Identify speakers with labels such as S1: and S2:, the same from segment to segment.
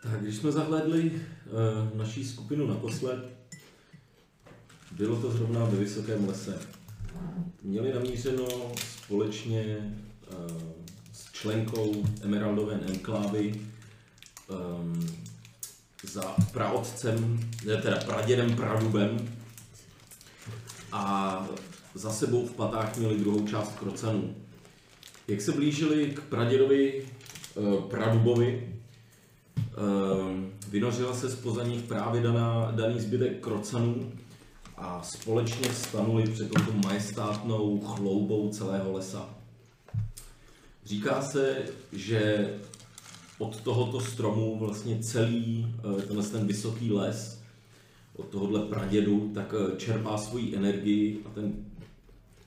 S1: Tak, když jsme zahlédli eh, naší skupinu naposled, bylo to zrovna ve Vysokém lese. Měli namířeno společně eh, s členkou Emeraldové enklávy ehm, za praotcem, ne, teda pradědem Pradubem a za sebou v patách měli druhou část krocanů. Jak se blížili k pradědovi eh, Pradubovi, Ehm, Vynořila se spoza nich právě daná, daný zbytek krocanů a společně stanuli před touto majestátnou chloubou celého lesa. Říká se, že od tohoto stromu vlastně celý eh, tenhle ten vysoký les, od tohohle pradědu, tak eh, čerpá svoji energii a ten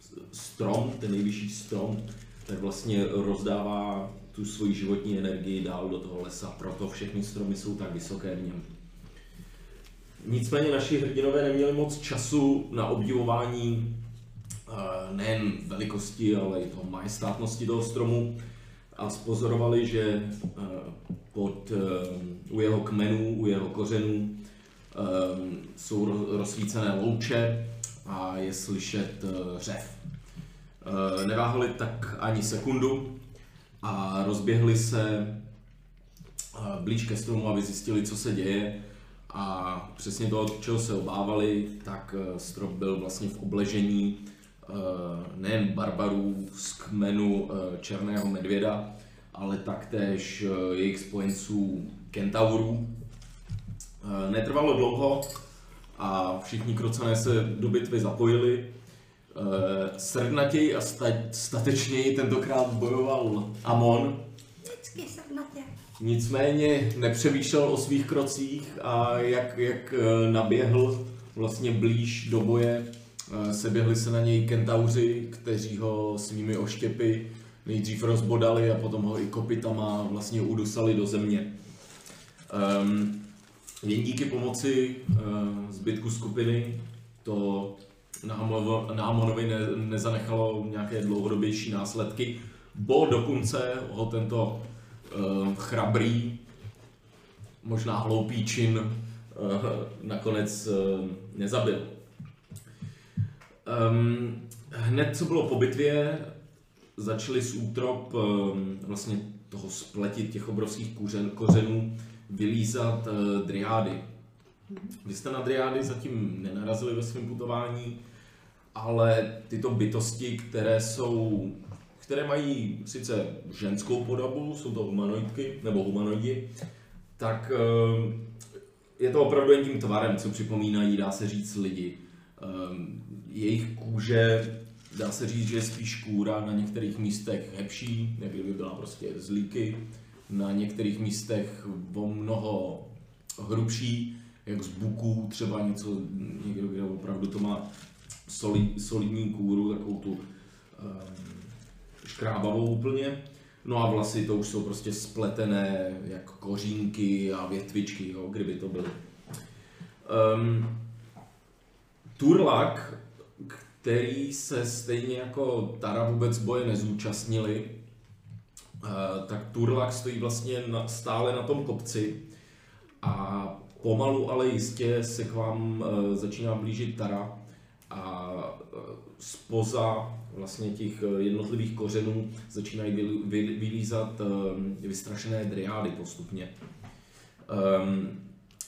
S1: s- strom, ten nejvyšší strom, tak vlastně rozdává tu svoji životní energii dál do toho lesa, proto všechny stromy jsou tak vysoké v něm. Nicméně naši hrdinové neměli moc času na obdivování eh, nejen velikosti, ale i toho majestátnosti toho stromu a spozorovali, že eh, pod, eh, u jeho kmenů, u jeho kořenů eh, jsou ro- rozsvícené louče a je slyšet eh, řev. Eh, Neváhali tak ani sekundu a rozběhli se eh, blíž ke stromu, aby zjistili, co se děje. A přesně to, od čeho se obávali, tak eh, strop byl vlastně v obležení eh, nejen barbarů z kmenu eh, Černého medvěda, ale taktéž eh, jejich spojenců kentaurů. Eh, Netrvalo dlouho a všichni krocené se do bitvy zapojili. Eh, Srdnatěji a sta- statečněji tentokrát bojoval Amon,
S2: Vždycky jsem na tě.
S1: Nicméně nepřemýšlel o svých krocích a jak, jak eh, naběhl vlastně blíž do boje, eh, seběhli se na něj kentauři, kteří ho svými oštěpy nejdřív rozbodali a potom ho i kopitama vlastně udusali do země. Um, jen díky pomoci uh, zbytku skupiny to na Hamovo- na Hamonovi ne, nezanechalo nějaké dlouhodobější následky. Bo dokonce ho tento uh, chrabrý, možná hloupý čin uh, nakonec uh, nezabil. Um, hned co bylo po bitvě, začaly z útrop um, vlastně toho spletit těch obrovských kuřen, kořenů vylízat uh, driády. Vy jste na driády zatím nenarazili ve svém putování, ale tyto bytosti, které jsou které mají sice ženskou podobu, jsou to humanoidky nebo humanoidi, tak ehm, je to opravdu jen tím tvarem, co připomínají, dá se říct, lidi. Ehm, Jejich kůže, dá se říct, že je spíš kůra, na některých místech hepší, jak kdyby byla prostě z líky, na některých místech o mnoho hrubší, jak z buků, třeba něco, někdo, kde opravdu to má soli, solidní kůru, takovou tu ehm, škrábavou úplně. No a vlasy to už jsou prostě spletené jak kořínky a větvičky, jo, kdyby to byly. Um, Turlak, který se stejně jako Tara vůbec boje nezúčastnili, eh, tak Turlak stojí vlastně na, stále na tom kopci a pomalu, ale jistě se k vám eh, začíná blížit Tara a eh, spoza vlastně těch eh, jednotlivých kořenů začínají vyl- vy- vylízat eh, vystrašené driády postupně. Ehm,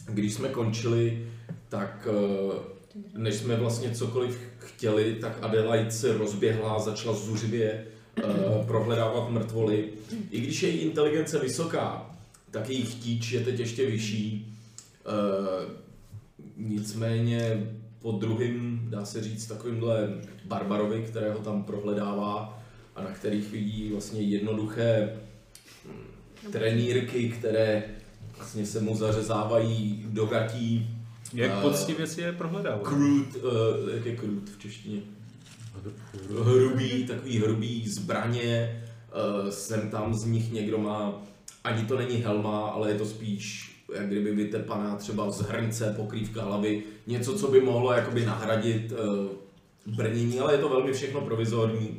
S1: Když jsme končili, tak eh, než jsme vlastně cokoliv chtěli, tak Adelaide se rozběhla, začala zuřivě eh, prohledávat mrtvoly. I když je její inteligence vysoká, tak její chtíč je teď ještě vyšší. Eh, Nicméně po druhým, dá se říct, takovýmhle barbarovi, kterého tam prohledává a na kterých vidí vlastně jednoduché mm, trenýrky, které vlastně se mu zařezávají do gatí.
S3: Jak
S1: Eh,
S3: poctivě si je prohledával?
S1: Krut, uh, jak je krut v češtině? Hrubý, takový hrubý zbraně, uh, sem tam z nich někdo má, ani to není helma, ale je to spíš jak kdyby vytepaná třeba z hrnce, pokrývka hlavy, něco, co by mohlo jakoby nahradit uh, brnění, ale je to velmi všechno provizorní.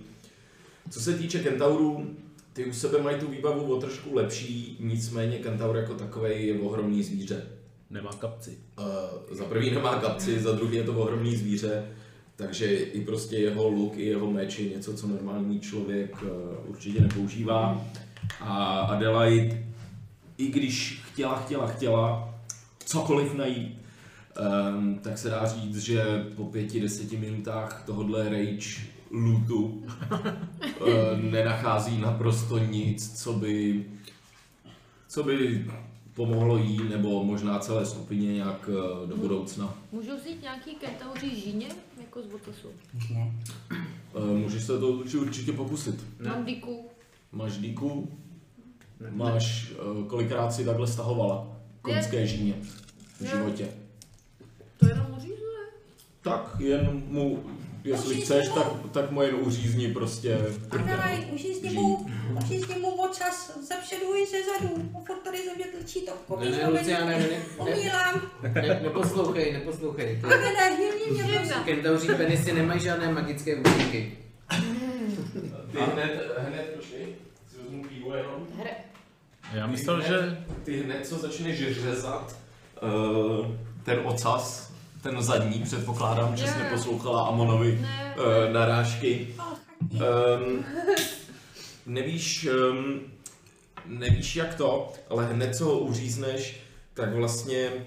S1: Co se týče kentaurů, Ty u sebe mají tu výbavu o trošku lepší, nicméně kentaur jako takový je ohromný zvíře.
S3: Nemá kapci.
S1: Eh, za prvý nemá kapci, za druhý je to ohromný zvíře, takže i prostě jeho luk, i jeho meč je něco, co normální člověk eh, určitě nepoužívá. A Adelaide, i když chtěla, chtěla, chtěla cokoliv najít, um, tak se dá říct, že po pěti, deseti minutách tohohle rage lootu eh, nenachází naprosto nic, co by, co by pomohlo jí nebo možná celé skupině nějak eh, do budoucna.
S4: Můžu vzít nějaký kentauří žíně, jako z botosu.
S1: Eh, Můžeš se to určitě, určitě pokusit.
S3: Ne.
S4: Mám diku.
S1: Máš díku, máš, eh, kolikrát si takhle stahovala koňské žíně v
S4: Ne.
S1: životě.
S4: To jenom můžu říct, ne?
S1: Tak jen mu, jestli
S2: Uřízni
S1: chceš,
S2: mu.
S1: tak, tak mu jen uřízni prostě.
S2: A
S1: prdel.
S2: dávaj, uřízni mu, uřízni mu očas, ze předu i ze zadu. On furt tady ze mě tlčí to.
S5: Ne, ne, Luciane, ne, ne, ne,
S2: Omílám.
S5: ne, neposlouchej, neposlouchej.
S2: A ne, ne, hlavně mě prosím.
S4: Jedna.
S5: Kentauří penisy nemají žádné magické účinky.
S1: Ty hned, hned počkej, si vezmu pivo jenom.
S4: Hre.
S3: Já myslel, že
S1: Ty hned, co začneš řezat uh, ten ocas, ten zadní, předpokládám, že jsi
S4: Ne.
S1: neposlouchala Amonovi
S4: Ne.
S1: uh, narážky.
S2: Ale
S1: Um, nevíš, um, nevíš jak to, ale hned co ho uřízneš, tak vlastně eh,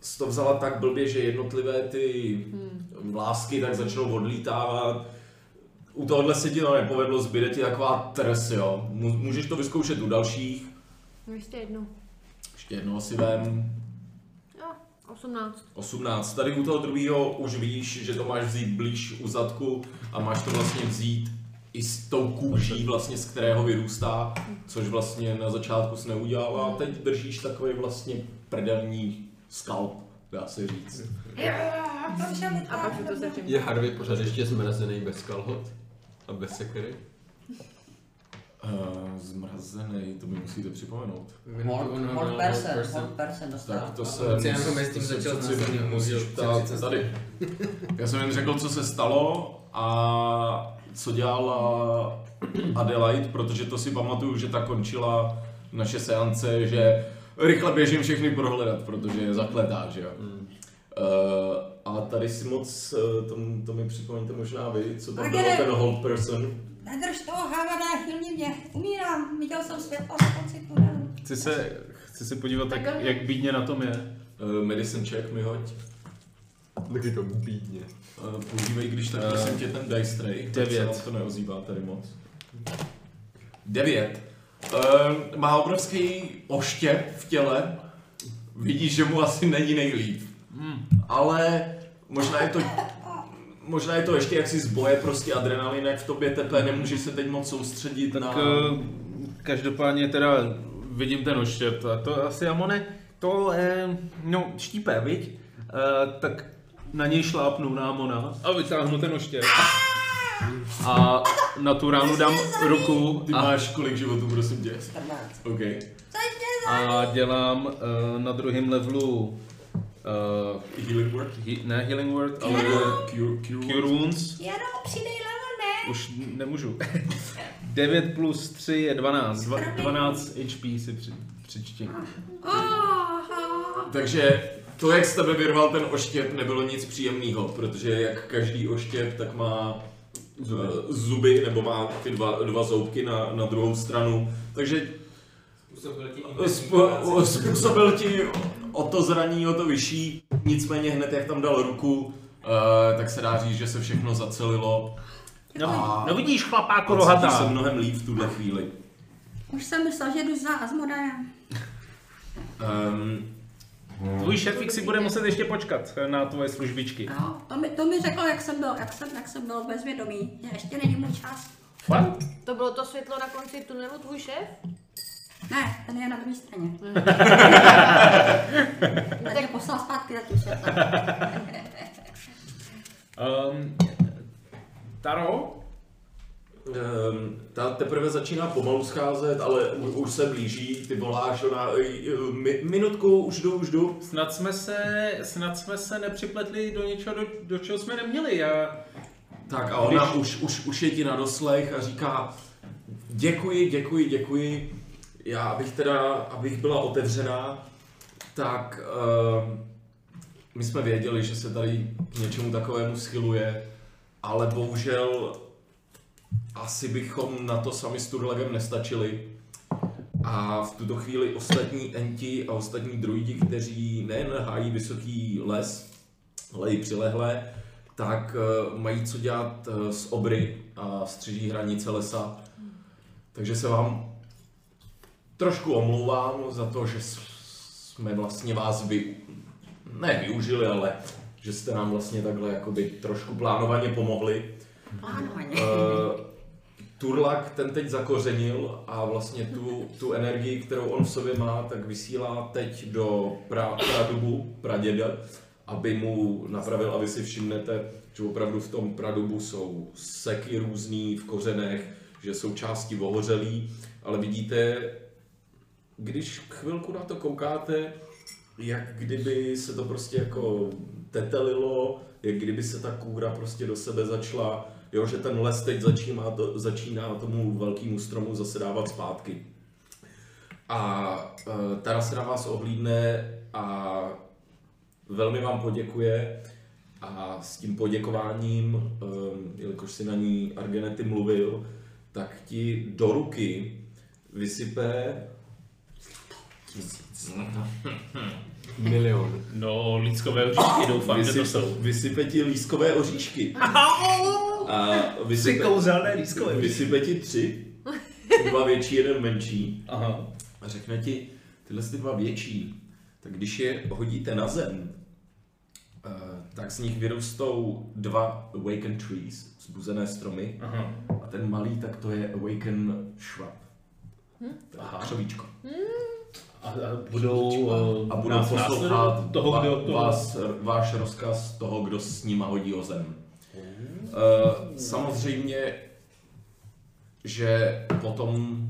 S1: jsi to vzala tak blbě, že jednotlivé ty vlásky tak začnou odlítávat. U tohohle se ti to nepovedlo, zbyde ti taková trs, jo. Mu- Můžeš to vyzkoušet u dalších.
S4: No ještě jednu.
S1: Ještě jednou si vem.
S4: Jo, 18.
S1: 18. Tady u toho druhého už víš, že to máš vzít blíž u zadku a máš to vlastně vzít i s tou kůží, vlastně, z kterého vyrůstá, což vlastně na začátku se neudělala. A teď držíš takový vlastně prdelní skalp, dá se říct.
S4: A pak je to zatím.
S6: Je Harvey pořád ještě zmrazený bez kalhot a bez sekery?
S1: Uh, zmrazený, to mi musíte připomenout.
S5: No,
S7: Hold person, hold person
S1: Tak
S7: dostal.
S1: to se,
S5: Luciano mezi tím
S1: to se
S5: začal
S1: přeci
S5: znásilňovat,
S1: musíš
S5: že jo,
S1: ptát
S5: přeci
S1: tady. Já jsem jen řekl, co se stalo a co dělala Adelaide, protože to si pamatuju, že ta končila naše seance, že rychle běžím všechny prohledat, protože je zakletá, že jo.
S5: Hmm.
S1: Eh, a tady si moc, eh, to, to mi připomeňte možná vy, co tam
S2: Tak
S1: bylo
S2: je-
S1: ten hold person.
S2: Nedrž toho hávada, chylni mě. Umírám, viděl jsem světlo na konci tunelu.
S3: chci se, chci se podívat,
S4: Tak
S3: jak,
S4: jdeme.
S3: jak bídně na tom je.
S1: Eh, medicine check mi hoď.
S6: Taky to bídně.
S1: Eh, Používej, když tak
S3: Eh,
S1: prosím tě ten dice tray, tak se
S3: devět.
S1: vám to neozývá tady moc. Devět. Eh, má obrovský oštěp v těle, vidíš, že mu asi není nejlíp.
S3: Hmm.
S1: Ale možná je to Možná je to ještě jaksi z boje, prostě adrenalin, jak v tobě tepe, nemůžeš se teď moc soustředit tak,
S6: No.
S1: na...
S3: Hmm. Tak eh, každopádně teda vidím ten oštěp a to asi Amone, to eh, no štípe, viď? Eh, tak na něj šlápnu na Amona a vytáhnu ten oštěp. A na tu ránu dám ruku
S1: Ty
S3: a,
S1: máš kolik životů, prosím tě?
S7: 14.
S1: OK.
S3: a dělám eh, na druhém levelu eh,
S1: Healing word?
S3: he, ne Healing Word, ale
S1: Cure, cure,
S3: Cure Wounds.
S2: Jenom přidej level, ne?
S3: Už nemůžu. 9 plus 3 je 12. Dva, 12 HP si při, přičti.
S2: Aha.
S1: Takže to, jak z tebe vyrval ten oštěp, nebylo nic příjemného, protože jak každý oštěp, tak má zuby, zuby nebo má ty dva, dva zoubky na, na druhou stranu. Takže
S5: Působil ti
S1: sp- o- způsobil ti o to zraní, o to vyšší, nicméně hned jak tam dal ruku, eh, tak se dá říct, že se všechno zacelilo.
S3: No,
S1: A-
S3: no vidíš, chlapáku
S1: Cítíš se
S3: rohatá.
S1: mnohem líp v tuhle chvíli.
S2: Už jsem myslel, že jdu za Azmodajem.
S1: Um,
S3: Tvůj šéfik si bude muset ještě počkat na tvoje službičky.
S2: No, to mi, to mi řekl, jak jsem byl, jak jsem, jak jsem byl bezvědomý, že ještě není můj čas.
S3: Fakt?
S4: To bylo to světlo na konci tunelu, tvůj šéf?
S2: Ne, ten je na druhé straně. tak mě poslal zpátky za tím světlem.
S3: Um, Taro?
S1: Ehm, ta teprve začíná pomalu scházet, ale u, už se blíží, ty voláš, ona, ej, eh, mi, minutku, už jdu, už jdu.
S3: Snad jsme se, snad jsme se nepřipletli do něčeho, do, do čeho jsme neměli. Já,
S1: Tak a ona
S3: Když-
S1: už, už, už je ti na doslech a říká, Děkuji, děkuji, děkuji. Já, abych teda, abych byla otevřená, tak uh, my jsme věděli, že se tady k něčemu takovému schyluje, ale bohužel asi bychom na to sami s Turlegem nestačili. A v tuto chvíli ostatní enti a ostatní druidi, kteří nejen hájí vysoký les, ale i přilehlé, tak eh, mají co dělat eh, s obry a střeží hranice lesa. Takže se vám trošku omlouvám za to, že s- jsme vlastně vás vy... ne využili, ale že jste nám vlastně takhle jakoby trošku plánovaně pomohli.
S2: Plánovaně.
S1: Eh, Turlak ten teď zakořenil a vlastně tu, tu energii, kterou on v sobě má, tak vysílá teď do pra, pradubu, praděda, aby mu napravil a vy si všimnete, že opravdu v tom pradubu jsou seky různý v kořenech, že jsou části ohořelí, ale vidíte, když chvilku na to koukáte, jak kdyby se to prostě jako tetelilo, jak kdyby se ta kůra prostě do sebe začala, jo, že ten les teď začíná, to, začíná tomu velkému stromu zase dávat zpátky. A e, Tara se na vás ohlídne a velmi vám poděkuje a s tím poděkováním, e, jelikož si na ní Argenety mluvil, tak ti do ruky vysype
S8: Milion.
S3: No, lidskové oříšky doufám, že to jsou.
S1: vysype ti lískové oříšky. A
S3: Jsi
S1: vysype,
S3: kouzelné lískové oříšky.
S1: vysype ti tři, dva větší, jeden menší.
S3: Aha.
S1: A řekne ti, tyhle ty dva větší, tak když je hodíte na zem, eh, tak z nich vyrostou dva awakened trees, zbuzené stromy,
S3: Aha.
S1: a ten malý, tak to je awaken shrub. To
S3: Hm?
S1: je křovíčko.
S3: A, a budou, eh,
S1: A budou
S3: nás
S1: poslouchat
S3: následovat toho,
S1: va-
S3: kdo to...
S1: vás, váš rozkaz toho, kdo s nima hodí o zem. Eh, samozřejmě, že potom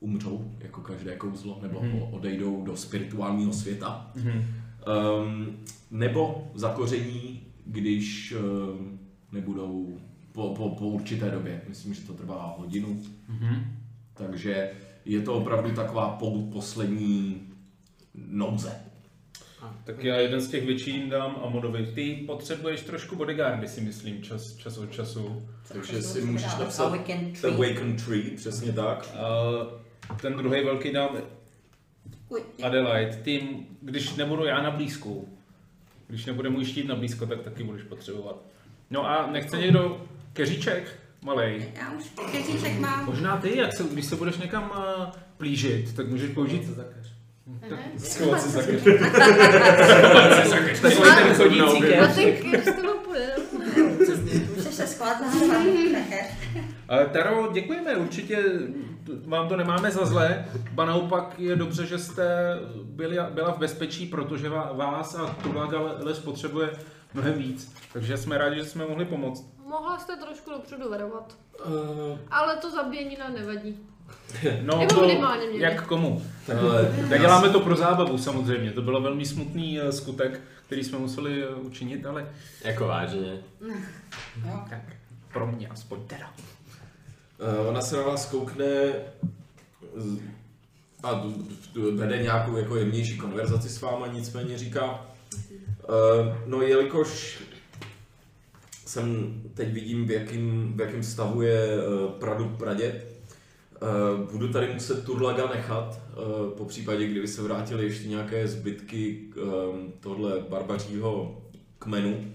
S1: umřou, jako každé kouzlo, nebo
S3: Mhm.
S1: o- odejdou do spirituálního světa.
S3: Mhm.
S1: Um, nebo zakoření, když um, nebudou po, po, po určité době. Myslím, že to trvá hodinu.
S3: Mhm.
S1: Takže je to opravdu taková pou- poslední nouze.
S3: Tak já jeden z těch většin dám Amodovi. Ty potřebuješ trošku bodyguardy, si myslím, čas, čas od času.
S1: Takže si můžeš napsat
S9: Awaken
S1: The
S9: tree.
S1: Awakened Tree, přesně tak.
S3: A Eh, ten druhý velký dám Adelaide. Ty, když nebudu já na blízku, když nebude můj štít na blízko, tak taky budeš potřebovat. No a nechce někdo keříček? Malej.
S2: Já už keříček mám.
S3: Možná ty, jak se, když se budeš někam uh, plížit, tak můžeš použít schovat se za
S4: Takový ten
S3: chodící
S4: A ten keř z toho půjde.
S2: Můžeš se schovat na hlavu,
S3: Ale Taro, děkujeme, určitě t- vám to nemáme za zlé, ba naopak je dobře, že jste byli, byla v bezpečí, protože va- vás a Tulaga le- les potřebuje mnohem víc, takže jsme rádi, že jsme mohli pomoct.
S4: Mohla jste trošku dopředu varovat.
S8: Eh,
S1: Uh,
S4: Ale to zabíjenina nevadí.
S3: No
S4: Nebo
S3: to,
S4: minimálně mě.
S3: jak komu.
S1: takhle,
S3: Neděláme to pro zábavu samozřejmě, to byl velmi smutný eh, skutek, který jsme museli eh, učinit, ale
S8: Jako vážně.
S3: tak pro mě aspoň teda.
S1: Eh, Ona se na vás koukne z- a d- d- vede nějakou jako jemnější konverzaci s váma, nicméně říká, eh, no jelikož jsem teď vidím, v jakém v jakým stavu je eh, Pradu Pradě, eh, budu tady muset Turlaga nechat, eh, po případě, kdyby se vrátily ještě nějaké zbytky eh, tohle barbařího kmenu.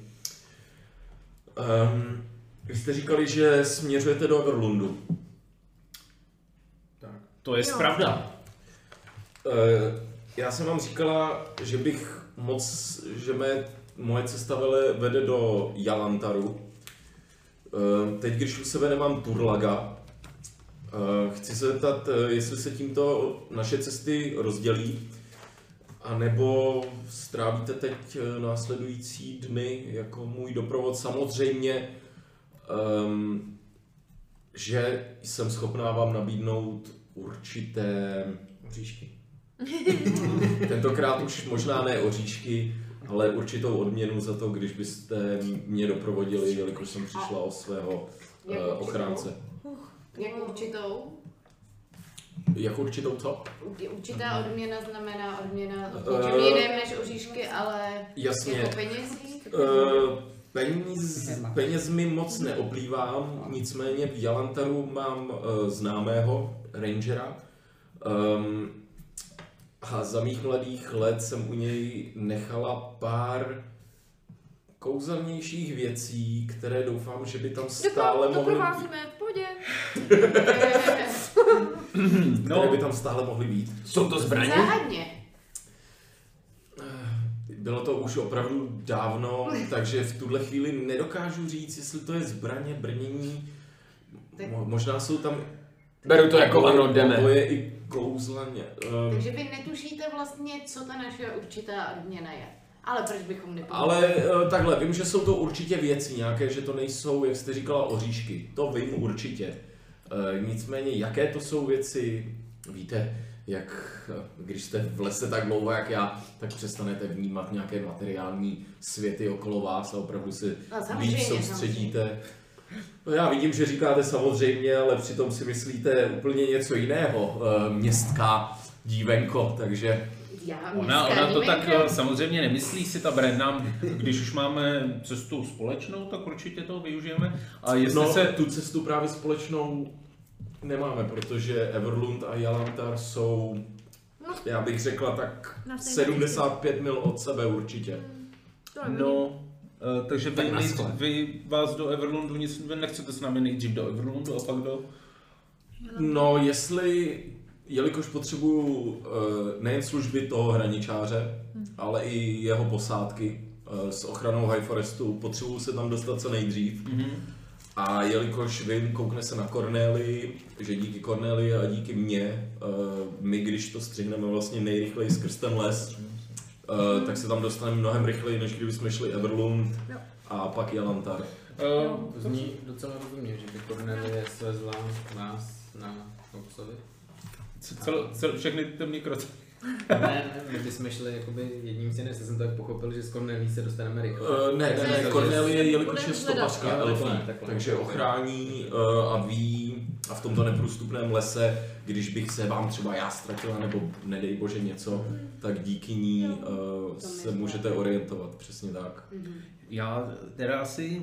S1: Ehm, Vy jste říkali, že směřujete do Everlundu.
S3: To je
S4: Jo.
S3: pravda.
S1: Eh, já jsem vám říkala, že bych moc, že mé, moje cesta vele, vede do Jalantaru. Eh, teď, když u sebe nemám Turlaga, eh, chci se zeptat, eh, jestli se tímto naše cesty rozdělí, anebo strávíte teď eh, následující dny jako můj doprovod. Samozřejmě, um, že jsem schopná vám nabídnout určité
S10: Oříšky.
S1: Tentokrát už možná ne oříšky, ale určitou odměnu za to, když byste mě doprovodili, jelikož jsem přišla o svého eh, ochránce.
S11: Jak
S3: Hmm.
S11: určitou?
S1: Jak Jako určitou co?
S11: Kdy Určitá odměna znamená odměna v
S1: Hmm. Eh.
S11: něčem jiném než oříšky, ale
S1: Jasně.
S11: jako penězí?
S1: Eh, Peníz, penězmi moc neoplývám, nicméně v Jalantaru mám eh, známého rangera ehm, a za mých mladých let jsem u něj nechala pár kouzelnějších věcí, které doufám, že by tam stále
S4: to
S1: mohly být,
S4: provázíme, v pohodě.
S3: No,
S1: které by tam stále mohly být.
S12: Jsou to zbraně?
S11: Záhadně.
S1: Bylo to už opravdu dávno, takže v tuhle chvíli nedokážu říct, jestli to je zbraně, brnění. Mo- Možná jsou tam
S12: Beru to jako ano, jdeme.
S1: To je i kouzla. ně-
S3: Hmm.
S1: ehm,
S11: Takže vy netušíte vlastně, co ta naše určitá odměna je. Ale proč bychom nepomohli?
S1: Ale eh, takhle, vím, že jsou to určitě věci nějaké, že to nejsou, jak jste říkala, oříšky. To vím určitě. Eh, Nicméně, jaké to jsou věci, víte, jak eh, když jste v lese tak dlouho, jak já, tak přestanete vnímat nějaké materiální světy okolo vás a opravdu si
S11: No, samozřejmě,
S1: víc soustředíte. No já vidím, že říkáte samozřejmě, ale přitom si myslíte úplně něco jiného. Eh, Městská dívenko, takže
S11: Já
S3: Ona,
S11: dneska
S3: ona to tak
S11: nevěděla.
S3: eh, samozřejmě nemyslí si ta Brenna, když už máme cestu společnou, tak určitě to využijeme. A jestli
S1: no,
S3: se...
S1: tu cestu právě společnou nemáme, protože Everlund a Jalantar jsou,
S4: No.
S1: já bych řekla tak
S4: Na stejné
S1: 75 mil od sebe určitě.
S4: To nevím.
S3: No, eh, takže vy,
S12: Tak
S3: nej,
S12: naschle.
S3: vy vás do Everlundu nic, vy nechcete s námi nejdřív do Everlundu a pak do...
S1: No, jestli, jelikož potřebuju uh, nejen služby toho hraničáře, ale i jeho posádky uh, s ochranou High Forestu, potřebuju se tam dostat co nejdřív. A jelikož vím, koukne se na Cornely, že díky Cornely a díky mně, eh, my když to střihneme vlastně nejrychleji skrz ten les, eh, tak se tam dostaneme mnohem rychleji, než kdybychom šli Everlund
S4: Jo.
S1: a pak Jalantar.
S5: No.
S3: Uh,
S5: Zní docela rozumně, že by Cornelie svezla nás na Foxovi.
S3: cel, cel, všechny ty mikroce.
S5: Ne, ne, my bychom šli jakoby jedním stěnem, já jsem tak pochopil, že s Cornelí se dostaneme rychle.
S1: Eh, Ne, ne, ne,
S5: Takže-
S1: Cornelie, jelikož je
S4: budeme hledat.
S1: stopařka
S5: Jo, takhle,
S1: elfní,
S5: takhle.
S1: takže ochrání eh, a ví a v tomto neprůstupném lese, když bych se vám třeba já ztratila nebo nedej bože něco, tak díky ní eh, se můžete orientovat, přesně tak.
S3: Já teda asi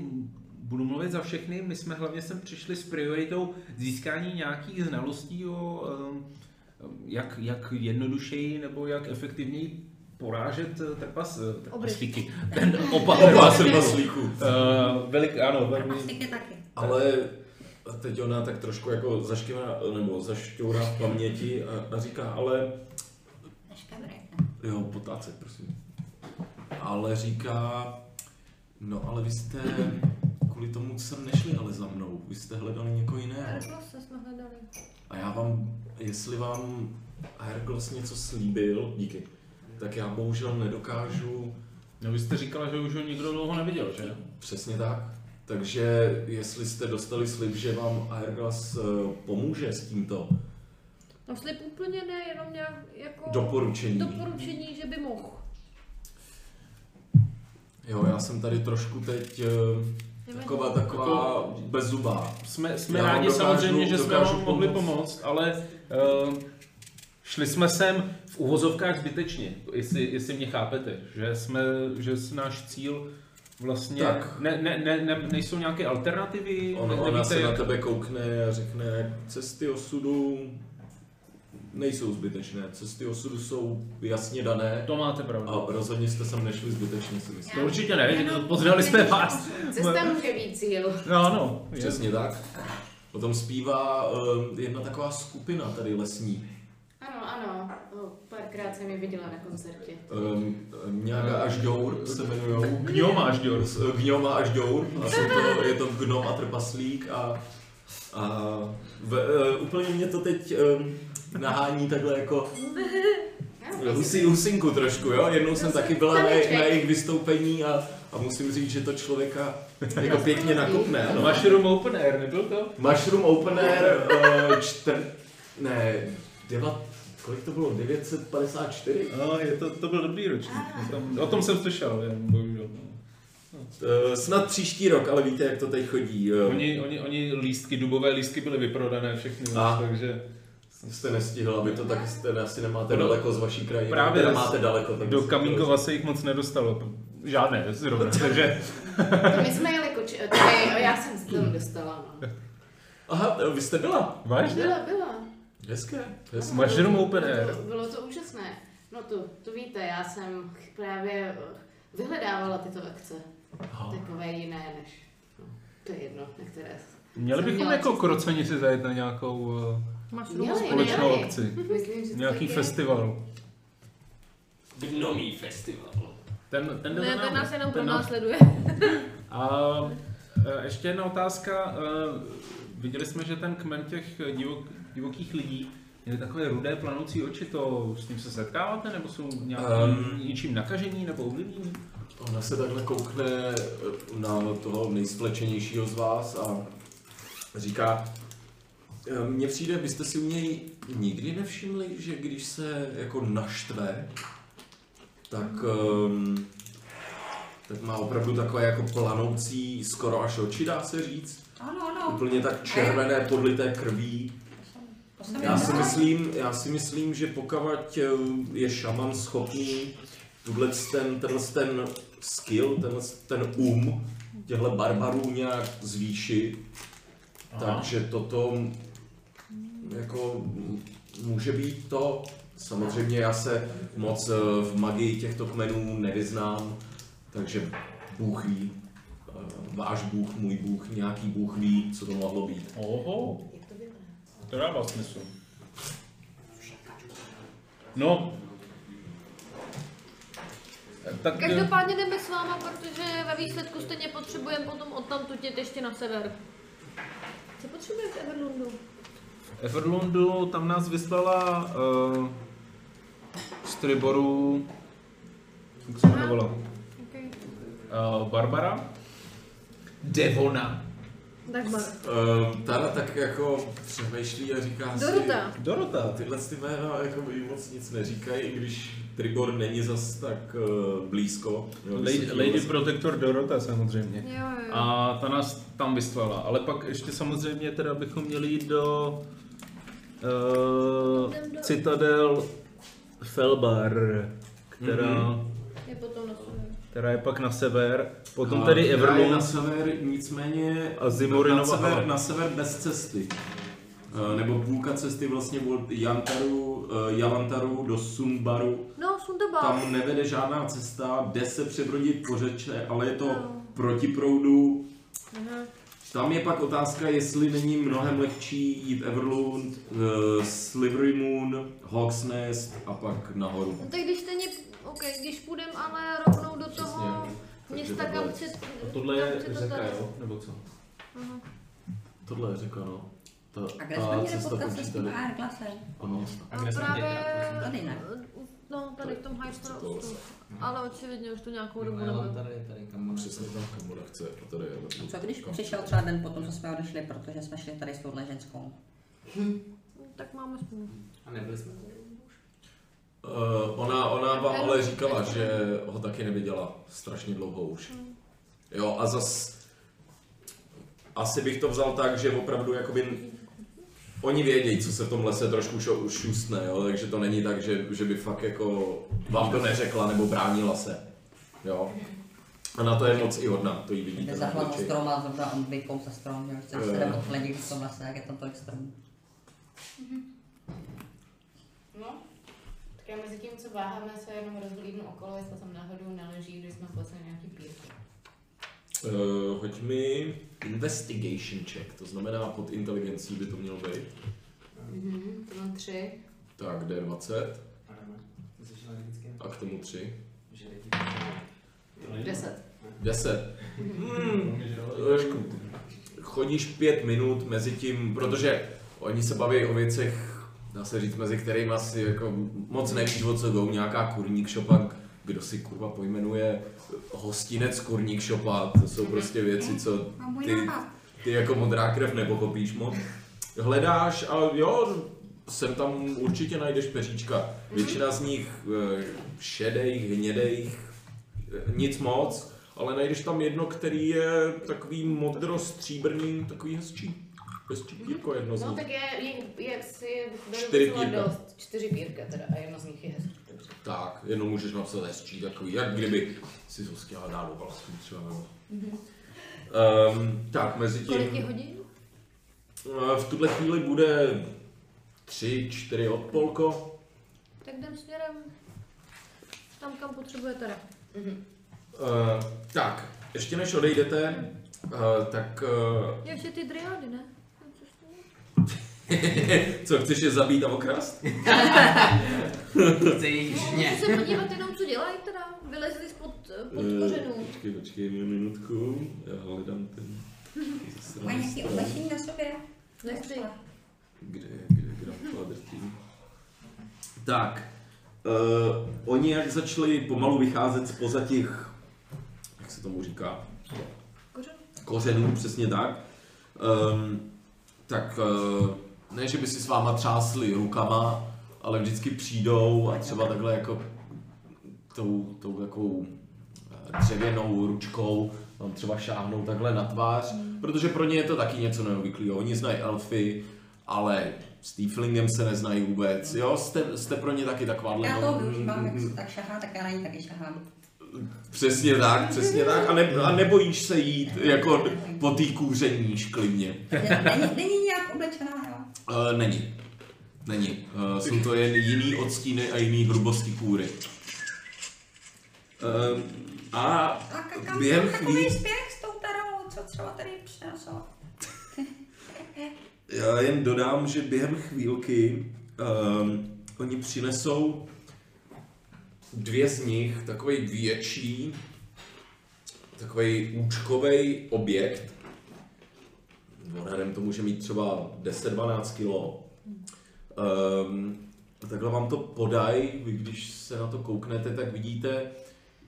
S3: budu mluvit za všechny, my jsme hlavně sem přišli s prioritou získání nějakých znalostí o ehm, jak, jak jednodušeji nebo jak efektivněji porážet eh, trpas, eh, trpaslíky. Ten opa,
S1: Oba
S3: trpaslík.
S1: trpaslíků.
S3: Eh, velik, ano, velmi,
S2: Trpaslíky taky.
S1: Ale teď ona tak trošku jako zaškivá, nebo zašťourá v paměti a, a říká, ale,
S2: Neškadrý.
S1: jo, potácet, prosím. Ale říká, no ale vy jste kvůli tomu sem nešli ale za mnou, vy jste hledali někoho jiného.
S4: Herklose jsme hledali.
S1: A já vám, jestli vám Herkles něco slíbil, díky, tak já bohužel nedokážu
S3: no vy jste říkala, že už ho nikdo dlouho neviděl, že?
S1: Přesně tak. Takže jestli jste dostali slib, že vám Airglass eh, pomůže s tímto
S4: No slib úplně ne, jenom nějak jako
S1: doporučením.
S4: doporučení, že by mohl.
S1: Jo, já jsem tady trošku teď eh,
S4: Nevadí.
S1: taková, taková bezzubá.
S3: Jsme, jsme
S1: Já vám
S3: rádi
S1: dokážu-
S3: samozřejmě, že jsme
S1: dokážu
S3: vám mohli
S1: pomoct.
S3: pomoct, ale uh, šli jsme sem v uvozovkách zbytečně, jestli, jestli mě chápete, že jsme, že s- náš cíl vlastně,
S1: Tak.
S3: ne, ne, ne, ne, nejsou nějaké alternativy,
S1: On,
S3: ne,
S1: ona se
S3: nevíte,
S1: na
S3: jak,
S1: tebe koukne a řekne, cesty osudu nejsou zbytečné. Cesty osudu jsou jasně dané
S3: to máte pravdu.
S1: a rozhodně jste sem nešli zbytečně, si myslím.
S3: To určitě ne, poznali jsme vás.
S11: Cesta může být cíl.
S3: No ano, je-
S1: Přesně tak. Potom zpívá eh, jedna taková skupina tady lesní.
S11: Ano, ano. O, Párkrát jsem je viděla na koncertě.
S1: Um, nějaká až Dour se jmenujou.
S3: kdo máš, Dior?
S1: S- Gnom a až Dour. A jsou to, je to Gnom a Trpaslík a, a v, uh, úplně mě to teď um, nahání takhle jako husí, husinku trošku, jo? Jednou jsem taky byla na, je- na jejich vystoupení a, a musím říct, že to člověka jako pěkně nakopne, ano.
S3: Mushroom Open Air, nebyl to?
S1: Mushroom Open Air uh, čtr... ne, deva, kolik to bylo? 954?
S3: No, je to, to byl dobrý ročník. O tom, o tom jsem slyšel, jen bohužel. no.
S1: Eh, Snad příští rok, ale víte, jak to teď chodí. eh,
S3: Oni, oni, oni lístky, dubové lístky byly vyprodané všechny,
S1: A.
S3: takže
S1: Jste nestihl, aby to tak jste, asi nemáte
S3: No.
S1: daleko z vaší krajiny.
S3: Právě
S1: teda
S3: z-
S1: máte daleko. tak
S3: do
S1: jste-
S3: Kamínkova se jich moc nedostalo. Žádné zrovna, takže
S11: My jsme jeli koč... Tady, já jsem se tam dostala, no.
S1: Aha, eh, vy jste byla.
S3: vážně?
S11: Byla, byla.
S1: Hezké,
S11: No,
S1: hezké.
S3: Mushroom
S11: bylo-
S3: open air.
S11: bylo to- Bylo to úžasné. No to, to víte, já jsem ch- právě eh, vyhledávala tyto akce.
S1: Aha.
S11: Takové jiné než... No, to je jedno, na které... s-
S3: Měli
S11: jsem
S3: bychom
S11: měla
S3: jako
S11: čistou.
S3: kroceni si zajet na nějakou eh,
S4: Máš
S11: Měli,
S4: rumu
S11: měli.
S3: společnou akci.
S11: Myslím, že to
S3: Nějaký
S11: tak je.
S3: festival.
S13: Gnomý festival.
S3: Ten, ten, jde za
S4: Ne, ten
S3: námi.
S4: nás jenom pro
S3: nám-
S4: nás sleduje.
S3: A e, ještě jedna otázka. E, Viděli jsme, že ten kmen těch divok, divokých lidí měli takové rudé planoucí oči, to s ním se setkáváte, nebo jsou nějakým
S1: Ehm.
S3: ničím nakažení nebo ovlivnění?
S1: Ona se takhle koukne eh, na toho nejsplečenějšího z vás a říká, "Eh, mně přijde, byste si u něj nikdy nevšimli, že když se jako naštve, tak, ehm, tak má opravdu takové jako planoucí, skoro až oči, dá se říct.
S2: Ano, ano.
S1: Úplně tak červené, podlité krví.
S2: To jsem
S1: Já si
S2: viděla.
S1: myslím, já si myslím, že pokud eh, je šaman schopný tuhle ten, tenhle ten skill, tenhle ten um těhle barbarů nějak zvýšit, takže toto m- jako m- může být to. Samozřejmě já se moc eh, v magii těchto kmenů nevyznám, takže Bůh ví. Eh, Váš Bůh, můj Bůh, nějaký Bůh ví, co to mohlo být.
S3: Oho,
S11: Jak to vypadá?
S3: to dává smysl. No. E, Tak
S4: Každopádně jdeme s váma, protože ve výsledku stejně potřebujeme potom odtamtud jet ještě na sever. Co potřebujeme v Everlundu?
S3: eh, Everlundu tam nás vyslala uh, z Triboru, jak se jmenovala,
S4: Okay.
S3: uh, Barbara.
S5: Devona.
S4: Dagmar.
S1: Ehm, Tara tak jako přemýšlí a říká
S4: Dorota.
S1: si...
S3: Dorota.
S1: Tyhle ty jména jako mi moc nic neříkají, i když Tribor není zas tak eh, blízko. Jo,
S3: Lady,
S1: vysoký
S3: Lady
S1: les.
S3: Protector Dorota samozřejmě.
S4: Jo, jo. A...
S3: A ta nás tam vystvala, ale pak ještě samozřejmě teda bychom měli jít do uh,
S4: Jdem do-
S3: Citadel Felbar, která,
S4: Je potom na sever.
S3: která je pak na sever, potom
S1: A
S3: tedy
S1: která je
S3: Everlund.
S1: Na sever nicméně eh,
S3: A Zimorinova
S1: na sever,
S3: hala.
S1: na sever bez cesty. Eh, Nebo půlka cesty vlastně od Jantaru, eh, Jalantaru do Sumbaru.
S4: No, Sundaba.
S1: Tam nevede žádná cesta, jde se přebrodit po řeče, ale je to
S4: No.
S1: proti proudu.
S4: Aha.
S1: Tam je pak otázka, jestli není mnohem lehčí jít Everlund, uh, Slivery Moon, Hawk's Nest a pak nahoru.
S4: No, tak když stejně, OK, když půjdeme ale rovnou do toho
S1: Takže
S4: města,
S1: takhle.
S4: kam chce...
S13: A tohle je
S4: kam chce to
S13: řeka,
S4: tady.
S13: jo? Nebo co?
S4: Aha.
S1: Tohle je řeka, no. Ta,
S2: A kde jsme měli potkat se s tím Airglassem?
S1: Ano.
S4: A
S13: kde jsme
S4: právě...
S2: Tady ne.
S4: No, tady v tom Highstore Ale očividně už to nějakou dobu
S5: Jo,
S4: nebylo.
S5: tady, tady, kam
S13: Přesně tam, kam ona chce. A tady je
S2: A co když přišel třeba den potom, co jsme odešli, protože jsme šli tady s touhle ženskou?
S4: Tak máme spolu.
S5: A nebyli jsme
S1: Uh, ona, ona vám ale říkala, že ho taky neviděla strašně dlouho už. Jo, a zas... Asi bych to vzal tak, že opravdu jakoby... Oni vědějí, co se v tom lese trošku šo- šustne, jo, takže to není tak, že, že by fakt jako vám to neřekla nebo bránila se. Jo. A na to je moc i hodná, to jí
S2: Jde
S1: vidíte.
S2: za
S1: na
S2: hlavou
S1: oči.
S2: strom a zrovna on vykoum za strom, že chce se
S1: Eh.
S2: jde odklenit v tom lese, vlastně, jak je tam tolik stromů.
S11: No, tak já mezi tím, co váháme, se jenom rozhlídnu okolo, jestli jsem náhodou neleží, když jsme poslali nějaký pírky.
S1: Uh, hoď mi investigation check, to znamená pod inteligencí by to mělo být.
S11: Mhm, to mám tři.
S1: Tak, D20
S5: Ty jsi alergický?
S1: a k tomu 3.
S5: Že lidi.
S11: Deset.
S1: Deset. Hmm. Trošku. Chodíš pět minut mezi tím, protože oni se baví o věcech, dá se říct, mezi kterými asi jako moc nevíš, o co jdou, nějaká kurník šopa, kdo si kurva pojmenuje hostinec kurník šopa, to jsou prostě věci, co ty, ty jako modrá krev nepochopíš moc. Hledáš a jo, sem tam určitě najdeš peříčka. Většina z nich eh, šedejch, hnědejch, eh, nic moc, ale najdeš tam jedno, který je takový modro-stříbrný, takový hezčí. Hezčí pírko jedno z
S11: No
S1: nich.
S11: tak je, je jak si
S1: Čtyři
S11: docela
S1: pírka.
S11: dost. Čtyři pírka teda a jedno z nich je hezký. Dobře.
S1: Tak, jenom můžeš napsat hezčí takový, jak kdyby si to chtěla dát do vlasů třeba. Nebo. Um, tak, mezi
S4: Kolik je
S1: tím,
S4: hodin?
S1: eh, v tuhle chvíli bude tři, čtyři odpolko.
S4: Tak jdem směrem tam, kam potřebujete. teda.
S1: Uh, tak, ještě než odejdete, uh, tak uh,
S4: Jak že ty driády, ne? No, což to je?
S1: eh, co, chceš je zabít a okrast?
S5: Chce jich
S4: No, Můžu se podívat jenom, co dělají teda. Vylezli spod eh, pod kořenů.
S1: Eh, počkej, počkej mi minutku, já hledám ten...
S2: Má nějaký oblečení na sobě?
S4: Nechci.
S1: Kde, je- kde, je grandfather tím? Tak, uh, oni jak začali pomalu vycházet spoza těch, jak se tomu říká,
S4: Kořen?
S1: kořenů, přesně tak, um,
S14: Tak eh, ne, že by si s váma třásli rukama, ale vždycky přijdou a třeba takhle jako tou, tou takovou eh, dřevěnou ručkou vám třeba šáhnou takhle na tvář,
S2: Hmm.
S14: protože pro ně je to taky něco neobvyklého. Oni znají elfy, ale s tieflingem se neznají vůbec. Jo, jste, jste pro ně taky takováhle...
S2: Já to
S14: no-
S2: využívám, jak se tak šahá, tak já na ní taky šahám.
S14: Přesně tak, přesně tak. A, ne, a nebojíš se jít jako po té kůření šklivně.
S2: Ne- Není, není nějak oblečená, jo?
S14: Uh, není. Není. Uh, jsou to jen jiný odstíny a jiný hrubosti kůry. Eh,
S1: um, a
S2: A ka-
S14: Během
S2: kam Během takový
S14: chvíli-
S2: spěch s tou tarou, co třeba tady přinesla?
S1: Já jen dodám, že během chvílky um, oni přinesou dvě z nich, takový větší, takový účkový objekt. Odhadem to může mít třeba 10-12 kilo. Um, a takhle vám to podají, vy když se na to kouknete, tak vidíte,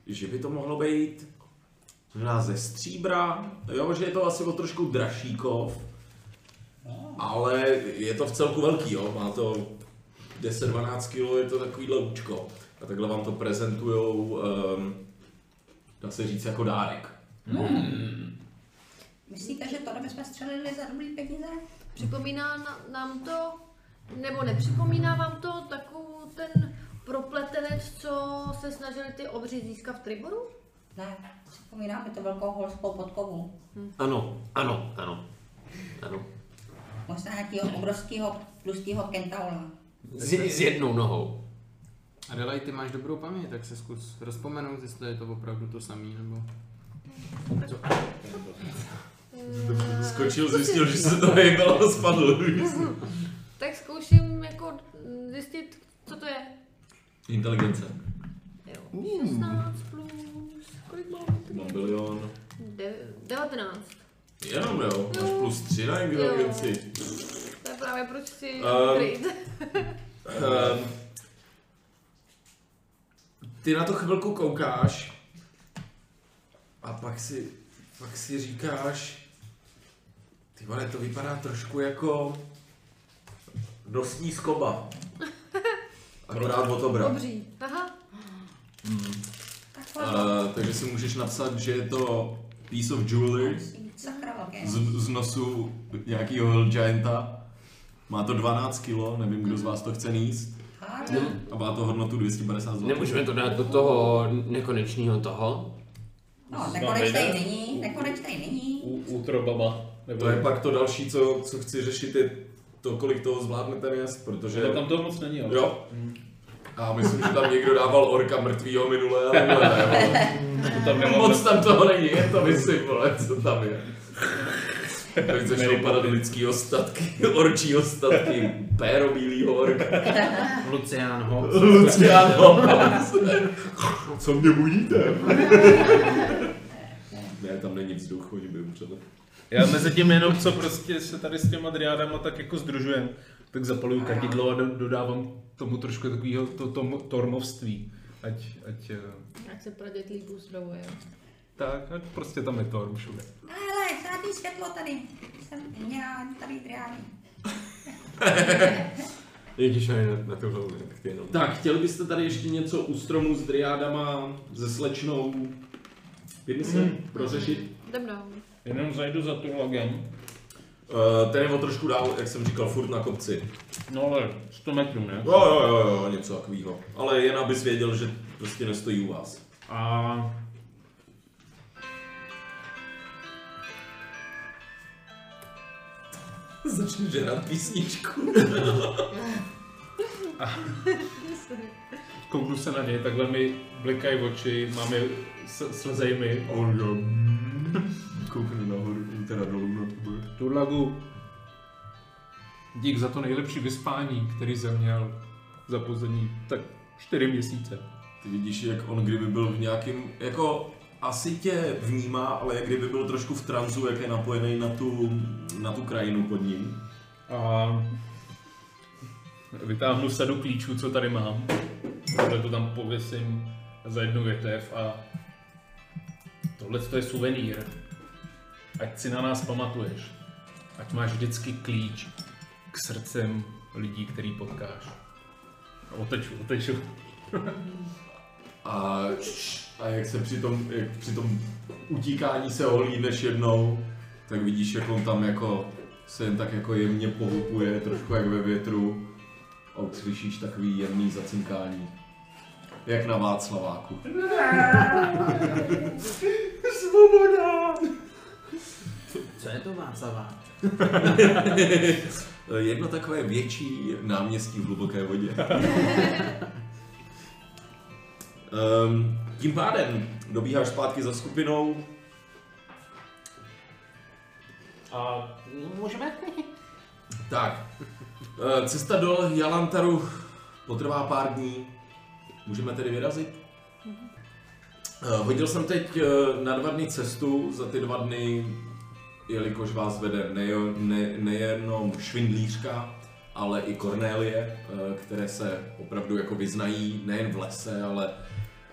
S1: že by to mohlo být možná ze stříbra, jo, že je to asi o trošku dražší kov, ale je to v celku velký, jo? má to 10-12 kg, je to takovýhle účko. A takhle vám to prezentujou, um, dá se říct, jako dárek.
S2: Myslíte, že to bychom střelili za dobrý peníze?
S4: Připomíná na- nám to, nebo nepřipomíná vám to takovou ten propletenec, co se snažili ty obři získat v Triboru?
S2: Ne, připomíná mi to velkou horskou podkovu.
S14: Ano, ano, ano. Ano.
S2: Možná nějakého obrovského tlustého kentaula.
S14: S, s jednou nohou.
S5: Adelaide, ty máš dobrou paměť, tak se zkus rozpomenout, jestli je to opravdu to samý, nebo...
S14: Skočil, zjistil, že se to hejbalo a spadl.
S4: Eh, Tak zkouším jako zjistit, co to je.
S14: Inteligence.
S4: Jo. 16 plus, Hmm. kolik mám?
S1: Mobilion.
S4: De- 19.
S1: Jenom jo, máš plus 3 na inteligenci.
S4: To je právě proč si
S1: Ehm,
S4: kryt.
S1: Ehm, ty na to chvilku koukáš a pak si, pak si říkáš, ty vole, to vypadá trošku jako nosní skoba. Akorát o to brat.
S4: Obří. Aha,
S2: Takhle.
S14: Uh, takže si můžeš napsat, že je to piece of jewelry
S2: Sakra velké.
S14: z, z nosu nějakého Hell Gianta. Má to 12 kg, nevím, kdo z vás to chce níst.
S2: Hádá.
S14: A má to hodnotu 250 zł.
S15: Nemůžeme to dát do toho nekonečního toho.
S2: No, nekonečnej není, nekonečnej není.
S3: U, útrobama. Nebo
S1: To je pak to další, co, co chci řešit, je to, kolik toho zvládnete měst, protože...
S3: tam toho moc není, ale...
S1: Jo. A myslím, že tam někdo dával orka mrtvýho minule, ale ne, vole.
S3: To tam nemám
S1: Moc tam toho není, je to vysy, vole, co tam je. Tak začnou padat lidský ostatky, orčí ostatky, péro bílýho orka.
S5: Lucián ho.
S1: Lucián Hobbes. Co mě budíte? Ne, tam není vzduch, oni by umřeli.
S3: Já mezi tím jenom, co prostě se tady s těma driádama tak jako združujem, tak zapaluju kadidlo a do, dodávám tomu trošku takového to, to, tormovství. Ať, ať, eh,
S4: jak se pradět líbu zdravuje.
S3: tak, ať prostě tam je torm všude.
S2: Ale, žádný světlo tady. Jsem já tady driány.
S14: Ježíš, na, na tohle tak jenom.
S1: Tak, chtěli byste tady ještě něco u stromu s driádama, se slečnou? Pěkně se prořešit.
S4: Jdem dál.
S3: Jenom zajdu za turlogem.
S1: Uh, ten je o trošku dál, jak jsem říkal, furt na kopci.
S3: No ale 100 metrů, ne?
S1: Jo, jo, jo, jo něco takového. Ale jen abys věděl, že prostě nestojí u vás.
S3: A...
S1: Začne žerat písničku.
S3: Kouknu se na něj, takhle mi blikají oči, máme, slzej mi.
S16: On jo. Koukne nahoru, teda dolů na tebe.
S3: Turlagu, dík za to nejlepší vyspání, který jsem měl za poslední tak čtyři měsíce.
S16: Ty vidíš, jak on kdyby byl v nějakým, jako asi tě vnímá, ale jak kdyby byl trošku v tranzu, jak je napojený na tu, na tu krajinu pod ním.
S3: A vytáhnu sadu klíčů, co tady mám. Tohle to tam pověsím za jednu větev a tohle to je suvenýr. Ať si na nás pamatuješ. Ať máš vždycky klíč k srdcem lidí, který potkáš. A Oteču, oteču.
S16: A, a jak se při tom, jak při tom utíkání se ohlídneš jednou, tak vidíš, jak on tam jako se jen tak jako jemně pohupuje, trošku jak ve větru. A už slyšíš takový jemný zacinkání. Jak na Václaváku.
S5: Co je to Václavá?
S1: Eh,
S16: Jedno takové větší náměstí v hluboké vodě.
S1: Um, tím pádem dobíháš zpátky za skupinou,
S3: A no, můžeme?
S1: Tak, eh, cesta do Jalantaru potrvá pár dní. Můžeme tedy vyrazit? Eh, Hodil jsem teď eh, na dva dny cestu, za ty dva dny, jelikož vás vede nejo- ne- nejenom švindlířka, ale i Kornélie, eh, které se opravdu jako vyznají nejen v lese, ale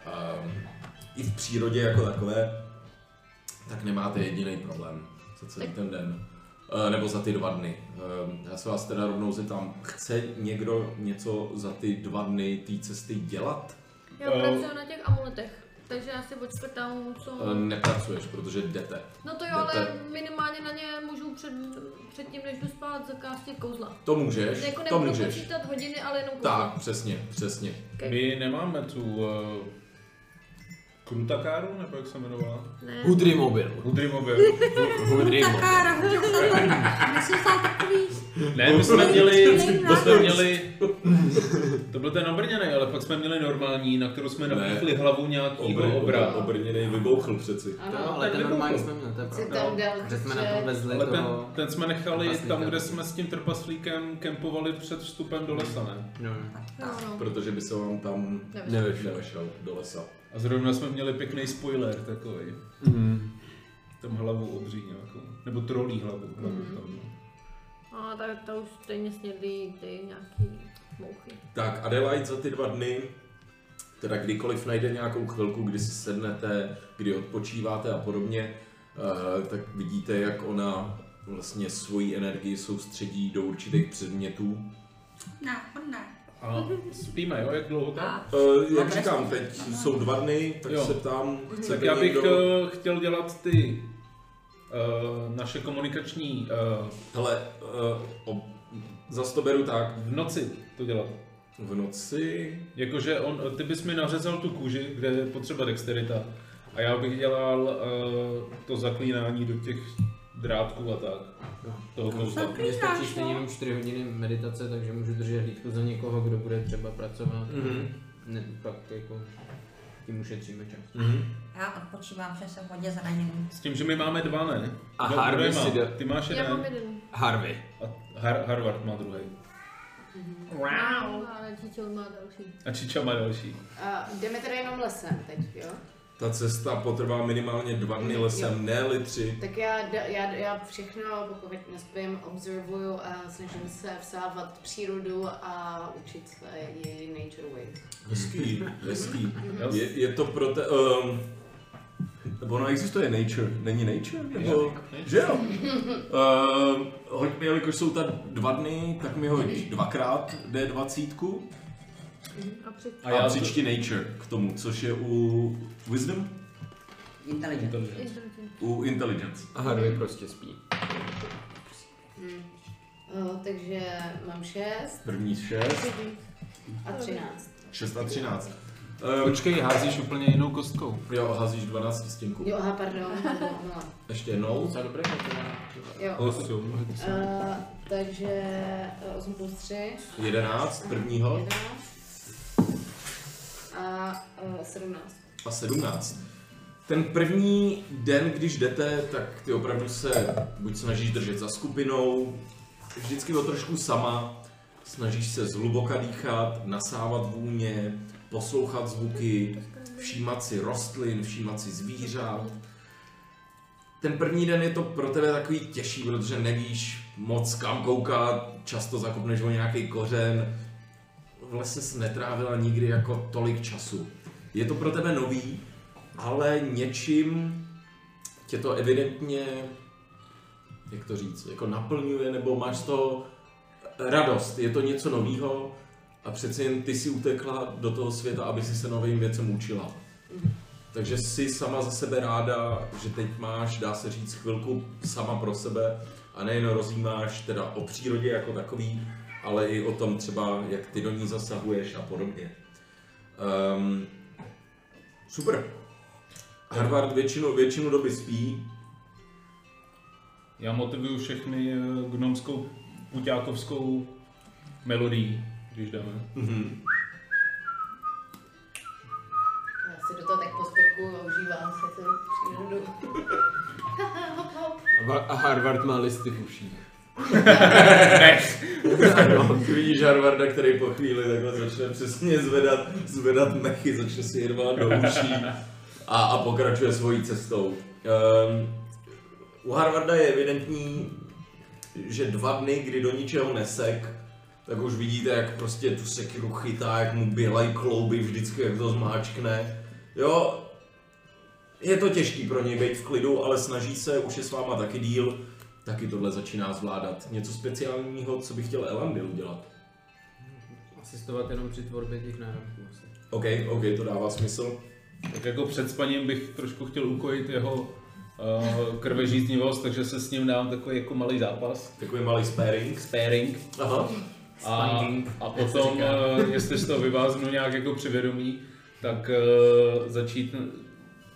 S1: ehm, i v přírodě jako takové, tak nemáte jediný problém za celý ten den. Eh, nebo za ty dva dny. Eh, Já se vás teda rovnou zeptám, chce někdo něco za ty dva dny té cesty dělat?
S4: Já
S3: Eh.
S4: pracuji na těch amuletech, takže já si odškrtám, co...
S1: Eh, Nepracuješ, protože jdete.
S4: No to jo, ale minimálně na ně můžu před, před tím, než jdu spát, zakástit kouzla.
S1: To můžeš,
S4: Jako
S1: to
S4: nebudu
S1: můžeš.
S4: počítat hodiny, ale jenom kouzla.
S1: Tak, přesně, přesně.
S3: My nemáme tu uh, krutakáru, nebo jak se jmenovala?
S4: Ne.
S17: Hudry mobil.
S3: Hudrimobil.
S17: Hudry mobil.
S2: Takára, hodil jsem to. Já jsem stál takový.
S3: Ne, my jsme měli, to jsme měli, to byl ten obrněný, ale pak jsme měli normální, na kterou jsme
S1: Ne.
S3: napíchli hlavu nějakýho obra.
S1: obrněný vybouchl přeci.
S5: No,
S11: Ano,
S5: ale
S3: tak
S5: ten
S3: vybuchlo.
S5: normální jsme měli, to je
S11: Jsi
S5: pravda.
S11: tam dal
S5: Že jsme na
S11: křičet.
S5: tom vezli
S3: Ale ten,
S5: toho...
S3: ten jsme nechali tam,
S5: trpaslíka.
S3: kde jsme s tím trpaslíkem kempovali před vstupem do lesa, ne?
S5: No, no.
S4: No, no.
S1: Protože by se vám tam
S17: Nevyšel.
S1: nevešel do lesa.
S3: A zrovna jsme měli pěkný spoiler takový. Mhm.
S17: Mm.
S3: Tam hlavu obří nějakou. Nebo trolí hlavu. hlavu tam, no.
S4: A tak to už stejně snědli ty nějaký mouchy.
S1: Tak Adelaide za ty dva dny, teda kdykoliv najde nějakou chvilku, kdy si sednete, kdy odpočíváte a podobně, eh, tak vidíte, jak ona vlastně svoji energii soustředí do určitých předmětů.
S2: Na, on ne.
S3: A spíme, jo? Jak dlouho tam?
S4: A
S1: Eh, Jak
S2: Dobré.
S1: říkám, teď jsou dva dny, tak
S3: Jo.
S1: se ptám, chce
S3: Tak
S1: by
S3: já bych
S1: někdo...
S3: eh, chtěl dělat ty eh, naše komunikační eh,
S1: Hele, uh, zas to beru tak,
S3: v noci to dělat.
S1: v noci...
S3: Jakože on, ty bys mi nařezal tu kůži, kde je potřeba dexterita. A já bych dělal uh, to zaklínání do těch drátků a tak.
S17: No.
S3: Toho kouzla.
S5: Mně stačí stejně jenom 4 hodiny meditace, takže můžu držet hlídku za někoho, kdo bude třeba pracovat. Mm-hmm. Ne, pak jako tím ušetříme čas.
S2: Já odpočívám, že jsem hodně zraněný.
S3: S tím, že my máme dva, ne?
S17: A
S3: Kdo- kdo
S17: Harvey
S3: je má?
S17: si jde-
S3: Ty máš
S4: já mám
S3: jeden.
S4: jeden.
S17: Harvey.
S3: A Har- Harvard má druhý.
S4: Wow. A Čičel má další.
S3: A Čiča má další.
S11: A jdeme teda jenom lesem teď, jo?
S1: Ta cesta potrvá minimálně dva dny lesem, ne-li tři.
S11: Tak já, da- já, já všechno, pokud nespím, observuju a snažím se vsávat přírodu a učit se její nature way.
S1: Hezký, hezký.
S4: Mhm.
S3: Jo?
S1: Je, je to pro te... Um, nebo ono existuje nature, není nature? Nebo, že jo? Uh, hoď mi, jelikož jsou ta dva dny, tak mi hoď dvakrát D20
S4: A před...
S1: a, já přičti nature k tomu, což je u Wisdom?
S18: Inteligent.
S4: Inteligent.
S1: U intelligence.
S19: Aha, dvě prostě spí.
S11: Hm. Eh, takže mám 6
S1: První šest,
S11: a 13.
S1: šest a třináct. Ehm,
S3: Počkej, házíš úplně jinou kostkou.
S1: jo, házíš 12 stěnku.
S11: Jo, aha, pardon, pardon, omlouvám.
S1: Ještě jednou.
S5: Docela dobré,
S11: Jo.
S3: 8.
S11: Eh, takže 8 plus 3,
S1: 11 prvního
S11: 11 a eh, 17.
S1: a 17. Ten první den, když jdete, tak ty opravdu se buď snažíš držet za skupinou, vždycky o trošku sama, snažíš se zhluboka dýchat, nasávat vůně, poslouchat zvuky, všímat si rostlin, všímat si zvířat. Ten první den je to pro tebe takový těžší, protože nevíš moc kam koukat, často zakopneš o nějaký kořen. Vlastně jsi netrávila nikdy jako tolik času. Je to pro tebe nový, ale něčím tě to evidentně, jak to říct, jako naplňuje, nebo máš z toho radost. Je to něco novýho a přece jen ty si utekla do toho světa, aby si se novým věcem učila. Takže jsi sama za sebe ráda, že teď máš, dá se říct, chvilku sama pro sebe a nejen rozjímáš teda o přírodě jako takový, ale i o tom třeba, jak ty do ní zasahuješ a podobně. Um, super. Harvard většinu, většinu doby spí,
S3: Já motivuju všechny eh, gnomskou puťákovskou melodii, když dáme.
S11: Já si do toho tak poskakuju a užívám se tu přírodu. hop, hop.
S19: A Harvard má listy v uších.
S1: Ano, ty vidíš Harvarda, který po chvíli takhle začne přesně zvedat, zvedat mechy, začne si jedvat do uší a, a pokračuje svojí cestou. Um, u Harvarda je evidentní, že dva dny, kdy do ničeho nesek, tak už vidíte, jak prostě tu sekiru chytá, jak mu bělají klouby vždycky, jak to zmáčkne. Jo, je to těžký pro něj být v klidu, ale snaží se, už je s váma taky díl, taky tohle začíná zvládat. Něco speciálního, co by chtěl Elandil udělat.
S5: Asistovat jenom při tvorbě těch náramků asi.
S1: OK, OK, to dává smysl.
S3: Tak jako před spaním bych trošku chtěl ukojit jeho uh, krvežíznivost, takže se s ním dám takový jako malý zápas,
S1: Takový malý sparing.
S3: sparing.
S1: Aha.
S3: A,
S5: Sliding,
S3: a
S5: jak se
S3: potom,
S5: říká.
S3: eh, jestli z toho vyváznu nějak jako přivědomí, tak eh, začít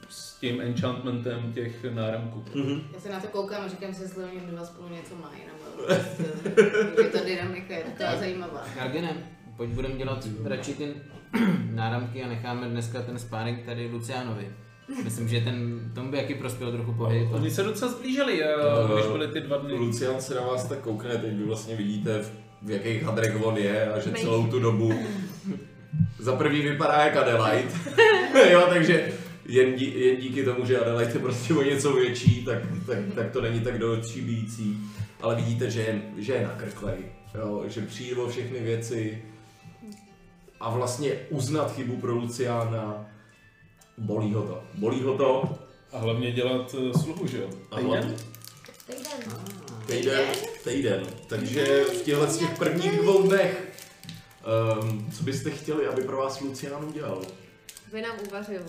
S3: s tím enchantmentem těch náramků.
S5: Mhm.
S11: Já se na to koukám a říkám si, že dva spolu něco mají na moju prostě, Je to dynamika, je taková zajímavá.
S5: Kargenem, pojď budeme dělat radši ty náramky a necháme dneska ten sparring tady Lucianovi. Myslím, že ten, tomu by jaký prospěl trochu pohyb.
S3: Oni se docela zblížili, eh,
S1: Eh,
S3: když byly ty dva dny.
S1: Lucian se na vás tak koukne, teď vy vlastně vidíte, v- v jakých hadrech on je a že
S4: Mej.
S1: celou tu dobu za prvý vypadá jak Adelaide. jo, takže jen, dí, jen, díky tomu, že Adelaide je prostě o něco větší, tak, tak, tak to není tak do očí bíjící. Ale vidíte, že je, že je nakrklej, jo, že přijde o všechny věci a vlastně uznat chybu pro Luciana bolí ho to. Bolí ho to,
S3: A hlavně dělat eh, sluhu, že jo?
S1: A hlavně
S4: Týden.
S1: týden, týden. Takže v těchto z těch prvních dvou dnech, um, co byste chtěli, aby pro vás Lucián udělal?
S4: By nám uvařil.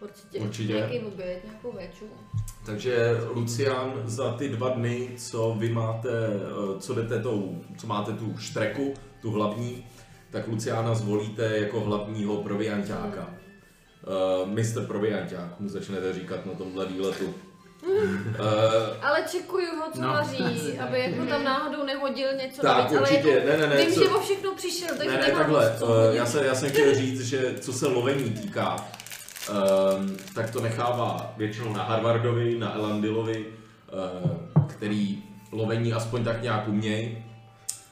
S4: Určitě.
S1: Určitě.
S4: Nějaký oběd, nějakou večeru.
S1: Takže Lucián za ty dva dny, co vy máte, eh, co jdete tou, co máte tu štreku, tu hlavní, tak Luciána zvolíte jako hlavního proviantáka. Uh, Mr. Provianták, mu začnete říkat na tomhle výletu. Eh,
S4: Ale čekuju ho, co
S5: No.
S4: vaří, aby jako tam náhodou nehodil něco
S1: Tak,
S4: navíc,
S1: určitě,
S4: ale jako
S1: ne, ne, ne,
S4: vím,
S1: co-
S4: že o všechno přišel, takže
S1: Ne, ne,
S4: nemám
S1: takhle,
S4: moc co
S1: eh,
S4: hodit.
S1: já, se, já jsem chtěl říct, že co se lovení týká, ehm, tak to nechává většinou na Harvardovi, na Elandilovi, eh, který lovení aspoň tak nějak uměj,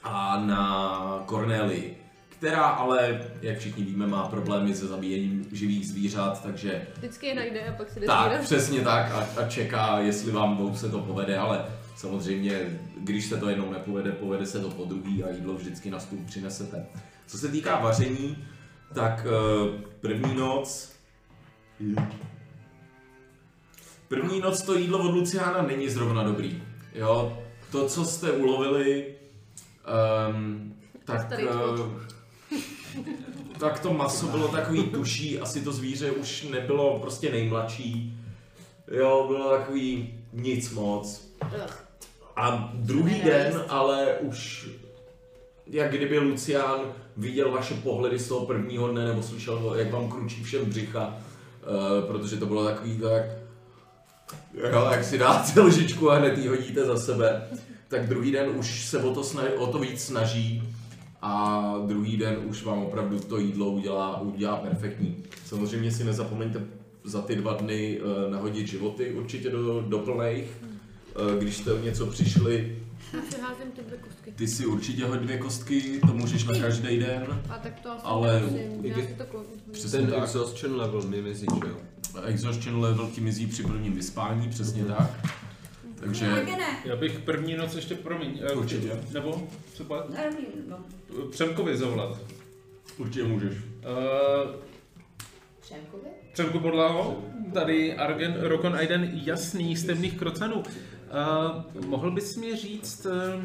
S1: a na Cornelii, která ale, jak všichni víme, má problémy se zabíjením živých zvířat, takže
S4: Vždycky je najde a pak si jde
S1: tak,
S4: snídat.
S1: přesně tak a, a čeká, jestli vám dvou se to povede, ale samozřejmě, když se to jednou nepovede, povede se to po druhý a jídlo vždycky na stůl přinesete. Co se týká vaření, tak eh, první noc... První noc to jídlo od Luciána není zrovna dobrý. Jo, to, co jste ulovili, um, tak,
S4: Starý
S1: eh,
S4: čvrt.
S1: tak to maso bylo takový tuší, asi to zvíře už nebylo prostě nejmladší. Jo, bylo takový nic moc.
S11: Ugh.
S1: A druhý den, ale už jak kdyby Lucián viděl vaše pohledy z toho prvního dne, nebo slyšel, jak vám kručí všem břicha, eh, protože to bylo takový tak, jo, jak si dáte lžičku a hned ji hodíte za sebe, tak druhý den už se o to, snaží, o to víc snaží a druhý den už vám opravdu to jídlo udělá, udělá perfektní. Samozřejmě si nezapomeňte za ty dva dny eh, nahodit životy určitě do, do plnejch, Eh, když jste o něco přišli,
S4: Já si házím ty dvě kostky.
S1: ty si určitě hoď dvě kostky, to můžeš na každý den.
S4: A tak to asi
S1: Ale-
S4: nemusím, já si to kon-
S1: Přesně
S19: Ten
S1: tak.
S19: exhaustion level mi mizí, že jo?
S1: Exhaustion level ti mizí při prvním vyspání, přesně tak. Takže
S2: Také ne.
S3: Já bych první noc ještě, promiň, eh,
S1: Určitě.
S3: nebo třeba
S2: Já nevím, no.
S3: eh, Přemkovi zavolat.
S1: určitě můžeš.
S3: Eh,
S11: Přemkovi?
S3: Přemku Podlaho, tady Argen Rokon Aiden, jasný z temných krocanů. Uh, mohl bys mi říct, uh, uh,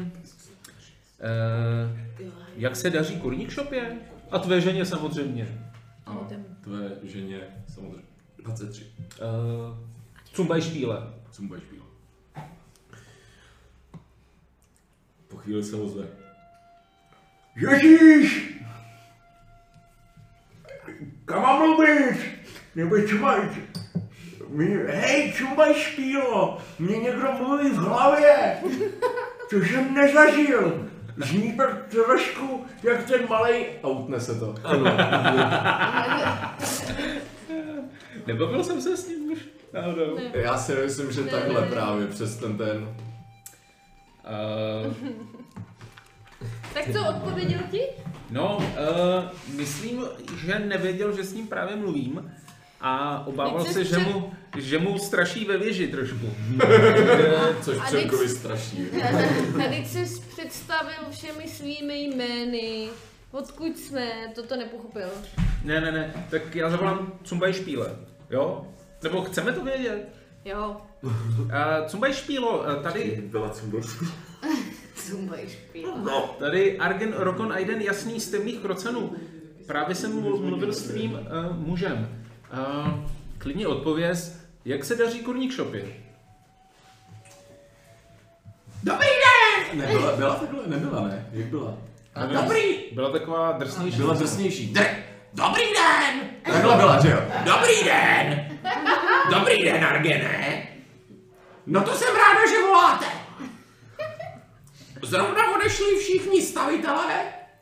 S11: Jo.
S3: jak se daří kurník šopě? A tvé ženě samozřejmě.
S1: Ano, tvé ženě samozřejmě. 23.
S3: Uh, Cumbaj špíle.
S1: Co mu budeš pít? Po chvíli se ozve.
S20: Ježíš! Kam mám mluvit? Nebo čumaj... Mě- Hej, čumaj špílo! Mně někdo mluví v hlavě! To jsem nezažil! Zní to trošku jak ten malý.
S1: A utne se to.
S3: Nebavil jsem se s ním už náhodou.
S4: Ne.
S1: Já si myslím, že
S4: Ne,
S1: takhle
S4: ne.
S1: právě přes ten ten.
S3: Uh,
S4: Tak co odpověděl ti?
S3: no, uh, myslím, že nevěděl, že s ním právě mluvím. A obával
S4: Nechceš
S3: se, že
S4: před-
S3: mu, že mu straší ve věži trošku.
S1: Což
S4: A
S1: Přemkovi
S4: teď-
S1: strašný.
S4: A teď jsi představil všemi svými jmény. Odkud jsme, toto nepochopil.
S3: Ne, ne, ne, tak já zavolám Cumbaj Špíle, jo? Nebo chceme to vědět?
S4: Jo.
S3: Uh, Cumbaj Špílo, eh, tady,
S20: Byla cumbrosku.
S11: Zumbaj špíl.
S3: tady Argen Rokon Aiden jasný z temných krocenů. Právě jsem mlu- mluvil s tvým uh, mužem. Uh, klidně odpověz, jak se daří kurník šopě?
S1: Nebyla, byla takhle? Nebyla, ne? Jak byla?
S3: A dobrý! Byla taková drsnější.
S1: Byla drsnější. Dr. Dobrý den! Takhle byla, že jo? Dobrý den! Dobrý den, Argene! No to jsem ráda, že voláte! Zrovna odešli všichni stavitelé,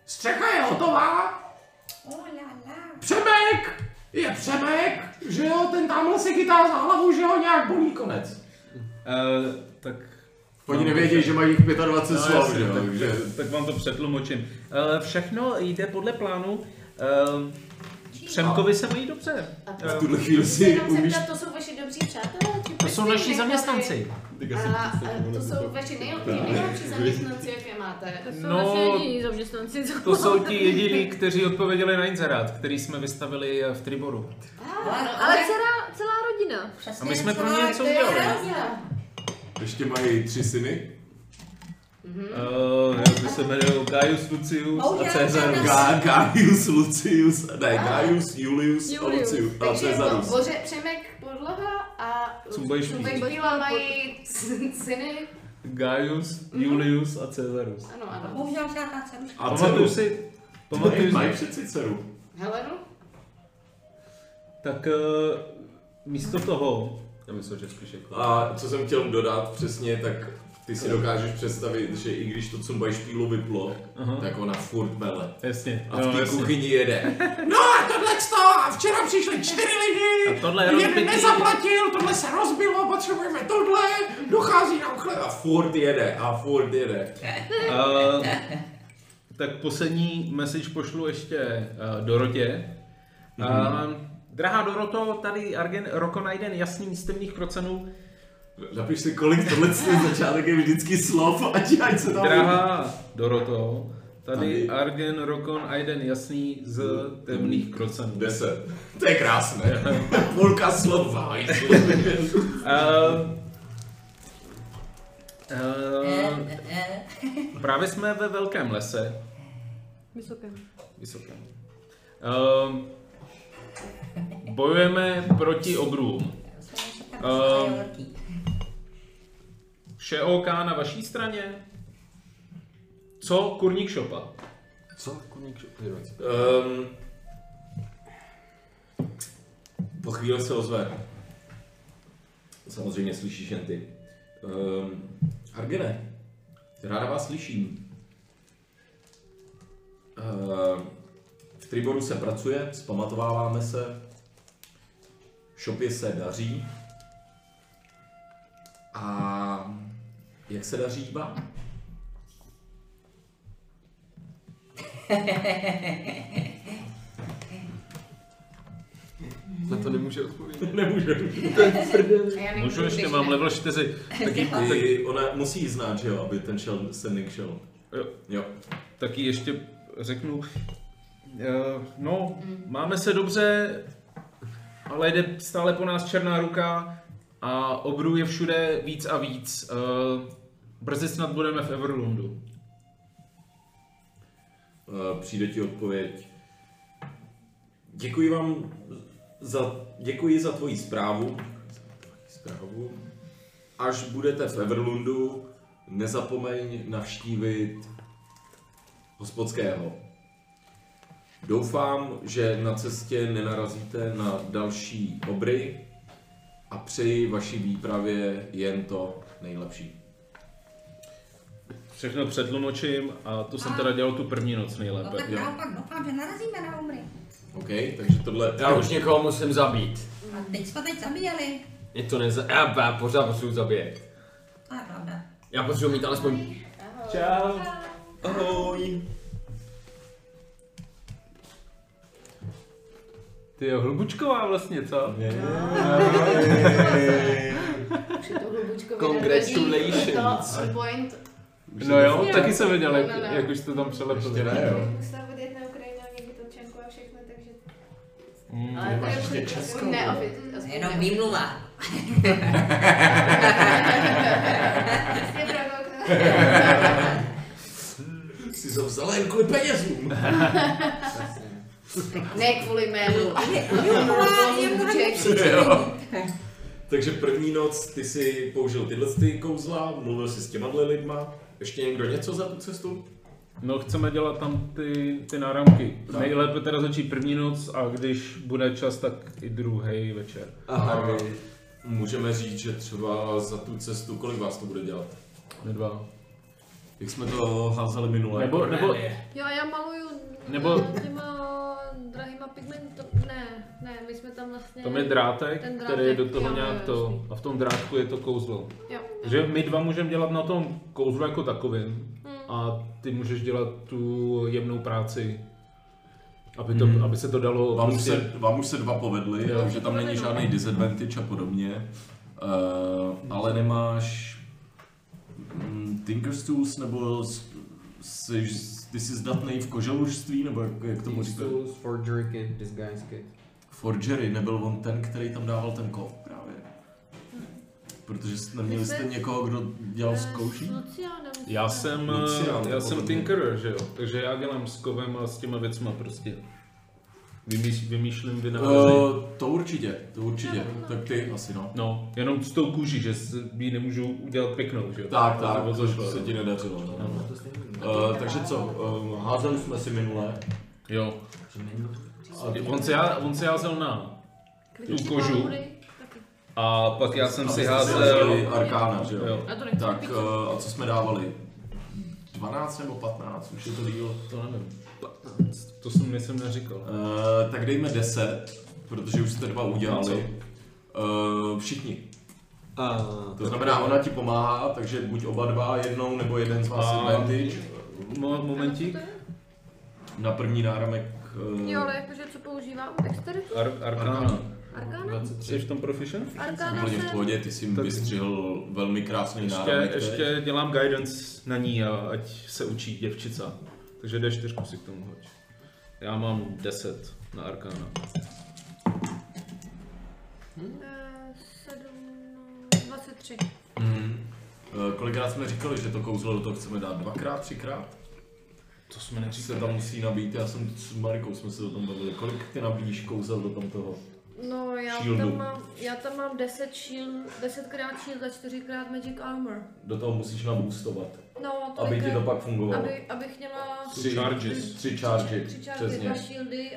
S1: střecha je hotová,
S2: Oh la la.
S1: Přemek! Je Přemek, že jo, ten tamhle se chytá za hlavu, že jo, nějak bolí konec.
S3: Uh, tak,
S1: Oni nevědí, že mají jich 25
S3: No,
S1: slov,
S3: jasně,
S1: že jo,
S3: tak-
S1: takže...
S3: tak vám to přetlumočím. Uh, všechno jde podle plánu. Uh, Přemkovi se mají dobře.
S11: A-
S1: V tuhle chvíli si
S11: Jenom se
S1: umíš...
S11: ptát, to jsou vaši dobří přátelé?
S3: To
S11: či
S3: jsou
S11: prostě
S3: naši
S11: nejlepší?
S3: zaměstnanci.
S11: A, a to jsou vaši nej- ty nejlepší zaměstnanci, jaké máte.
S4: To jsou
S3: No,
S4: no, naše jediní zaměstnanci. co
S3: To jsou
S4: máme.
S3: ti jediní, kteří odpověděli na inzerát, který jsme vystavili eh, v Triboru.
S11: Ah, no,
S4: Ale celá, celá rodina.
S2: Přesně
S3: A my jsme
S2: co
S3: pro ně
S2: má-
S3: něco
S2: to je
S3: udělali.
S2: hrozně.
S1: Ještě mají tři syny.
S3: Uh, já by se jmenuji Gaius Lucius
S2: Oh, já-
S3: a Cezar.
S2: já-
S1: Ga- Gaius, Lucius, ne, Gaius, Julius, a
S4: Julius.
S1: Lucius, a
S11: Takže jako
S1: Cezarus.
S11: Boře, Přemek podlaha a
S3: Cumbaj Špíl.
S11: Špíla mají c- syny.
S3: Gaius,
S2: Mhm.
S3: Julius a Cezarus.
S11: Ano, ano.
S2: Bohužel žádná cenu.
S1: A dceru.
S3: Pamatuju si, pamatuju
S1: Mají
S3: si.
S1: přeci dceru.
S11: Helenu?
S3: Tak uh, místo toho,
S19: Já myslím, že spíš jako...
S1: A co jsem chtěl dodat přesně, tak ty
S3: Eh.
S1: si dokážeš představit, že i když to cumbaj špílu vyplo,
S3: Aha.
S1: tak ona furt mele.
S3: jasně,
S1: A
S3: jo,
S1: v té
S3: jasně.
S1: kuchyni jede. No a tohle to, a včera přišli čtyři lidi,
S3: A tohle je rozbitý.
S1: nezaplatil, tohle se rozbilo, potřebujeme tohle, dochází nám chleba. A furt jede, a furt jede.
S3: Uh, tak poslední message pošlu ještě uh, Dorotě. Uh,
S1: Mhm.
S3: drahá Doroto, tady Argen Rokonajden, jasný z temných krocenů.
S1: Napiš si, kolik tohle ten začátek je vždycky slov, ať, ať se tam...
S3: Drahá Doroto,
S1: Tady.
S3: tady Argen Rokon Aiden jasný z temných krocenů.
S1: Deset. To je krásné. Půlka slova.
S3: Uh, uh,
S11: E,
S18: Eh, eh.
S3: právě jsme ve velkém lese,
S4: Vysokém.
S3: vysokém. Ehm, bojujeme proti obrům.
S2: Já jsem si říkal,
S3: Ehm.
S2: že je velký.
S3: Vše OK na vaší straně? Co kurník šopa?
S1: Co? Kurník, šup-
S20: Um, po chvíli se ozve. Samozřejmě slyšíš jen ty. Um, Argene, ráda vás slyším. Ehm, v Triboru se pracuje, zpamatováváme se, šopě se daří. A jak se daří vám?
S1: Na to nemůže odpovědět.
S20: Nemůžu.
S11: A já
S3: Můžu
S11: nemůžu,
S3: ještě,
S11: když
S3: mám
S11: ne.
S3: level 4. Tak jí, tak,
S20: Ty, ona musí ji znát, že jo, aby ten šel, sending šel.
S3: Jo.
S20: jo.
S3: tak jí ještě řeknu. Eh, No, máme se dobře, ale jde stále po nás černá ruka a obrů je všude víc a víc. Eh, Brzy snad budeme v Everlundu.
S20: Eh, přijde ti odpověď. Děkuji vám za, děkuji za tvoji zprávu. zprávu. Až budete v Everlundu, nezapomeň navštívit hospodského. Doufám, že na cestě nenarazíte na další obry a přeji vaší výpravě jen to nejlepší.
S3: Všechno přetlumočím a to jsem teda dělal tu první noc
S2: No
S3: nejlépe.
S2: tak naopak, doufám, že narazíme na omry.
S20: OK? Takže tohle...
S5: Já už někoho musím zabít.
S2: A teď jsme teď zabíjeli.
S5: Je to neza... Já, já pořád potřebuji zabít.
S2: To je pravda.
S5: Já potřebuji mít alespoň...
S3: Čau.
S20: Ahoj!
S3: Ty jo, hlubučková vlastně, co?
S11: Při to hlubučkově
S5: Congratulations.
S11: nadhodí To point.
S3: No jo, taky jsem viděl,
S11: No,
S3: jak,
S11: no.
S3: jak už to tam přelepili.
S21: Musela odjet na Ukrajinu a někdy to čenku a všechno, takže
S3: Mm.
S11: Ale to je
S1: ještě
S11: aspoň
S1: českou, jo.
S11: neofi- aspoň
S18: Jenom
S11: neofi-
S18: výmluva.
S21: je pravda.
S1: Jsi to vzala jen kvůli penězům.
S11: Ne kvůli jménu.
S2: Výmluva je mnohem lepší řešení.
S20: Takže první noc ty si použil tyhle ty kouzla, mluvil si s těma lidma. Ještě někdo něco za tu cestu?
S3: No, chceme dělat tam ty, ty náramky. Nejlépe teda začít první noc a když bude čas, tak i druhý večer.
S20: Aha. Můžeme říct, že třeba za tu cestu, kolik vás to bude dělat?
S3: Ne dva.
S20: Jak jsme to házeli
S1: No,
S20: minule?
S3: Nebo,
S1: jako
S3: nebo,
S4: Jo, já maluju
S3: Nebo-
S4: těma drahýma pigmenty. Ne, ne, my jsme tam vlastně...
S3: tam je drátek,
S4: Ten drátek,
S3: který je do toho
S4: jo,
S3: nějak
S4: jo,
S3: to,
S4: jasný.
S3: a v tom drátku je to kouzlo.
S4: Jo.
S3: Že my dva můžeme dělat na tom kouzlu jako takovým
S4: Hmm.
S3: a ty můžeš dělat tu jemnou práci, aby, to, aby se to dalo prostě
S1: Vám už, se, vám už se dva povedly,
S4: Jo.
S1: takže tam není žádný disadvantage a podobně. Uh, ale nemáš mm, Tinker's Tools nebo s- jsi, ty jsi zdatný v koželužství, nebo jak, jak tomu říkáš?
S5: Tools, forgery kit, disguise kit.
S1: Forgery, nebyl on ten, který tam dával ten kov právě? Protože jste neměli jste
S4: Myslím-
S1: někoho, kdo dělal
S4: Eh,
S1: zkouší?
S4: S Lucianem.
S3: Já jsem,
S1: Lucian,
S3: já
S1: to
S3: jsem
S1: podobně.
S3: tinkerer, že jo? Takže já dělám s kovem a s těma věcma prostě. Vymýš, vymýšlím vynálezy. Uh...
S1: Uh, to určitě, to určitě. Tak ty asi no.
S3: No, jenom s tou kůží, že s- ji nemůžu udělat pěknou, že jo?
S1: Tak, tak,
S3: Nebo
S1: to,
S3: to šlo.
S1: se ti nedařilo. No.
S3: Ano.
S1: Uh, takže co, um, házeli jsme si minule.
S3: Jo. On se, já, on se házel na
S4: Klidně
S3: tu kožu.
S4: Malury, taky.
S3: a pak já jsem si
S1: Abyste
S3: házel...
S1: házeli Arkána, že jo?
S3: Jo.
S4: A to nechci
S1: Tak
S4: pít.
S3: eh,
S1: uh, a co jsme dávali? 12 nebo 15, už je to díl.
S3: To nevím. 15. To jsem myslím neříkal.
S1: Uh, tak dejme 10, protože už jste dva udělali. Uh, všichni.
S18: Eh,
S1: To znamená, ona ti pomáhá, takže buď oba dva jednou, nebo jeden z vás
S3: A-
S1: advantage.
S3: Mo- momentík.
S4: Ano, co to
S1: Na první náramek
S4: je?
S1: uh,
S4: Jo, ale jakože co používám? Dexterity?
S3: Ar- Arkána.
S4: Arkana?
S1: 23.
S3: Jsi v tom proficient?
S4: Arkana
S1: Úplně v
S4: jsem...
S1: pohodě, ty jsi mi
S3: Tak-
S1: vystřihl velmi krásný
S3: Ještě,
S1: náramek. teď.
S3: ještě dělám guidance na ní, a ať se učí děvčica. Takže D4 si k tomu hoď. Já mám 10 na Arkána.
S4: eh, sedm- 23.
S1: Mhm. Mm. Eh, Kolikrát jsme říkali, že to kouzlo do toho chceme dát? Dvakrát, třikrát?
S3: To jsme neříkali.
S1: Se tam musí nabít, já jsem s Marikou jsme se o tom bavili. Kolik ty nabíjíš kouzel do tam toho?
S4: No, já
S1: Shieldu.
S4: tam, mám, já tam mám 10 shield, 10krát shield a 4krát magic armor.
S1: Do toho musíš naboostovat.
S4: No, to
S1: Aby ti to pak fungovalo.
S4: Aby, abych měla
S1: Tři charges. Tři chargy,
S4: tři chargy,
S1: přesně.
S4: dva shieldy,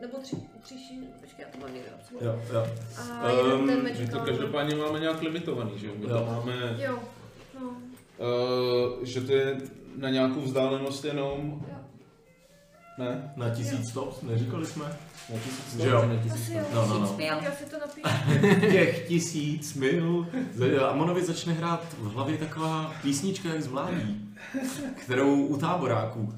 S4: nebo tři, tři shieldy, počkej, já to mám někde napsané.
S1: Jo, Ehm, jo.
S4: A jeden ten
S3: my
S4: magic
S3: to
S4: armor.
S3: každopádně máme nějak limitovaný, že jo? My to
S1: Jo.
S3: máme,
S4: Jo, no.
S3: eh, že to je na nějakou vzdálenost jenom...
S4: Jo.
S3: Ne?
S1: Na tisíc stop, neříkali jsme?
S3: Na tisíc
S1: Že jo.
S4: Asi jo,
S1: No, no, no.
S4: tisíc mil, já si to napíšu.
S1: Těch tisíc mil. Za- Amonovi začne hrát v hlavě taková písnička, jak zvládí, kterou u táboráků.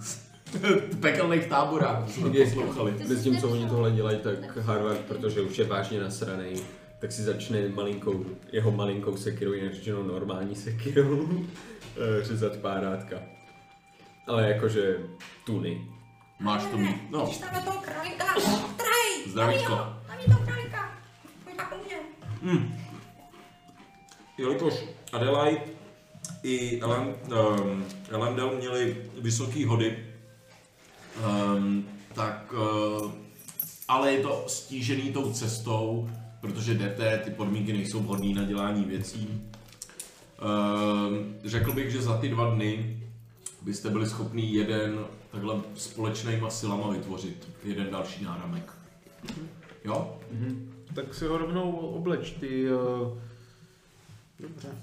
S1: Pekelných táboráků jsme poslouchali.
S19: Mezi tím, co oni tohle dělají, tak Harvard, protože už je vážně nasraný, tak si začne malinkou, jeho malinkou sekirou, jinak řečeno normální sekirou, eh, řezat párátka. Ale jakože tuny.
S1: Máš to mít. No,
S2: Když tam na toho králíka, ah, traj!
S1: Zdravíčko.
S2: Tam je toho králíka! Pojď tak uměl.
S20: Jelikož Adelaide i Elam,
S1: ehm,
S20: um, Elamdel měli vysoký hody,
S1: um, tak, uh, ale je to stížený tou cestou, protože jdete, ty podmínky nejsou vhodné na dělání věcí. Um, řekl bych, že za ty dva dny byste byli schopni jeden takhle společnýma silama vytvořit jeden další náramek. Jo?
S3: Tak si ho rovnou obleč, ty... Uh,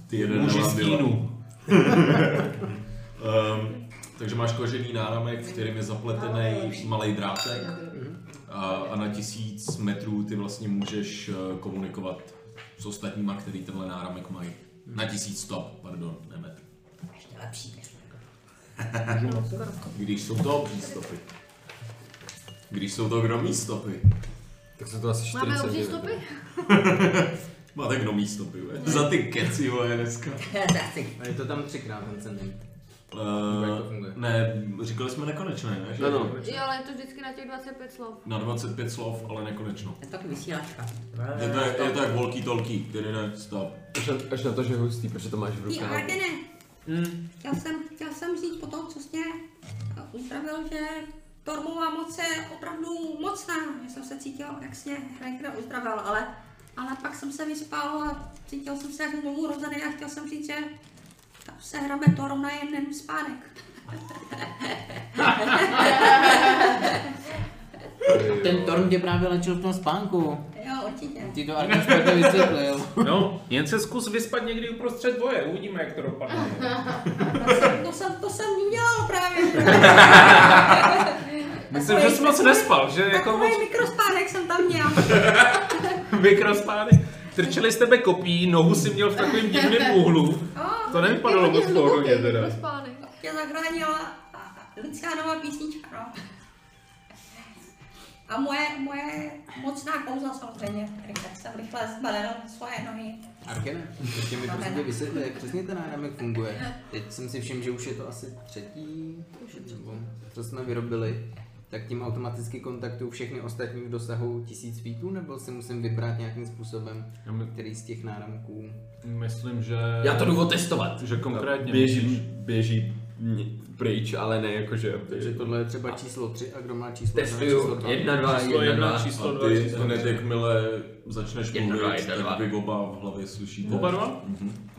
S1: Ty jeden
S3: muži
S1: Elam
S3: z
S1: byla.
S3: kínu.
S1: Um, takže máš kožený náramek, v kterém je zapletený malý drátek
S2: Mhm.
S1: a, a na tisíc metrů ty vlastně můžeš eh, komunikovat s ostatníma, který tenhle náramek mají. Na tisíc stop, pardon, ne metr.
S2: Mhm. Ještě lepší.
S1: Když jsou to obří stopy. Když jsou to gnomí stopy.
S19: Tak jsou to asi 40
S4: Máme obří
S19: minut.
S4: stopy?
S1: Máte gnomí stopy, ve. Za ty keci, vole, dneska.
S5: A je to tam třikrát, ten se nejde.
S1: Eh,
S5: Jak to funguje?
S1: ne, říkali jsme nekonečné, ne? že?
S5: No, no.
S4: Jo, ale je to vždycky na těch 25 slov.
S1: Na 25 slov, ale nekonečno.
S18: Je to taky vysílačka.
S1: Je to, je to jak walkie talkie, který ne, stop.
S19: Až na, až na to, že je hustý, protože to máš v
S2: Ty
S19: rukách.
S2: Ardene,
S18: Hmm.
S3: Mm.
S2: chtěl jsem, chtěl jsem říct po tom, co jste eh, uzdravil, že Tormová moc je opravdu mocná. Já jsem se cítil, jak jsi mě Hreigra uzdravil, ale, ale pak jsem se vyspal a cítil jsem se jako znovu rozený a chtěl jsem říct, že tam se hrabe Torom na jeden spánek.
S18: Ten Torm tě právě lečil v tom spánku.
S2: Jo, určitě.
S18: Ty to Arkan špatně vysvětlil.
S3: No, jen se zkus vyspat někdy uprostřed boje, uvidíme, jak to dopadne.
S2: To jsem, to jsem, to jsem udělal právě.
S3: Myslím, že jsi moc nespal, že jako
S2: Takový
S3: moc
S2: mikrospánek jsem tam měl.
S3: mikrospánek. Trčeli z tebe kopí, nohu si měl v takovém divném úhlu.
S2: Jo,
S3: To nevypadalo moc pohodlně teda.
S4: Prospánek.
S2: tě zachránila a- a Luciánova písnička, no. A moje, moje mocná kouzla samozřejmě, rychle jsem rychle zbalil svoje nohy.
S5: Arkene, ještě mi prosím tě vysvětli, jak přesně ten náramek funguje. Teď jsem si všiml, že už je to asi třetí, nebo co jsme vyrobili. Tak tím automaticky kontaktuju všechny ostatní v dosahu tisíc feetů, nebo si musím vybrat nějakým způsobem,
S3: Já my-
S5: který z těch náramků.
S3: Myslím, že...
S5: otestovat!
S3: Že konkrétně
S19: Běží, běží ně- pryč, ale ne jakože...
S5: Takže tohle je třeba číslo 3 a kdo má číslo jedna,
S1: Testuju.
S5: číslo dva.
S1: Jedna,
S19: dva,
S3: Číslo jedna, číslo
S1: A
S3: dva,
S1: ty
S3: číslo
S1: hned jakmile začneš
S22: Jedna,
S1: mluvit,
S22: dva, jedna, dva.
S1: tak vy oba v hlavě slyšíte.
S3: Oba dva?
S1: Mhm.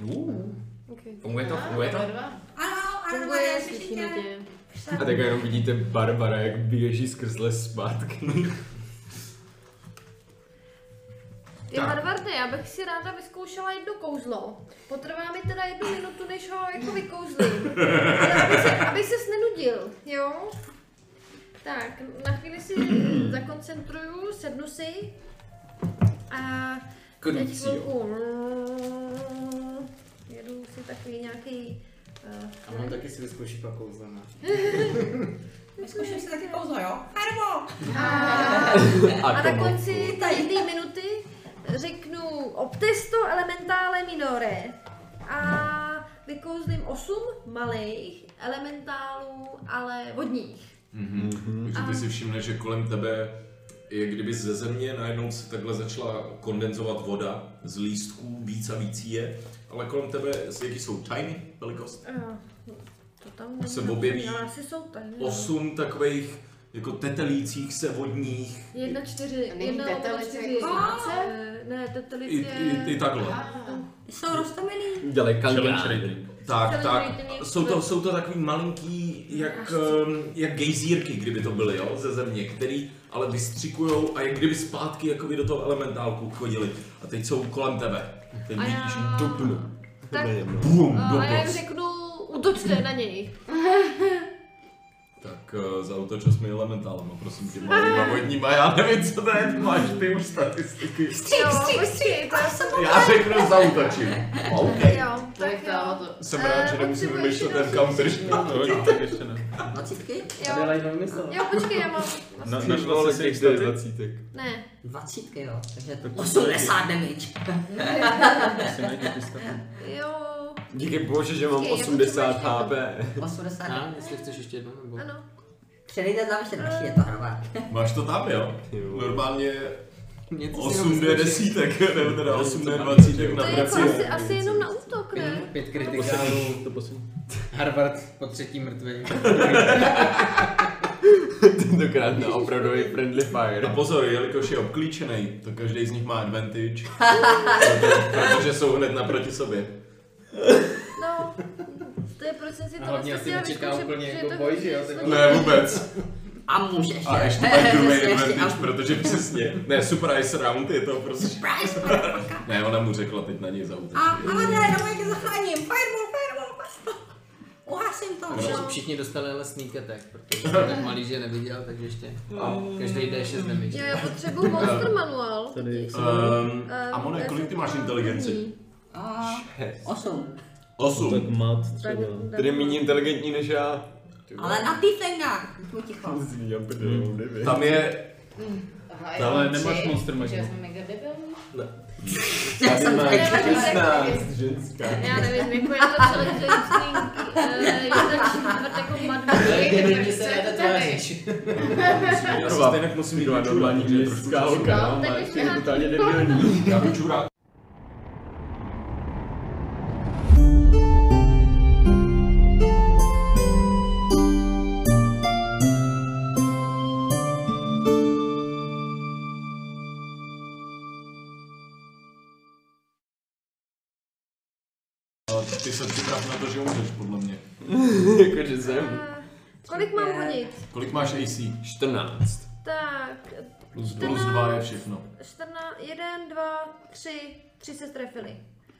S4: Okay.
S22: Funguje to, funguje to?
S2: Ano, ano,
S4: Funguje, slyšíme
S2: slyšíte?
S4: tě.
S2: Už
S19: A
S2: jsem-
S19: tak jenom vidíte Barbara, jak běží skrz les zpátky.
S4: Ty Harvarde, já bych si ráda vyzkoušela jedno kouzlo. Potrvá mi teda jednu minutu, než ho jako vykouzlím. Ale aby se, aby ses nenudil, jo? Tak, na chvíli si zakoncentruju, sednu si. A teď chvilku. Jedu si takový nějaký... eh,
S5: A on taky si vyzkouší pak kouzlena.
S2: Vyzkouším si taky kouzlo, jo? Farbo!
S4: Uh, a A na konci jedné minuty řeknu obtesto elementále minore a vykouzlím osm malých elementálů, ale vodních.
S1: Mhm. Takže ty si všimneš, že kolem tebe je kdyby ze země najednou se takhle začala kondenzovat voda z lístků, víc a víc jí je, ale kolem tebe, jaký jsou tiny velikost?
S4: Uh, To tam není
S1: Se
S4: napsaný,
S1: objeví
S4: ale asi jsou tady. no.
S1: Osm takových jako tetelících se vodních.
S4: Jedna čtyři,
S11: A není
S4: jedna okolo
S11: tetelice
S4: čtyři.
S11: jako znáce?
S4: Eh, Ne, tetelic
S1: I, i, i
S4: je...
S1: takhle.
S2: Jsou roztomilí.
S19: Dělej
S3: Challenge
S19: kangrán.
S3: rating.
S1: Tak,
S4: Challenge
S1: tak.
S4: rating je-
S1: Jsou to, jsou to takový malinký, jak, ehm, jak gejzírky, kdyby to byly, jo, ze země, který ale vystřikujou a jak kdyby zpátky jakoby do toho elementálku chodili. A teď jsou kolem tebe. Teď
S4: A já-
S1: vidíš dupnu.
S4: Tak,
S1: Bum,
S4: eh,
S1: do
S4: a já jim
S1: boss.
S4: řeknu, útočte na něj.
S1: Tak uh, zautočil jsi mi elementálem, a no, prosím tě, malýma vodníma, já nevím, co to je, máš ty už statistiky.
S4: Střík, střík, střík, to já jsem
S1: Já řeknu zautočil. OK.
S4: Jo,
S11: Tak
S4: tak
S11: to,
S4: jo.
S11: to,
S1: Jsem rád, že nemusím vymýšlet ten counter shot.
S3: To jo, No, tak ještě ne.
S2: Dvacítky?
S4: Jo,
S5: Adelaide nemyslel.
S4: jo, počkej, já mám...
S3: Na, našla jsi si těch
S19: dvacítek.
S4: Ne,
S18: Dvacítky, jo. Takže 80 damage.
S3: Asi najdi ty staty.
S4: jo,
S19: Díky bože, že mám
S4: Počkej, já
S19: 80 HP.
S4: potřebuji
S18: 80
S5: A
S18: damage.
S5: jestli chceš ještě jednou nebo...
S4: ano.
S18: Předejte tam ještě další, je to hrba.
S1: Máš to tam, jo?
S19: Jo.
S1: Normálně
S5: Něco si jenom
S1: 8 d
S5: vyskočí.
S1: desítek, nebo teda 8 d
S19: to mám
S1: 20
S19: ještě.
S4: To
S1: na
S4: je jako
S1: braci.
S4: asi, asi jenom na útok,
S5: Pět-
S4: ne?
S5: Pět kritikálů.
S19: To posun.
S5: Harvard po třetí mrtvení.
S19: Tentokrát na opravdový friendly
S1: A
S19: fire.
S1: pozor, jelikož je obklíčený, to každý z nich má advantage, protože jsou hned naproti sobě.
S4: No, to je proč jsem si to
S5: A hlavně asi
S4: vlastně
S5: nečeká
S4: chtěla
S5: úplně
S4: vyzkoušet,
S5: jako
S4: protože
S5: boj,
S4: je
S5: že jo,
S4: to-
S5: ty
S4: že
S5: vole.
S4: je to-
S1: Ne, vůbec.
S18: A může ještě.
S1: A ještě mají druhý
S18: ještě
S1: advantage,
S18: a-
S1: protože přesně. Ne, surprise round je to prostě.
S2: Price, motherfucker.
S1: Ne, ona mu řekla teď na něj zautočit.
S2: A, ale ne, nebo jak je zachráním. Fireball, fireball, fireball. Uhasím to.
S5: Ještě
S2: No.
S5: Všichni dostali ale sneak attack, protože jsem tak malý, že neviděl, takže ještě každý D6
S4: Jo,
S5: damage.
S4: já potřebuju monster manual. Tady.
S1: Um,
S4: Ehm,
S1: a Mone, kolik ty máš inteligenci?
S18: A, Osm.
S19: No
S1: 8.
S3: Tak mat
S4: Tak,
S3: třeba.
S19: Tedy méně inteligentní než já.
S2: Ale na týfengách. Buď ticho.
S19: Zvíjám prdel, nevím.
S1: Tam je,
S11: Aha,
S3: Ale
S11: já mám
S3: nemáš
S11: tři,
S3: Monster Magnum.
S11: že Já jsem mega debil.
S19: Tady máš
S4: tady.
S19: 16 ženská.
S4: Já nevím, jako je to celé to eh, je tak čtvrt jako mat.
S5: Kdyby
S11: co
S5: se
S11: je to
S5: ráda
S11: tady?
S5: tváříš.
S1: já se stejně musím jít normální
S19: ženská holka.
S4: No,
S19: no,
S4: tak
S19: ale
S4: ještě
S19: ty je
S4: na-
S19: totálně debilní.
S1: Já bych čurák. Ale Ty se připrav na to, že umřeš, podle mě.
S19: Jakože jsem.
S4: eh, Kolik mám hodit?
S1: Kolik máš AC?
S19: 14.
S4: Tak,
S1: Plus, plus 2 je všechno.
S4: 14, 1, 2, 3, 3 se strefily.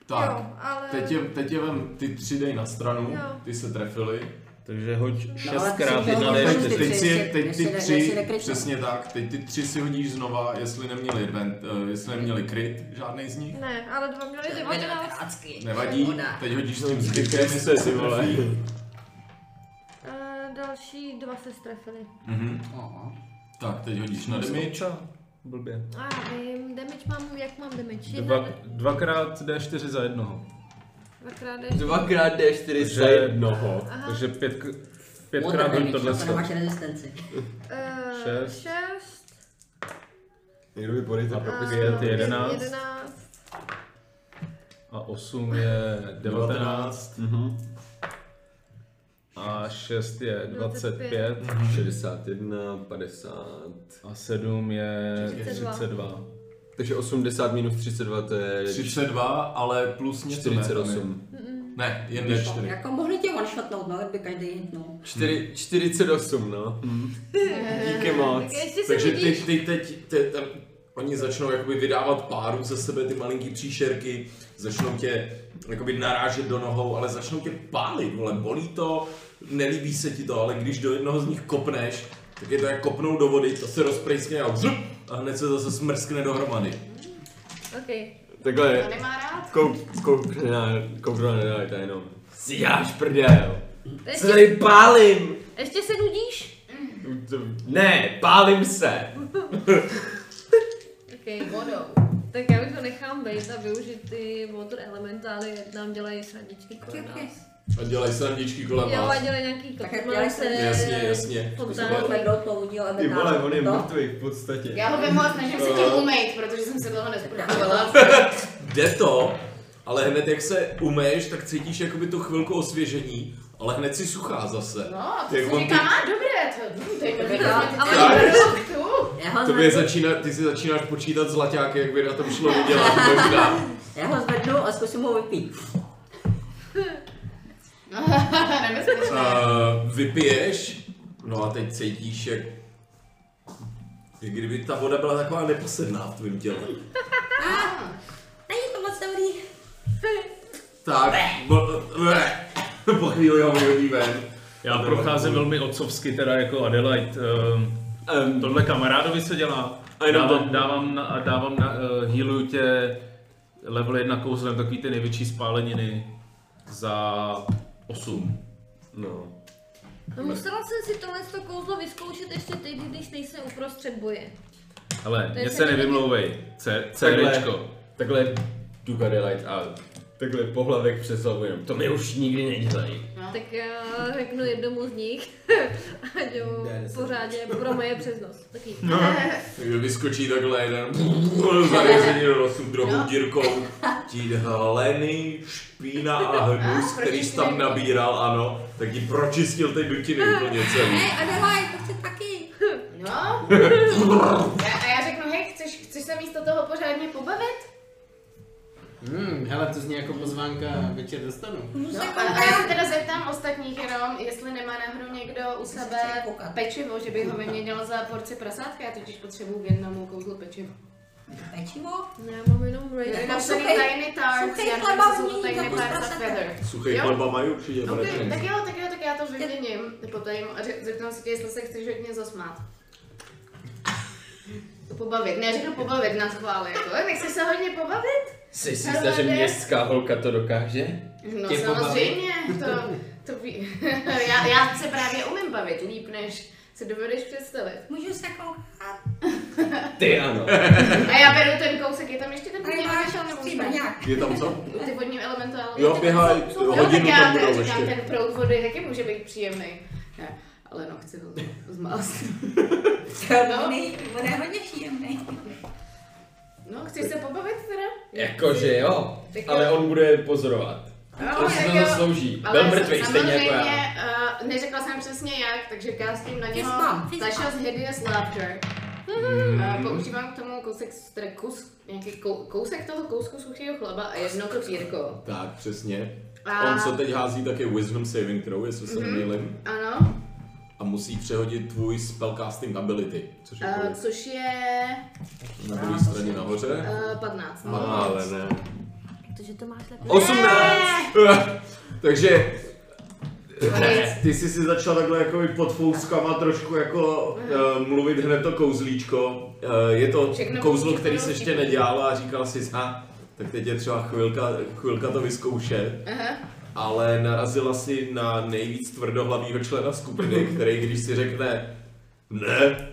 S1: Tak,
S4: Jo, ale...
S1: teď je, teď je vem ty tři dej na stranu,
S4: Jo.
S1: ty se trefily.
S3: Takže hoď
S18: No, ale
S3: 6 krát
S18: tři
S3: 1
S18: dál,
S3: d
S18: tak
S1: Teď,
S18: čtyři.
S1: teď, si je, teď
S18: Jestli
S1: ty
S18: ne- no.
S1: tři,
S18: jestli nekrytnou.
S1: přesně tak, teď ty tři si hodíš znova, jestli neměli, advent, eh, jestli neměli kryt, žádný z nich.
S4: Ne, ale dva měly 19.
S1: Nevadí,
S18: Škoda.
S1: teď hodíš s tím zbytkem, jestli si vole.
S4: Eh, další dva se strefily.
S1: Mhm.
S18: Oho.
S1: Tak, teď hodíš na damage.
S3: Blbě.
S4: A já vím, damage mám, jak mám damage? Jedna,
S3: Dva, dvakrát d4 za jednoho.
S4: dvakrát je...
S19: Dvakrát D4 za
S3: Že-
S19: jednoho.
S4: Aha,
S3: Takže pět, k-
S18: Water
S3: pětkrát hodím
S18: damage,
S3: tohle.
S18: na to nemáš rezistenci.
S4: eh,
S3: šest.
S4: šest.
S19: Někdo by poryta
S4: A
S3: Pět je jedenáct.
S4: jedenáct.
S3: A 8 je 19.
S19: Mhm.
S3: A 6 je 25.
S19: 61, 50.
S3: A 7 je
S4: 32.
S3: 32.
S19: Takže 80 minus 32 to je
S1: 32, ale plus něco ne? tam je.
S19: 48.
S1: Ne, jen D4.
S18: Jako mohli tě one shotnout, no, kdyby každý hitnul.
S19: Čtyři- 48, Hmm. no. Díky
S4: Tak
S19: moc.
S4: ještě se
S1: Takže
S4: vidíš.
S1: teď, teď, teď, teď tam, oni začnou jakoby vydávat páru ze sebe ty malinký příšerky, začnou tě jakoby narážet do nohou, ale začnou tě pálit, vole, bolí to, nelíbí se ti to, ale když do jednoho z nich kopneš, tak je to jak kopnou do vody, to se rozprejskne a vzrup, a hned se zase smrskne dohromady.
S4: OK.
S11: To
S19: Takhle,
S11: nemá rád.
S19: kou- koukne na- kouknu na nedaj, to jenom. Si děláš prdel. Co
S4: Ještě,
S19: tady pálím?
S4: ještě se nudíš?
S19: Ne, pálím se.
S4: OK.
S11: Vodou.
S4: Tak já už ho nechám být a využít ty motor elementály, jak nám dělají srandičky
S2: Ok,
S4: kolem
S2: ok.
S4: nás.
S1: A dělají srandičky kolem
S4: Jo, a
S1: vás.
S4: dělají nějaký
S18: Tak jak
S4: kotrmelce.
S18: dělají srandičky.
S1: Jasně, jasně.
S18: Nebo
S4: Fontány.
S18: vedou to udíl
S19: Ty vole, on je
S18: to?
S19: mrtvý v podstatě.
S11: Já ho vemu a snažím se tím umýt, protože jsem se dlouho nesprovovala.
S1: Jde to, ale hned jak se umeješ, tak cítíš jakoby tu chvilku osvěžení ale hned si suchá zase.
S11: No, to
S1: Jak
S11: jsem
S1: on
S11: říkám, a dobré, to, hm, to je
S18: To
S11: dobrý
S18: bych dala.
S11: ale produktu.
S18: Já ho,
S1: Tobě
S18: zvednu,
S1: začíná, ty si začínáš počítat zlaťáky, jak by na tom šlo vydělat možná.
S18: já ho zvednu a zkusím ho vypít.
S11: Nebezpečné.
S1: Uh, vypiješ, no a teď cítíš, jak, jak kdyby ta voda byla taková neposedná v tvém těle.
S2: Není to moc dobrý.
S1: Tak, bo, ble, po chvíli ho vyhodí ven.
S3: Já procházím velmi otcovsky, teda jako Adelaide. Um, tohle kamarádovi se dělá.
S19: A jenom
S3: dávám,
S19: to-
S3: dávám, na, dávám na, uh, healuju tě level 1 kouzlem, takový ty největší spáleniny za 8.
S19: No.
S4: No musela jsem si tohle to kouzlo vyzkoušet ještě teď, když nejsem uprostřed boje.
S3: Ale
S4: To je
S3: mě se
S4: celý-
S3: nevymlouvej, C,
S19: Takhle,
S3: CDčko.
S19: takhle Duke Adelaide a takhle pohlavek přes hlavu jenom. To mi už nikdy nedělají.
S11: No.
S4: Tak já řeknu jednomu z nich, ať ho
S5: Ne, ne, se-
S4: pořádně promeje přes nos. Taky.
S3: No.
S1: Takže vyskočí takhle jeden zavěřený do nosu
S11: No.
S1: druhou dírkou. Ti hleny, špína a hnus,
S11: Ah,
S1: který jsi tam
S11: pročistil.
S1: nabíral, ano, tak ti pročistil ty dutiny úplně celý.
S2: Hej, Adelaide, to chci taky.
S11: No. Já- A já řeknu, hej, chceš, chceš se místo toho pořádně pobavit?
S5: Hmm, hele, to zní jako pozvánka, večer dostanu.
S11: No, a, a já se teda zeptám ostatních jenom, jestli nemá náhodou někdo u sebe
S18: koukat.
S11: pečivo, že bych ho vyměnila za porci prasátka, já totiž potřebuju k jednomu kouzlu pečivo.
S18: Pečivo?
S4: Ne, No, já mám jenom
S11: Je
S4: rage.
S11: to napsaný
S2: suchej-
S11: tajný tarts,
S2: suchej
S11: já nevím,
S2: chleba
S11: jestli jsou to
S2: mění
S11: tajný
S2: za kus
S11: tarts a
S2: prasátka.
S11: feather.
S1: Suchý
S11: Jo?
S1: chleba mají určitě
S11: Ok,
S1: okay,
S11: tak jo, tak jo, tak já to vyměním potom a řek- zeptám se tě, jestli se chceš hodně zasmát. Pobavit, ne, řeknu pobavit na schvále, jako, nechceš se hodně pobavit?
S19: Jsi si jistá, že městská holka to dokáže?
S11: No
S19: Tě pobavit?
S11: samozřejmě, to, to ví. já, já se právě umím bavit líp, než se dovedeš představit.
S2: Můžu se koukat.
S19: Ty ano.
S11: A já beru ten kousek, je tam ještě ten
S2: Tady
S11: vodní
S2: máš
S11: elementál nebo už ne?
S2: příbrňák.
S1: Je tam co?
S11: Ty vodní elementál.
S1: Jo, běhaj,
S11: No, tak
S1: hodinu
S11: já
S1: tam
S11: teda
S1: budou
S11: říkám,
S1: ještě.
S11: ten proud vody taky může být příjemný. Ne, ale no, chci ho zmást. No.
S2: On je- on je hodně příjemný.
S11: No, chceš se pobavit teda?
S19: Jakože jo.
S11: Tak jo.
S19: Ale on bude pozorovat.
S11: No,
S19: On si
S11: tak
S19: to
S11: jo.
S19: zaslouží.
S11: Ale
S19: Byl mrtvý, stejně jako já.
S11: samozřejmě, eh, neřekla jsem přesně jak, takže kázním na něho
S2: Fizzbomb, fizzbomb.
S11: Sasha's Hideous Laughter.
S19: Mm-hmm.
S11: Eh, používám k tomu kousek, teda kus, nějaký kou, kousek toho kousku suchého chleba a jedno kopírko.
S1: Tak, přesně.
S11: A-
S1: On se teď hází taky Wisdom Saving Throw, jestli
S11: Mhm.
S1: se nemýlím.
S11: Ano,
S1: A musí přehodit tvůj spellcasting ability, což je
S11: eh,
S1: kolik?
S11: což je
S1: na druhé straně nahoře.
S11: eh, 15. no.
S1: Ale ne.
S4: Protože to máš lepší.
S1: 18! Takže eh,
S11: Ne.
S1: ty jsi si začal takhle jako pod fouskama trošku jako uh, mluvit hned to kouzlíčko. Uh, je to
S11: Všechno
S1: kouzlo,
S11: všechno
S1: který se ještě
S11: všechno.
S1: nedělala a říkal jsi, ha, tak teď je třeba chvilka, chvilka to vyzkoušet.
S11: Aha.
S1: ale narazila si na nejvíc tvrdohlavýho člena skupiny, který když si řekne ne,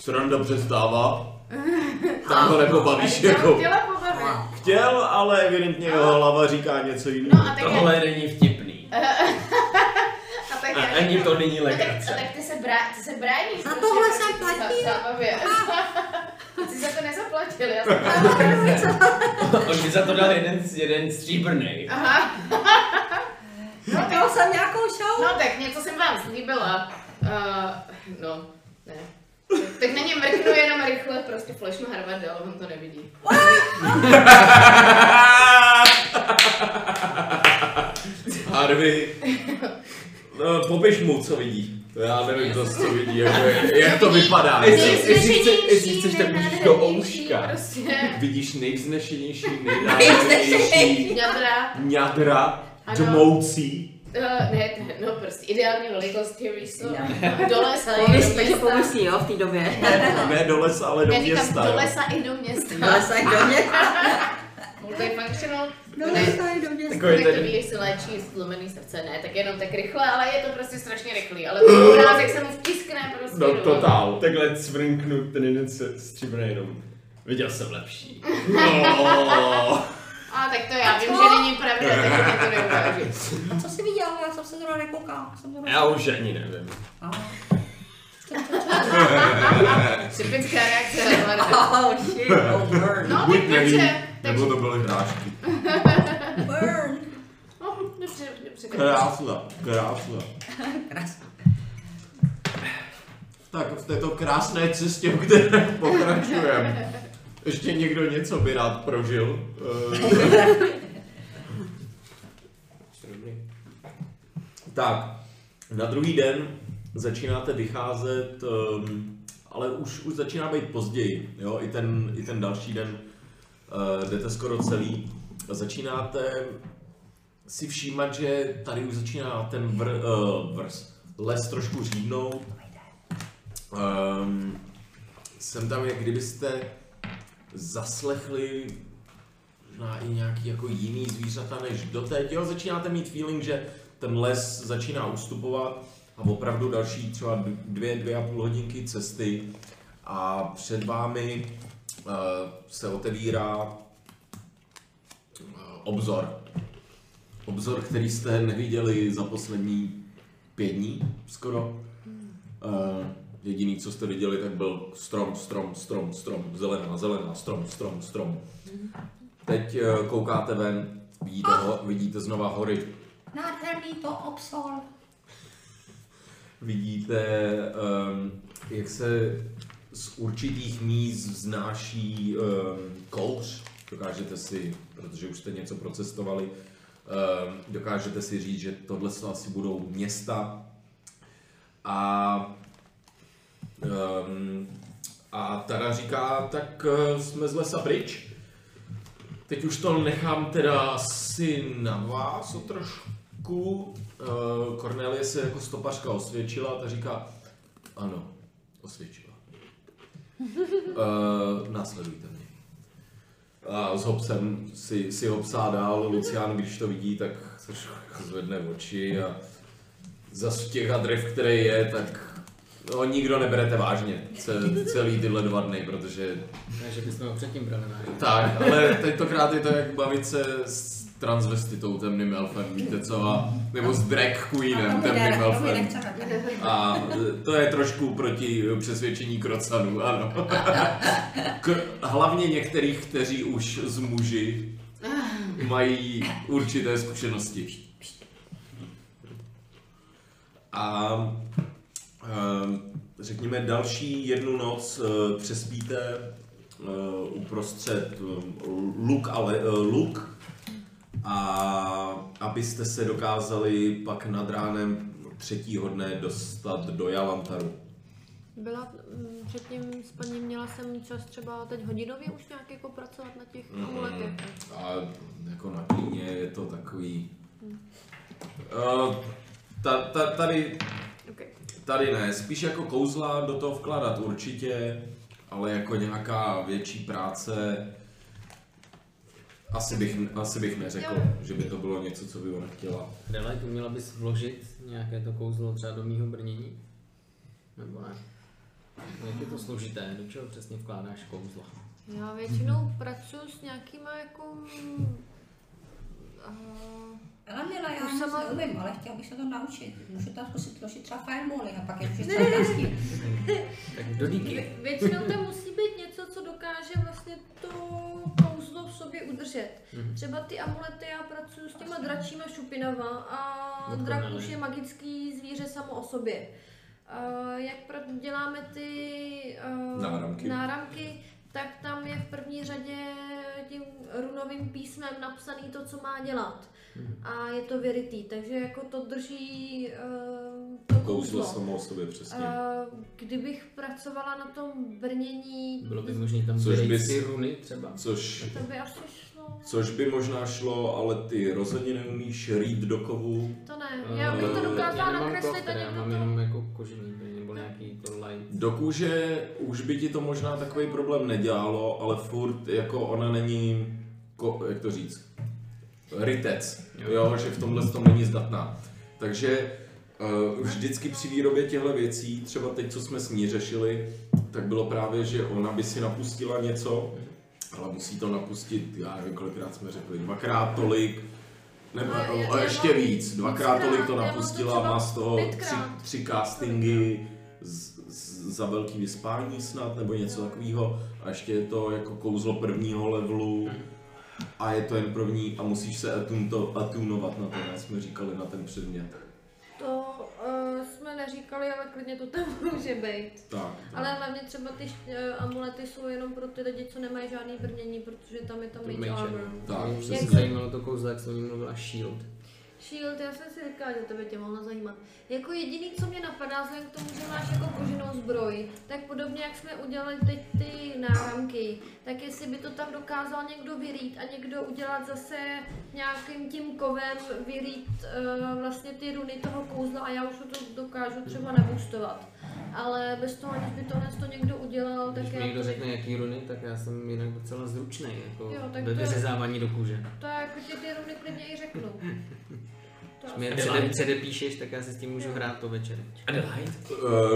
S1: sranda přestává, tak ho nepobavíš
S11: Já jsem
S1: jako.
S11: chtěla pobavit.
S1: Chtěl, ale evidentně jeho hlava říká něco
S11: No
S1: jiného.
S11: a tak
S19: Tohle není vtipný.
S11: a tak
S19: A
S11: já
S19: ani
S11: řeknu,
S19: to není
S11: No tak, a
S19: legrace.
S11: tak ty se, brá, ty se bráníš.
S2: Za
S11: protože
S2: tohle
S11: jsi
S2: jsem
S11: za-
S2: platila.
S11: Zábavě. Ty jsi za to nezaplatil, já jsem
S19: On mi za to dal jeden, jeden stříbrný.
S11: Aha,
S2: No, měl jsem nějakou show.
S11: no tak něco jsem vám slíbila. Uh, no, ne. Tak- Tak na ně mrknu jenom rychle, prostě flashnu Harvard dál, on to nevidí.
S1: Harvey, no, popiš mu, co vidí. To Já nevím zase, co vidí, jako, jak, jak to vypadá. jako-
S19: Jestli- jestli chce-
S11: Nejsnešenější,
S19: jestli chceš, tak můžeš do
S11: nejnádhernější,
S19: ouška.
S11: Prostě.
S1: Vidíš nejvznešenější, nejnádhernější
S11: Jadra.
S1: ňadra,
S11: Ano.
S1: dmoucí.
S11: Uh, ne, t- no prostě ideální velikosti, víš co? Do lesa
S2: No,
S11: i do
S18: Pověstí, takže
S11: města.
S18: pověstí, jo, v té době.
S1: Ne, ne do lesa, ale do
S11: Já říkám
S1: města.
S11: do
S1: jo.
S11: lesa i do města.
S18: Ale se do mě.
S11: Multifunctional.
S2: No,
S11: ne,
S2: to je dobře.
S1: Jako
S19: Takový
S11: Kolik to
S19: ten
S11: ví, jestli léčí zlomený srdce, ne, tak jenom tak rychle, ale je to prostě strašně rychlý, ale ten obrázek se mu vtiskne prostě
S1: Uh. No
S11: do...
S1: totál.
S19: takhle cvrnknu ten jeden se stříbrný jenom. Viděl jsem lepší.
S1: No.
S11: A tak to já vím, že není pravda, tak to neukážu.
S2: A co jsi viděl? Já jsem se zrovna nekoukal. Jsem zrovna...
S19: Já už ani nevím.
S11: Typická reakce Harvarda.
S18: Oh shit, oh burn.
S11: No,
S1: Buď
S11: tak
S1: neví,
S11: dobře, takže...
S1: nebo to byly hráčky.
S2: Burn.
S11: No, dobře, dobře.
S1: Krásná, krásná.
S18: Krásná.
S1: Tak v této krásné cestě, které pokračujeme. Ještě někdo něco by rád prožil. Eh, tak, na druhý den začínáte vycházet, ehm, ale už, už začíná být později, jo, i ten, i ten další den eh, jdete skoro celý. Začínáte si všímat, že tady už začíná ten vr, uh, vrst les trošku řídnout. Um, jsem tam, jak kdybyste zaslechli možná i nějaký jako jiný zvířata než doteď. Jo, začínáte mít feeling, že ten les začíná ustupovat a opravdu další třeba dv- dvě, dvě a půl hodinky cesty a před vámi uh, se otevírá uh, obzor. Obzor, který jste neviděli za poslední pět dní skoro. Uh, jediný, co jste viděli, tak byl strom, strom, strom, strom, zelená, zelená, strom, strom, strom. Teď eh, koukáte ven, vidíte, ho, vidíte znova hory,
S2: Nádherný to obsol.
S1: vidíte, um, jak se z určitých míst vznáší um, kouř. Dokážete si, protože už jste něco procestovali, um, dokážete si říct, že tohle jsou asi budou města. A, um, a Tara říká, tak eh, jsme z lesa pryč. Teď už to nechám teda asi na vás o trošku. Eh, Cornelie se jako stopařka osvědčila a ta říká, ano, osvědčila. Eh, Následujte mě. A s Hobsem si, si Hobsá dál, Lucián, když to vidí, tak trošku zvedne oči a za těch drev, které je, tak no, nikdo neberete vážně ce- celý tyhle dva dny, protože
S5: Ne, že bychom ho předtím brali vážně.
S1: tak, ale tentokrát je to jak bavit se s transvestitou temným elfem, víte co, a, nebo s drag queenem temným elfem. A eh, to je trošku proti eh, přesvědčení krocanů, ano. K, hlavně některých, kteří už z muži mají určité zkušenosti. A ehm, řekněme další jednu noc eh, přespíte eh, uprostřed eh, luk a, le, eh, luk a abyste se dokázali pak nad ránem třetího dne dostat do Jalantaru.
S4: Byla mm, předtím s paní, měla jsem čas třeba teď hodinově už nějak jako pracovat na těch
S3: No.
S1: Mhm.
S4: amuletech.
S1: A jako na klíně je to takový... Uh, ta, ta, tady,
S4: Okay.
S1: tady ne, spíš jako kouzla do toho vkladat určitě, ale jako nějaká větší práce asi bych, asi bych neřekl,
S4: Jo.
S1: že by to bylo něco, co by ona chtěla.
S5: Adelaide, uměla bys vložit nějaké to kouzlo třeba do mýho brnění? Nebo ne? Jak je to složité? Do čeho přesně vkládáš kouzlo?
S4: Já většinou pracuji s nějakýma jako... mm, a-
S2: Ale Mila, já
S4: Už
S2: nic
S4: sama-
S2: neumím, ale chtěl bych se to naučit. Můžu tam zkusit tložit třeba fireboly a pak je můžu třeba
S5: Tak do díky.
S4: Vě- Většinou tam musí být něco, co dokáže vlastně to kouzlo v sobě udržet.
S5: Mhm.
S4: Třeba ty amulety, já pracuji s těma dračíma šupinama a
S5: Dokonalé.
S4: drak už je magický zvíře samo o sobě. Uh, jak pra- děláme ty uh,
S1: Náramky.
S4: náramky, tak tam je v první řadě tím runovým písmem napsaný to, co má dělat. A je to věritý, takže jako to drží uh, to kouzlo.
S1: Kouzlo samo o sobě
S5: prostě.
S1: přesně.
S4: A Eh, kdybych pracovala na tom brnění,
S5: Bylo by možné tam
S1: Což
S5: vyrejt
S1: bys-
S5: ty runy třeba?
S1: Což,
S4: to by asi šlo.
S1: což by možná šlo, ale ty rozhodně neumíš rýt do kovu.
S4: To ne, já bych to
S1: Eh,
S4: dokázala
S5: já nemám
S4: nakreslit
S5: kov,
S4: a
S5: teda já
S4: někdo
S5: mám
S4: to...
S5: jenom jako kožený brně, nebo nějaký to light.
S1: Do kůže už by ti to možná takový problém nedělalo, ale furt jako ona není, ko, jak to říct, rytec, jo, že v tomhle tom není zdatná. Takže uh, vždycky při výrobě těchto věcí, třeba teď, co jsme s ní řešili, tak bylo právě, že ona by si napustila něco, ale musí to napustit, já nevím, kolikrát jsme řekli, dvakrát tolik, nebo
S4: No, já-
S1: a
S4: já
S1: ještě
S4: mám
S1: víc, dvakrát
S4: víckrát,
S1: tolik to
S4: já mám to
S1: napustila,
S4: třeba
S1: má z toho tři,
S4: pětkrát.
S1: tři castingy z, z, za velký vyspání snad, nebo něco takového. A ještě je to jako kouzlo prvního levelu. a je to jen první a musíš se atunto, atunovat na to, jak jsme říkali, na ten předmět.
S4: To uh, jsme neříkali, ale klidně to tam může být.
S1: Tak,
S5: No.
S1: tak.
S4: Ale hlavně třeba ty uh, amulety jsou jenom pro ty lidi, co nemají žádný brnění, protože tam je tam mage armor.
S1: tak
S5: Mě
S1: přesně.
S5: zajímalo to kouzlo, jak se o ní mluvila Shield.
S4: Shield, já jsem si říkala, že to by tě mohlo zajímat. Jako jediný, co mě napadá, vzhledem k tomu, že máš jako koženou zbroj, tak podobně jak jsme udělali teď ty náramky, tak jestli by to tam dokázal někdo vyrýt a někdo udělat zase nějakým tím kovem vyrýt uh, vlastně ty runy toho kouzla a já už to dokážu třeba nabustovat. Ale bez toho, aniž by tohle to někdo udělal, No, tak
S5: Když mi
S4: já
S5: někdo
S4: to,
S5: řekne, jaký runy, tak já jsem jinak docela zručný, jako
S4: Jo, tak
S5: ve
S4: to je-
S5: vyřezávání do kůže.
S4: to já jako ti ty runy klidně i řeknu. To
S5: Když mi je přede, předepíšeš, tak já se s tím můžu hrát po večer.
S1: Eh,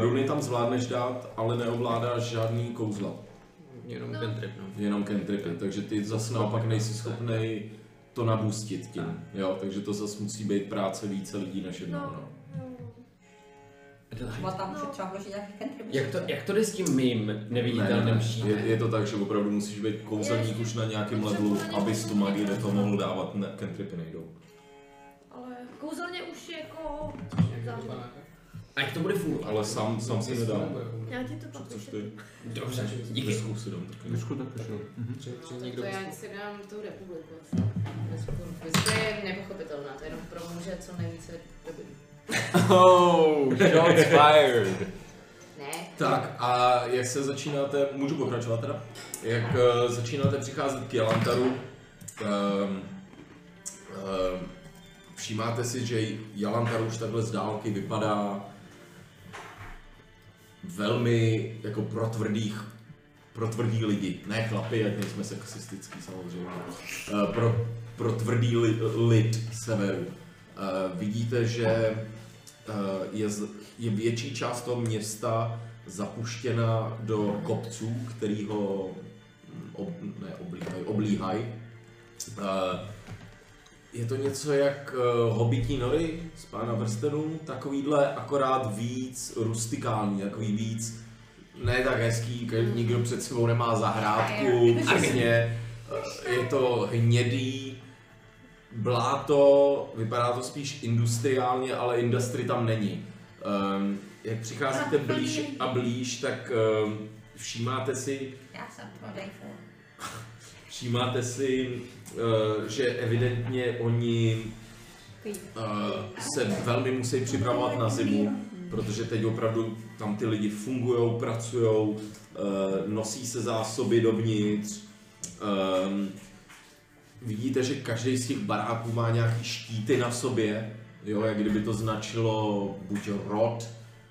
S1: runy tam zvládneš dát, ale neovládáš žádný kouzla,
S5: Jenom
S4: No.
S5: ten trip, no.
S1: jenom cantripy, takže ty zase naopak nejsi schopnej to nabustit tím, jo, takže to zase musí být práce více lidí než jednou,
S4: No.
S1: no.
S4: Jo.
S18: Třeba tam
S4: No.
S18: no. třeba vložit nějaký kentrybus.
S19: Jak to, jak to jde s tím mým
S1: Ne, ne,
S19: neviditelným
S1: ne.
S19: štítem?
S1: Je, je to tak, že opravdu musíš být kouzelník už na nějakém levelu, abys tu magii do toho mohl dávat, ne, cantripy nejdou.
S4: Ale kouzelně už jako zářivá.
S19: A jak to bude fungovat?
S1: Ale sám, sám si nedám.
S4: Já ti to pak
S1: Což
S4: vyšetřím.
S1: ty?
S19: Dobře, díky.
S1: Vyšku si dám taky.
S3: Trošku tak pošel.
S11: To já si dám tu republiku. Bez kurvy. To je nepochopitelná, to je jenom pro muže co nejvíce dobrý.
S19: Oh, shots fired.
S11: Ne,
S1: Tak a jak se začínáte, můžu pokračovat teda, jak eh, začínáte přicházet k Jelantaru, um, um, všímáte si, že Jelantar už takhle z dálky vypadá velmi jako pro tvrdých, pro tvrdý lidi, ne chlapy, ať nejsme sexistický samozřejmě, Eh, pro, pro tvrdý li, lid severu. Eh, vidíte, že eh, je, z- je větší část toho města zapuštěna do kopců, který ho mm, ob, ne, oblíhají. oblíhají. Eh, Je to něco jak eh, hobití nory z pána Vrstenů, takovýhle akorát víc rustikální, takový víc ne tak hezký, ke- nikdo před sebou nemá zahrádku, přesně. Eh, Je to hnědý, bláto, vypadá to spíš industriálně, ale industry tam není. Ehm, jak přicházíte blíž a blíž, tak ehm, všímáte si,
S18: Já jsem prodejku.
S1: všímáte si, eh, že evidentně oni eh, se velmi musí připravovat na zimu, protože teď opravdu tam ty lidi fungují, pracují, eh, nosí se zásoby dovnitř. Ehm, Vidíte, že každý z těch baráků má nějaký štíty na sobě, jo, jak kdyby to značilo buď rod,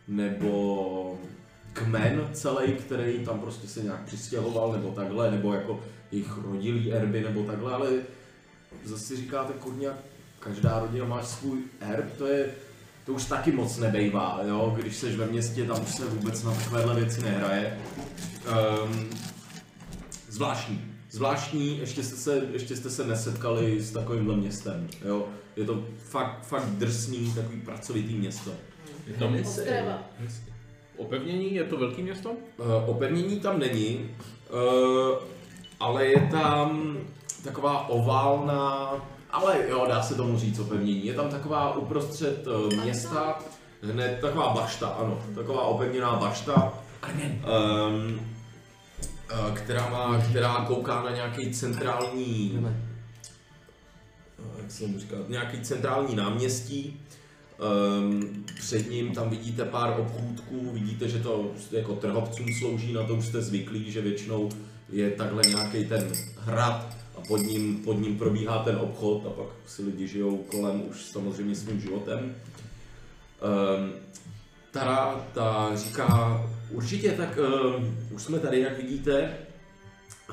S1: nebo kmen celý, který tam prostě se nějak přistěhoval, nebo takhle, nebo jako jejich rodilý erby, nebo takhle, ale zase říkáte, kurňa, každá rodina má svůj erb, to je, to už taky moc nebejvá, jo, když seš ve městě, tam už se vůbec na takovéhle věci nehraje. Um, zvláštní, zvláštní, ještě jste, se, ještě jste se nesetkali s takovýmhle městem, jo. Je to fakt, fakt drsný, takový pracovitý město.
S3: Je tam
S11: ostrava.
S3: opevnění, je to velký město?
S1: Eh, Opevnění tam není, eh, ale je tam taková oválná, ale jo, dá se tomu říct opevnění. Je tam taková uprostřed eh, města, hned taková bašta, ano, taková opevněná bašta, ehm, eh, která, má, která kouká na nějaký centrální eh, jak se mu říká, nějaký centrální náměstí. Um, před ním tam vidíte pár obchůdků, vidíte, že to jako trhovcům slouží, na to už jste zvyklí, že většinou je takhle nějaký ten hrad a pod ním, pod ním probíhá ten obchod a pak si lidi žijou kolem už samozřejmě svým životem. Um, ta, ta říká, určitě, tak um, už jsme tady, jak vidíte,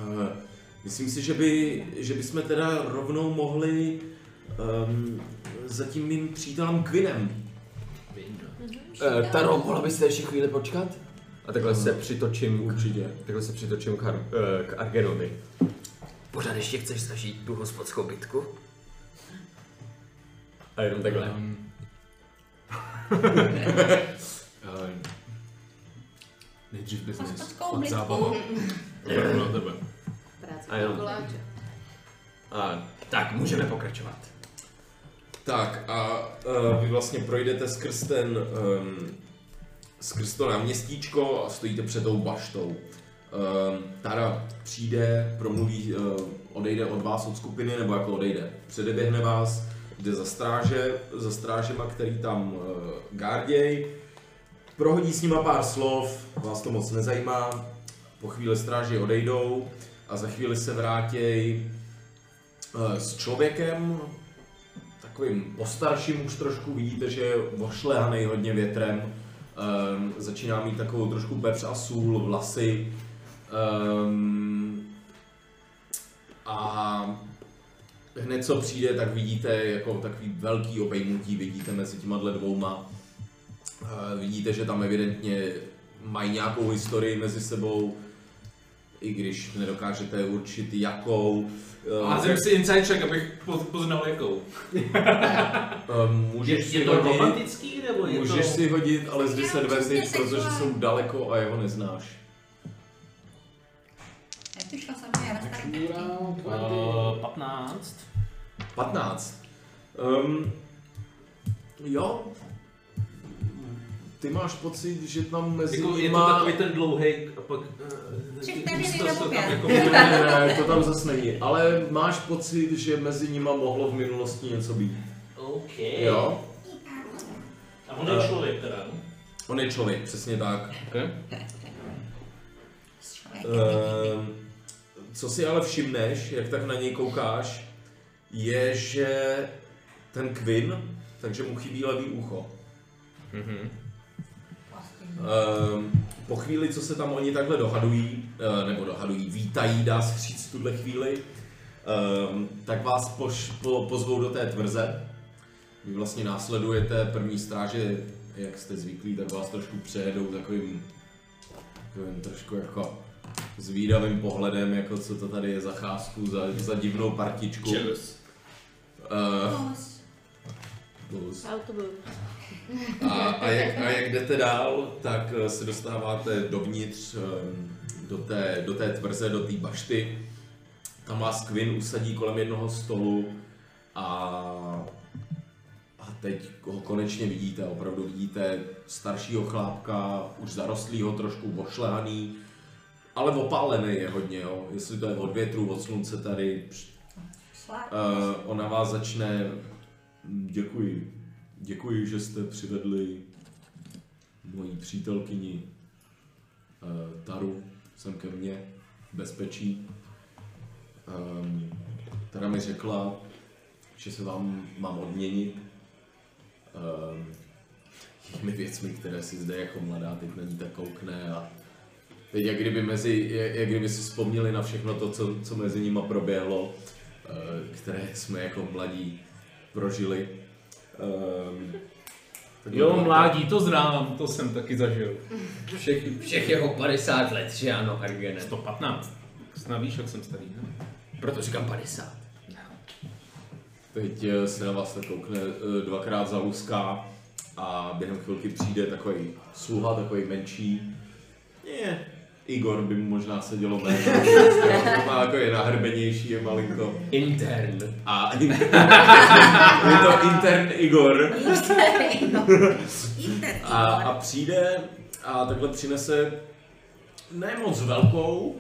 S1: Eh, Myslím si, že, by, že bychom teda rovnou mohli um, za tím mým přítelem Quinem.
S19: Eh, Taro, mohla byste ještě chvíli počkat? Hmm. A takhle se přitočím
S1: Určitě.
S19: Takhle se přitočím k, Ar- eh, k Argenovi.
S5: Pořád ještě chceš zažít tu hospodskou bitku?
S19: A jenom takhle.
S20: Nejdřív business,
S18: Hospodskou
S20: pak
S18: blitku.
S20: zábava. Opravdu na tebe.
S11: Práce
S19: A jo.
S11: na koláče.
S19: A tak, můžeme pokračovat.
S1: Tak a uh, vy vlastně projdete skrz ten, um, skrz to náměstíčko a stojíte před tou baštou. Um, Tara přijde, promluví, uh, odejde od vás od skupiny, nebo jako odejde, předeběhne vás, jde za stráže, za strážema, který tam uh, garděj, prohodí s nima pár slov, vás to moc nezajímá, po chvíli stráži odejdou a za chvíli se vrátěj eh, s člověkem, takovým postarším už trošku, vidíte, že je ošlehaný hodně větrem, ehm, začíná mít takovou trošku pepř a sůl, vlasy. ehm, a hned co přijde, tak vidíte jako takový velký obejmutí, vidíte mezi těma dle dvouma. Eh, vidíte, že tam evidentně mají nějakou historii mezi sebou, i když nedokážete určit jakou. Ehm,
S3: Házím si inside check, abych po- poznal jakou.
S1: Ehm, můžeš si hodit-
S3: romantický nebo
S1: Můžeš si hodit, ale z
S2: Já
S1: 10
S2: určitě
S1: vesnic, protože
S2: sexuální.
S1: jsou daleko a jeho neznáš.
S2: Nepřišla jsem, já na starý kartě.
S3: Uh, 15.
S1: 15. Um, jo. Ty máš pocit, že tam mezi
S3: Jako je to
S1: nima-
S3: takový ten dlouhý a pak... eh,
S2: Tři
S3: ty-
S2: vteřiny
S3: místo
S2: nebo
S3: se tam
S2: pět.
S3: jako-
S1: Ne, ne, ne, to tam zase není, ale máš pocit, že mezi nima mohlo v minulosti něco být.
S3: OK.
S1: Jo?
S3: A on
S19: Eh,
S3: je člověk teda. no?
S1: On je člověk, přesně tak.
S18: S člověkem.
S19: Eh.
S1: Ehm, co si ale všimneš, jak tak na něj koukáš, je, že ten Quinn, takže mu chybí levý ucho.
S2: Vlastně.
S1: Ehm, po chvíli, co se tam oni takhle dohadují, eh, nebo dohadují, vítají, dá se říct v tuhle chvíli, ehm, tak vás poš, po, pozvou do té tvrze. Vy vlastně následujete první stráže, jak jste zvyklí, tak vás trošku přejedou takovým, takovým trošku jako zvídavým pohledem, jako co to tady je za cházku, za, za divnou partičku.
S19: Cheers.
S1: Eh,
S2: Plus.
S1: plus.
S4: A to byl.
S1: A, a, jak, a jak jdete dál, tak eh, se dostáváte dovnitř ehm, do té, do té tvrze, do té bašty. Tam vás Quinn usadí kolem jednoho stolu a, a teď ho konečně vidíte, opravdu vidíte staršího chlápka, už zarostlýho, trošku ošlehaný, ale opálený je hodně, jo. jestli to je od větru, od slunce tady, př-
S18: Slá-
S1: Eh, ona vás začne... "Mm, Děkuji. Děkuji, že jste přivedli mojí přítelkyni eh, Taru sem ke mně v bezpečí. Ehm, Tara mi řekla, že se vám mám odměnit ehm, těmi věcmi, které si zde jako mladá teď na ní tak koukne a teď jak kdyby, mezi, jak jak kdyby si vzpomněli na všechno to, co, co mezi nima proběhlo, eh, které jsme jako mladí prožili. Ehm, tak
S3: Jo,
S1: byla-
S3: mládí, to znám, to jsem taky zažil.
S19: Všech, všech jeho 50 let, že ano, Argene.
S3: 115. Snad víš, jak jsem starý, ne?
S19: Proto říkám 50.
S1: Teď eh, se na vás tak koukne eh, dvakrát zaluská a během chvilky přijde takový sluha, takový menší. Je, Igor by mu možná sedělo méně, to má takový nahrbenější je malinko.
S19: Intern.
S1: A je to intern Igor.
S2: Jděte.
S1: A, a přijde a takhle přinese ne moc velkou,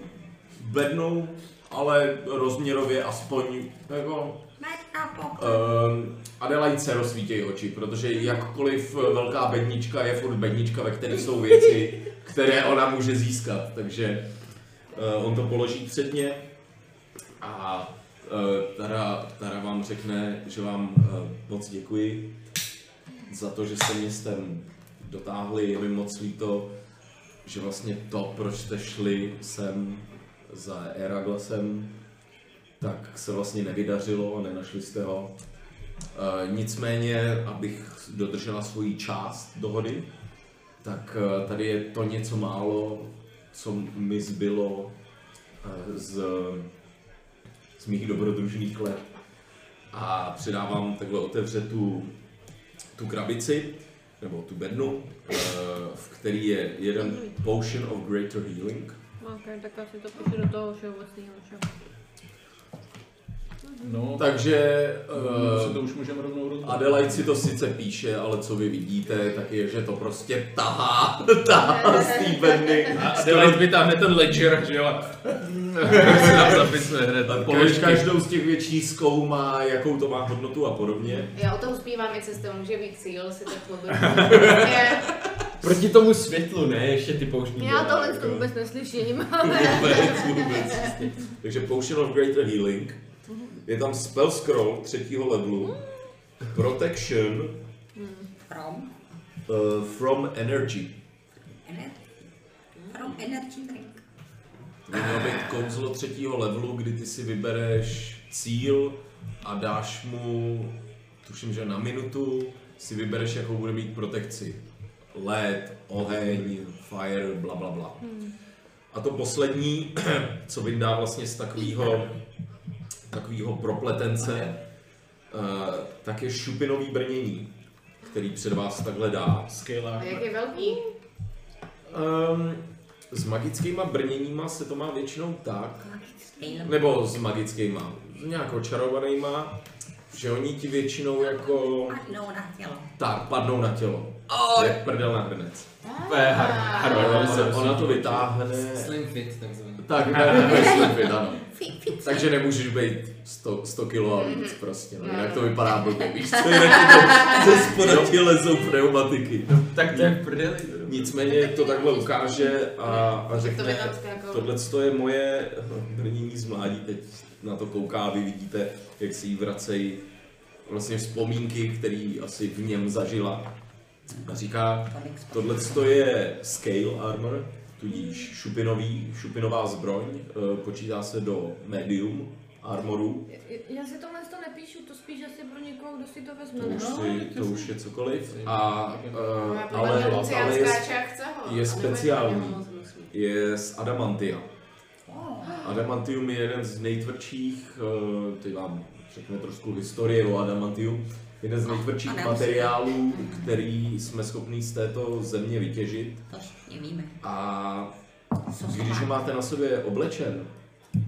S1: bednou, ale rozměrově aspoň jako
S2: Metka pokoj.
S1: Um, Adelajce rozsvítějí oči, protože jakkoliv velká bednička je furt bednička, ve které jsou věci, které ona může získat. Takže uh, on to položí předně a uh, Tara, Tara vám řekne, že vám uh, moc děkuji za to, že jste mě sem dotáhli. Je mi moc líto, že vlastně to, proč jste šli sem za Eraglasem, tak se vlastně nevydařilo a nenašli jste ho. E, nicméně, abych dodržela svoji část dohody, tak e, tady je to něco málo, co mi zbylo e, z, z mých dobrodružných let. A předávám takhle otevře tu, tu krabici, nebo tu bednu, e, v který je jeden Potion of Greater Healing.
S4: Ok, tak já si to píšu do toho všeobecného, že jo.
S3: No,
S1: Takže
S3: tak
S1: eh,
S3: to už můžeme rovnou rozhodnout.
S1: Adelaide si to sice píše, ale co vy vidíte, tak je, že to prostě tahá, tahá z té bedny.
S3: A Adelaide vytáhne ten ledger, že jo? a- se tam zapisuje hned.
S1: Kaž, každou z těch větší zkoumá, jakou to má hodnotu a podobně.
S11: Já o tom zpívám i cestou, že víc síl si tak chlubil.
S19: Proti tomu světlu, ne, ještě ty pouštní. jako-
S4: Já tohle to vůbec neslyším.
S1: Vůbec, vůbec. Takže Potion of Greater Healing. Je tam Spell Scroll třetího levelu. Mm. Protection
S18: From
S1: eh, from Energy.
S18: energy. From energy drink.
S1: To by mělo být kouzlo třetího levelu, kdy ty si vybereš cíl a dáš mu, tuším, že na minutu, si vybereš, jakou bude mít protekci. Led, oheň, fire, bla, bla, bla. A to poslední, co vyndá vlastně z takového takovýho propletence, eh, tak je šupinový brnění, který před vás takhle dá.
S11: A jak je velký?
S1: Um, s magickýma brněníma se to má většinou tak, nebo s magickýma, s nějakou čarovanýma, že oni ti většinou jako
S18: Padnou na tělo.
S1: tak padnou na tělo. Jak prdel na hrnec.
S19: Harvard,
S1: Ona, ona to vytáhne.
S5: Slim fit takzvaně.
S1: Tak, ne, ne, ne, slipy, ano.
S18: Fi- fi-
S1: Takže nemůžeš být 100, 100 kilo a víc prostě, no, jinak to vypadá blbě, víš co, jinak ti to ze spoda ti lezou pneumatiky.
S19: Tak to je v prdeli. no.
S1: Nicméně to takhle ukáže a, a
S11: To by
S1: řekne,
S11: tam skákalo.
S1: Tohle to je moje brnění z mládí, teď na to kouká, vy vidíte, jak si jí vracejí vlastně vzpomínky, které asi v něm zažila. A říká,
S18: Tolik spolu.
S1: tohle to je scale armor, tudíž šupinový, šupinová zbroň, eh, počítá se do medium armoru,
S4: Já si tohle to nepíšu, to spíš asi pro někoho, kdo si to vezme.
S1: to už,
S4: No.
S1: si, to už je cokoliv, a, eh,
S11: Ale, ale,
S1: ale, ale je,
S11: chce
S1: je
S11: ho. a nebo
S1: speciální.
S11: na něho moc myslí.
S1: je z adamantia.
S18: Oh,
S1: Adamantium je jeden z nejtvrdších, eh, teď vám řekne trošku historie o adamantium, jeden z
S18: A
S1: nejtvrdších
S18: nemusíme.
S1: materiálů, který jsme schopni z této země vytěžit.
S18: To všichni víme.
S1: A
S18: Co se
S1: když ho
S18: má-
S1: máte na sobě oblečen,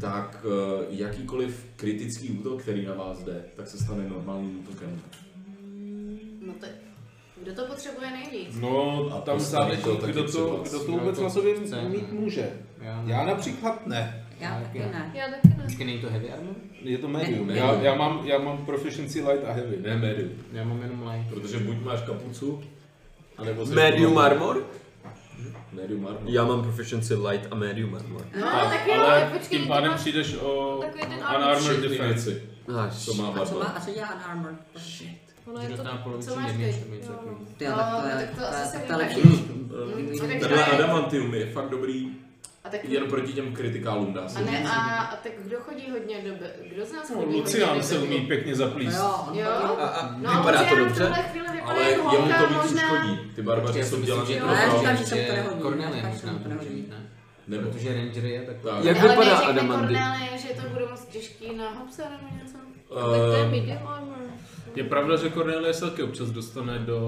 S1: tak eh, jakýkoliv kritický útok, který na vás jde, tak se stane normálním útokem.
S11: No to, kdo to potřebuje nejvíc?
S3: No,
S1: A
S3: tam
S1: postaví
S3: záleží,
S1: to taky
S3: kdo to,
S1: třeba.
S3: kdo to
S5: No,
S3: vůbec
S5: to
S3: na sobě
S5: chce.
S3: mít může.
S5: Já,
S3: Já například ne.
S18: Já taky ne.
S4: Já taky ne.
S5: Vždycky není to heavy armor?
S3: Je to medium.
S1: Ne,
S3: Já,
S1: medium.
S3: já, mám, já mám proficiency light a heavy, ne medium.
S5: Já mám jenom light.
S1: Protože buď máš kapucu, anebo... jsi-
S19: Medium armor?
S1: Medium armor.
S19: Já mám proficiency light a medium armor.
S11: No, tak jo,
S3: ale
S11: ale počkej,
S3: tím
S11: ty
S3: pádem
S11: máš-
S3: přijdeš o
S4: Takový ten
S3: unarmored
S1: Všechny
S3: defense.
S1: věci,
S19: Ah,
S1: co má
S18: A co má,
S1: barbar.
S18: a co dělá Armor?
S4: Ono
S5: Že
S4: je to
S5: dostává poloviční
S11: co máš
S5: damage
S11: teď?
S5: nebo něco
S11: Jo.
S5: takového.
S18: Ty, ale
S11: No,
S18: to je,
S11: tak to
S18: to,
S11: asi
S18: je-
S11: se
S18: tak to je
S11: vybere.
S18: lepší.
S11: tak
S1: Tenhle
S11: to je-
S1: adamantium je fakt dobrý
S11: A tak
S1: Jen proti těm kritikálům dá se
S11: A ne,
S1: říct.
S11: a, a tak kdo chodí hodně do be- Kdo z nás
S3: No,
S11: chodí hodně
S3: Lucián
S11: do
S3: se
S11: bedu?
S3: umí pěkně zaplíst.
S18: Jo, on
S11: No Jo?
S18: chodí-
S19: A, a
S11: No,
S19: vypadá to
S11: Lucián v
S19: dobře?
S11: tuhle chvíli vypadá
S1: Ale
S11: jako
S1: jemu
S11: holka,
S1: to víc už
S11: možná-
S1: chodí. Ty barbaři jsou dělaní pro
S18: ne,
S1: to.
S18: říkám, že jsem to nehodí.
S5: Cornelie
S18: Říkám, že
S5: možná
S18: jsem to
S5: může
S18: nehodí.
S5: mít, ne?
S1: Nebo
S5: Protože Ranger je takový.
S1: tak.
S19: Jak
S11: Ale
S19: vypadá
S11: než řekne
S19: adamantium?
S11: Cornelie, že to bude moc těžký na hopsa nebo něco.
S4: Tak to je
S1: Ehm,
S4: medium armor.
S3: Je pravda, že Cornelie se taky občas dostane do,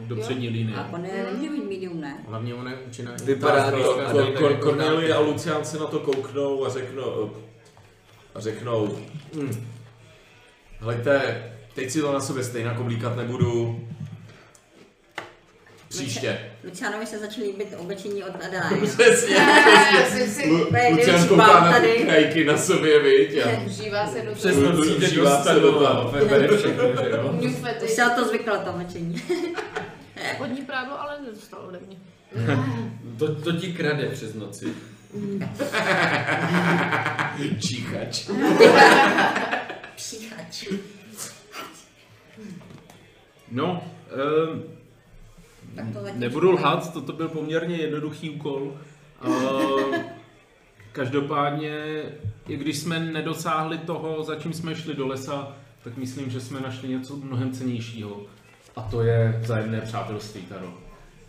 S3: do
S11: Jo.
S3: přední linie.
S2: A on je může být medium, ne?
S5: Hlavně ona je učená.
S19: Vypadá
S1: tak, eh,
S19: to-
S1: Kor-
S5: tak-
S1: jako Kor-
S5: tak- jako
S1: Kor-
S5: tak-
S1: Cornelie a Lucián se na to kouknou a řeknou... A řeknou... "Hm, Hleďte, teď si to na sobě stejně oblíkat nebudu. Příště.
S2: Lucianovi se začaly líbit oblečení od Adelaide.
S1: Přesně.
S11: Jsi si
S1: Lu-
S2: Tady
S1: Lucián
S2: špal
S1: kouká na ty
S2: tady.
S1: krajky na sobě, viď? A
S11: užívá se do toho.
S19: Přesně přijde
S1: užívá se
S19: dostanu
S1: do toho.
S19: a vybere všechno, že jo?
S11: New
S2: Už
S11: fetish.
S2: se na to zvykla, to oblečení.
S4: Od ní právo ale nedostalo ode mě.
S19: To, to ti krade přes noci.
S1: Číchač.
S18: Příchač.
S3: No, ehm,
S18: Tak to zatím
S3: Nebudu
S18: špatně.
S3: lhát, toto byl poměrně jednoduchý úkol. Ehm, Každopádně, i když jsme nedosáhli toho, za čím jsme šli do lesa, tak myslím, že jsme našli něco mnohem cenějšího. A to je vzájemné přátelství, Taro.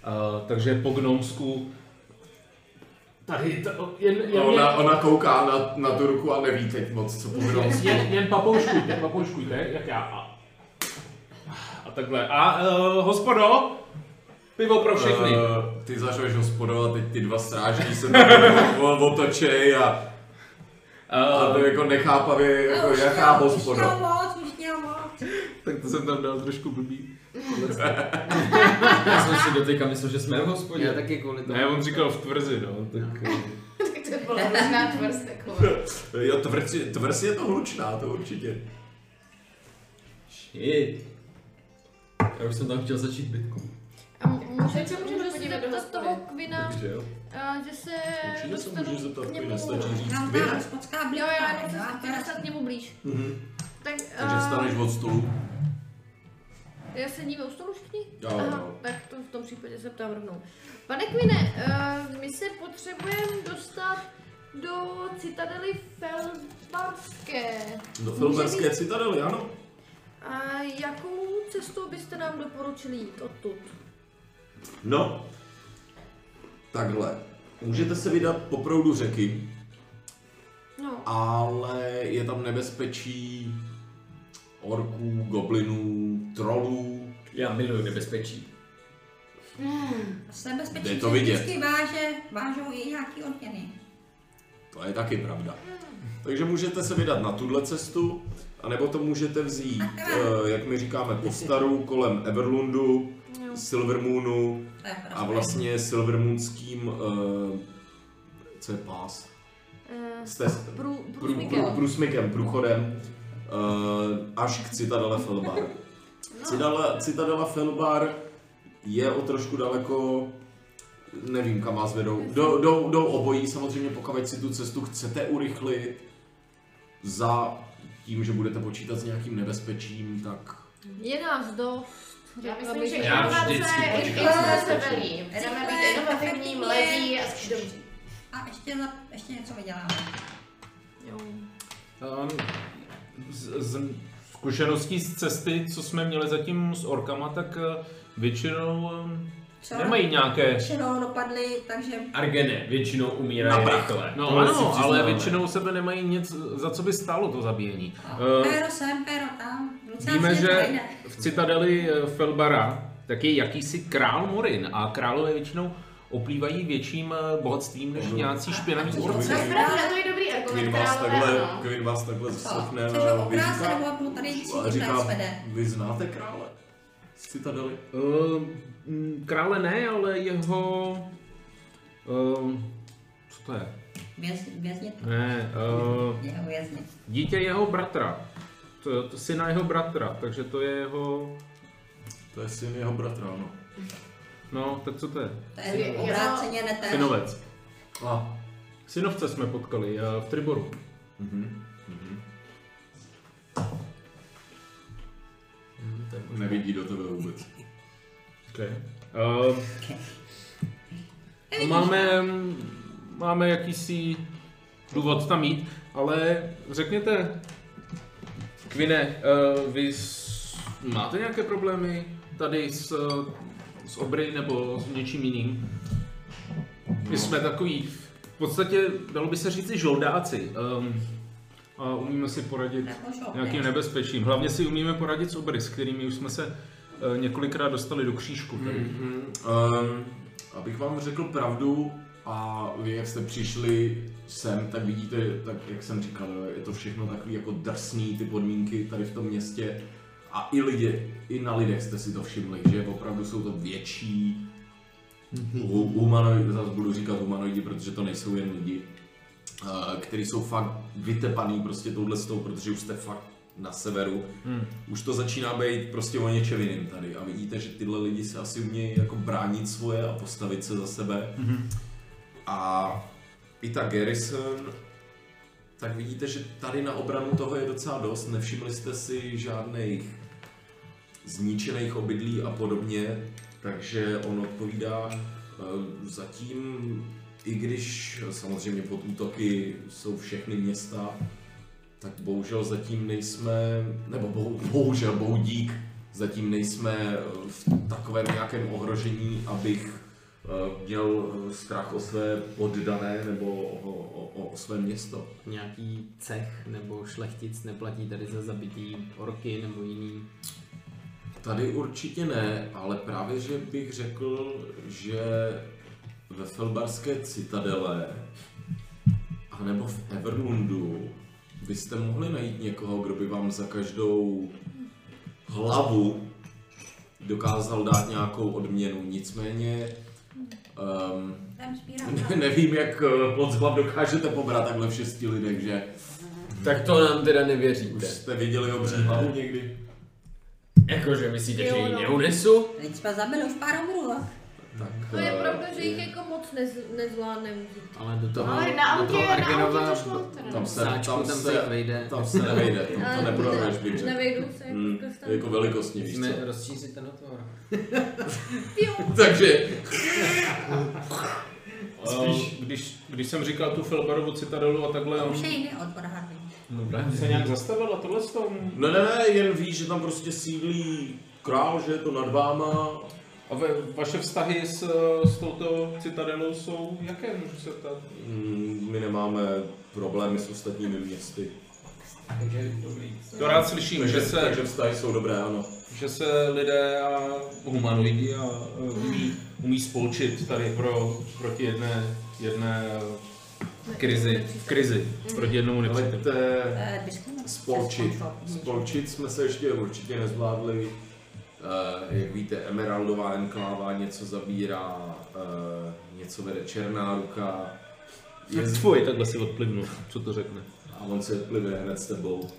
S3: Eh, takže po gnomsku... Tady, t- jen, jen,
S1: Ona, ona kouká na, na tu ruku a neví teď moc, co povedou.
S3: jen, jen papouškujte, papouškujte, jak já. A, a takhle. A uh, hospodo, pivo pro všechny.
S1: Eh, ty zařveš hospodu a teď ty dva strážní se tam o- o- otočej a... A to
S3: Uh,
S1: jako nechápavě, jako
S2: už
S1: jaká
S2: měl- Už
S1: hospoda.
S2: měl moc, už měl moc.
S3: tak to jsem tam dal trošku blbý.
S19: Já jsem si doteďka myslel, že jsme v
S5: Já
S19: hospodě.
S5: taky kvůli tomu.
S3: Ne, on říkal v tvrzi, no. Tak, eh,
S11: Tak to byla hrozná tvrz taková.
S1: Jo, tvrz, je- tvrz je to hlučná, to určitě.
S19: Shit. Já už jsem tam chtěl začít bitku.
S4: A můžu
S11: se
S4: se
S11: můžeme
S4: můžu se
S11: podívat do
S4: zeptat
S11: hospody.
S4: toho kvina,
S19: Takže jo.
S4: a, že se
S1: Určitě se
S4: Eh, dostanu
S1: můžeš zeptat,
S4: k
S1: kdy
S4: němu-
S1: nestačí říct
S2: Tam
S1: vy.
S2: ta hospodská
S4: Jo,
S2: blízka.
S4: já jenom se chci dostat k němu blíž. Tak,
S1: Mhm.
S4: eh,
S1: Takže
S4: a,
S1: vstaneš od stolu.
S4: Já sedíme u stolu všichni?
S1: Jo,
S4: Aha,
S1: jo.
S4: tak to v tom případě se ptám rovnou. Pane Kvine, eh, my se potřebujeme dostat do citadely Felbarské.
S1: Do
S4: Může
S1: filmerské citadely, ano.
S4: A jakou cestou byste nám doporučili jít odtud?
S1: No, takhle. Můžete se vydat po proudu řeky,
S4: No,
S1: ale je tam nebezpečí orků, goblinů, trolů.
S19: Já miluju nebezpečí.
S2: S nebezpečí
S1: Jde
S2: se
S1: to vidět.
S2: vždycky váže, vážou i nějaký odměny.
S1: To je taky pravda. Takže můžete se vydat na tuhle cestu, anebo to můžete vzít, eh, jak my říkáme, po staru, kolem Everlundu,
S4: jo.
S1: Silvermoonu
S2: To je
S1: a
S2: prostě-
S1: vlastně Silvermoonským, eh, co je pás,
S4: Eh,
S1: Jste s-
S4: prů,
S1: prů, prů,
S4: průsmykem.
S1: průsmykem, průchodem eh, až k Citadele Felbar.
S2: No.
S1: Citadela, Citadela Felbar je o trošku daleko, nevím kam vás vedou, jdou, jdou, jdou obojí samozřejmě, pokud si tu cestu chcete urychlit za tím, že budete počítat s nějakým nebezpečím, tak
S4: Je nás dost.
S11: Já
S4: řekla
S11: myslím,
S4: bych,
S11: že
S19: Já
S11: inovace,
S19: vždycky počkám,
S11: inovace
S19: co
S11: se
S19: stačí.
S11: velí. Chceme být
S2: Rychle,
S11: inovativní,
S2: efektivně.
S11: mladí a skvělí.
S2: A ještě, za- ještě něco vyděláme.
S4: Jo.
S3: um, z, z zkušeností z cesty, co jsme měli zatím s orkama, tak eh, většinou um,
S2: Co?
S3: nemají nějaké
S2: Většinou dopadly, takže
S19: Argene většinou jako umírají rychle.
S3: No
S19: Tohle si
S3: ano,
S19: přiznáme.
S3: ale většinou u sebe nemají nic, za co by stálo to zabíjení. Eh,
S2: péro sem, péro tam. Lucián
S3: Víme,
S2: si něco
S3: že
S2: najde.
S3: v citadeli eh, Felbara tak je jakýsi král Morin a králové většinou oplývají větším eh, bohatstvím než nějací špinaví orci.
S11: To je pravda, No, to je dobrý argument,
S1: Kvin vás
S11: králové,
S1: takhle,
S11: ano.
S1: Kvin vás takhle zaslechne
S2: Chceš ho
S1: a vy
S2: obrázat,
S1: říká-
S2: nebo jak mu tady
S1: a
S2: cítím,
S1: říká,
S2: tak svede?
S1: vy znáte krále z Citadely?
S3: Eh, mm, Krále ne, ale jeho... eh, Co to je?
S2: Věz- Věznit.
S3: Ne, eh,
S2: Jeho věznit.
S3: dítě jeho bratra. To, to syna jeho bratra, takže to je jeho...
S1: To je syn jeho bratra, ano.
S3: No, tak co to je?
S2: To
S11: Je-
S2: je obráceně
S3: Eh.
S2: netéž.
S3: Synovec.
S1: A.
S3: Synovce jsme potkali eh, v Triboru.
S1: Mhm. Mhm.
S19: Hm, to je možná.
S1: Nevidí do tebe vůbec.
S3: Okay. Uh, okay. Máme, máme jakýsi důvod tam jít, ale řekněte, Kvine, uh, vy s, máte nějaké problémy tady s, eh, s obry nebo s něčím jiným? My jsme takový, v podstatě dalo by se říct i žoldáci. Um, a umíme si poradit
S2: Jako
S3: nějakým
S2: žoldné.
S3: nebezpečím. Hlavně si umíme poradit s obry, s kterými už jsme se eh, několikrát dostali do křížku. Mm.
S19: Hmm.
S1: Mhm. Um, abych vám řekl pravdu, a vy jak jste přišli sem, tak vidíte, tak jak jsem říkal, jo, je to všechno takový jako drsný, ty podmínky tady v tom městě. A i lidi, i na lidech jste si to všimli, že opravdu jsou to větší hu- humanoidi, zase budu říkat humanoidi, protože to nejsou jen lidi, eh, který jsou fakt vytepaný prostě touhle s tou, protože už jste fakt na severu.
S3: Hmm.
S1: Už to začíná být prostě o něčem jiným tady a vidíte, že tyhle lidi se asi umějí jako bránit svoje a postavit se za sebe. A i ta Garrison, tak vidíte, že tady na obranu toho je docela dost. Nevšimli jste si žádných zničených obydlí a podobně, takže on odpovídá eh, zatím, i když eh, samozřejmě pod útoky jsou všechny města, tak bohužel zatím nejsme, nebo bohu, bohužel, bohu dík, zatím nejsme eh, v takovém nějakém ohrožení, abych eh, měl eh, strach o své poddané nebo o, o, o, o své město.
S5: Nějaký cech nebo šlechtic neplatí tady za zabitý orky nebo jiný.
S1: Tady určitě ne, ale právě, že bych řekl, že ve Felbarské citadele A nebo v Everlundu byste mohli najít někoho, kdo by vám za každou hlavu dokázal dát nějakou odměnu. Nicméně um,
S2: Tam sbírám.
S1: nevím, jak eh, moc hlav dokážete pobrat takhle v šesti lidech, že?
S19: Tak to nám teda
S1: Už
S19: nevěříte.
S1: jste viděli obří hlavu někdy?
S19: Jakože myslíte, že
S4: Jo,
S19: ji
S4: no.
S19: neunesu?
S2: Teď jsme zabili už pár omrů.
S1: Tak,
S4: To je
S1: eh,
S4: pravda, že jich jako moc nez, nezvládnem.
S5: Ale do
S1: jako
S5: toho,
S11: Ale na
S5: do toho
S11: autě, na autě to
S5: Argenova
S11: šlo. teda.
S1: tam se,
S5: sáčku
S1: tam
S5: tam se jich
S1: se,
S5: vejde.
S1: tam se nevejde, tam
S4: Ale
S1: to neprohraješ, bych řekl.
S4: Nevejdu se.
S1: Mm,
S4: prostě.
S1: jako velikostně, víš co?
S5: Musíme rozčísit ten otvor.
S1: Takže
S3: Spíš,
S19: Eh,
S3: když, když jsem říkal tu Filbarovu citadelu a takhle,
S2: Už je jiný odbor Harvey.
S19: No právě.
S3: se nějak zastavila tohle s tom...
S1: no Ne, ne, ne, jen víš, že tam prostě sídlí král, že je to nad váma.
S3: A ve, vaše vztahy s, eh, s touto citadelou jsou jaké, můžu se ptát?
S1: Mm, My nemáme problémy s ostatními městy.
S3: To rád slyším,
S1: Takže,
S3: že, se,
S1: takže vztahy jsou dobré, ano.
S3: že se lidé a humanoidi a eh, umí, umí spolčit tady pro, proti jedné, jedné eh, krizi, v krizi, proti jednomu nepříteli.
S1: Hleďte,
S2: Eh, disclaimer.
S1: Spolčit. Spolčit jsme se ještě určitě nezvládli. Eh, jak víte, Emeraldová enkláva něco zabírá, eh, něco vede Černá ruka. Je z-
S3: Tvoj, takhle si odplivnu, co to řekne.
S1: a on se plive hned s tebou.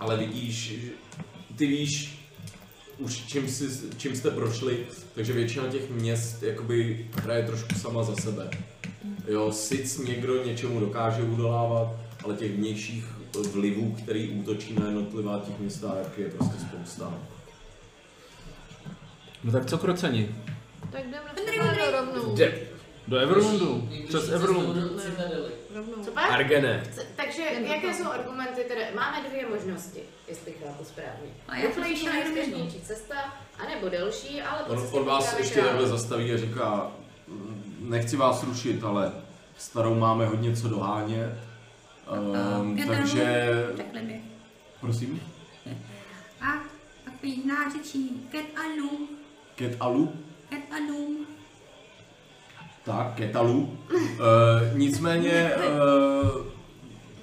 S1: Ale vidíš, že- ty víš už čím, jsi, čím jste prošli, takže většina těch měst jakoby hraje trošku sama za sebe. Jo, sic někdo něčemu dokáže udolávat, ale těch vnějších vlivů, který útočí na jednotlivá těch města, je prostě spousta.
S3: No tak co kroceni?
S4: Tak jdeme na rovnou.
S19: Jde.
S3: Do Everlundu, přes Everlund.
S4: Rovnou.
S11: Co pak?
S19: Argene.
S11: Co- Takže jaké jsou argumenty tedy? Máme dvě možnosti, jestli chápu správně.
S2: A já
S11: Rychlejší,
S2: jsem si myslela, že
S11: nejběžnější cesta, anebo delší, ale po
S1: On,
S11: cestě
S1: on vás
S11: potkáme
S1: ještě
S11: krále.
S1: takhle zastaví a říká, "Mm, nechci vás rušit, ale starou máme hodně co dohánět. Um,
S2: Pět
S1: takže,
S2: Armů, Řekli mi.
S1: prosím,
S2: A takový nářečí. Ket alum.
S1: Ket Alu,
S2: Ket alum.
S1: Tak, ketalu. E, nicméně e,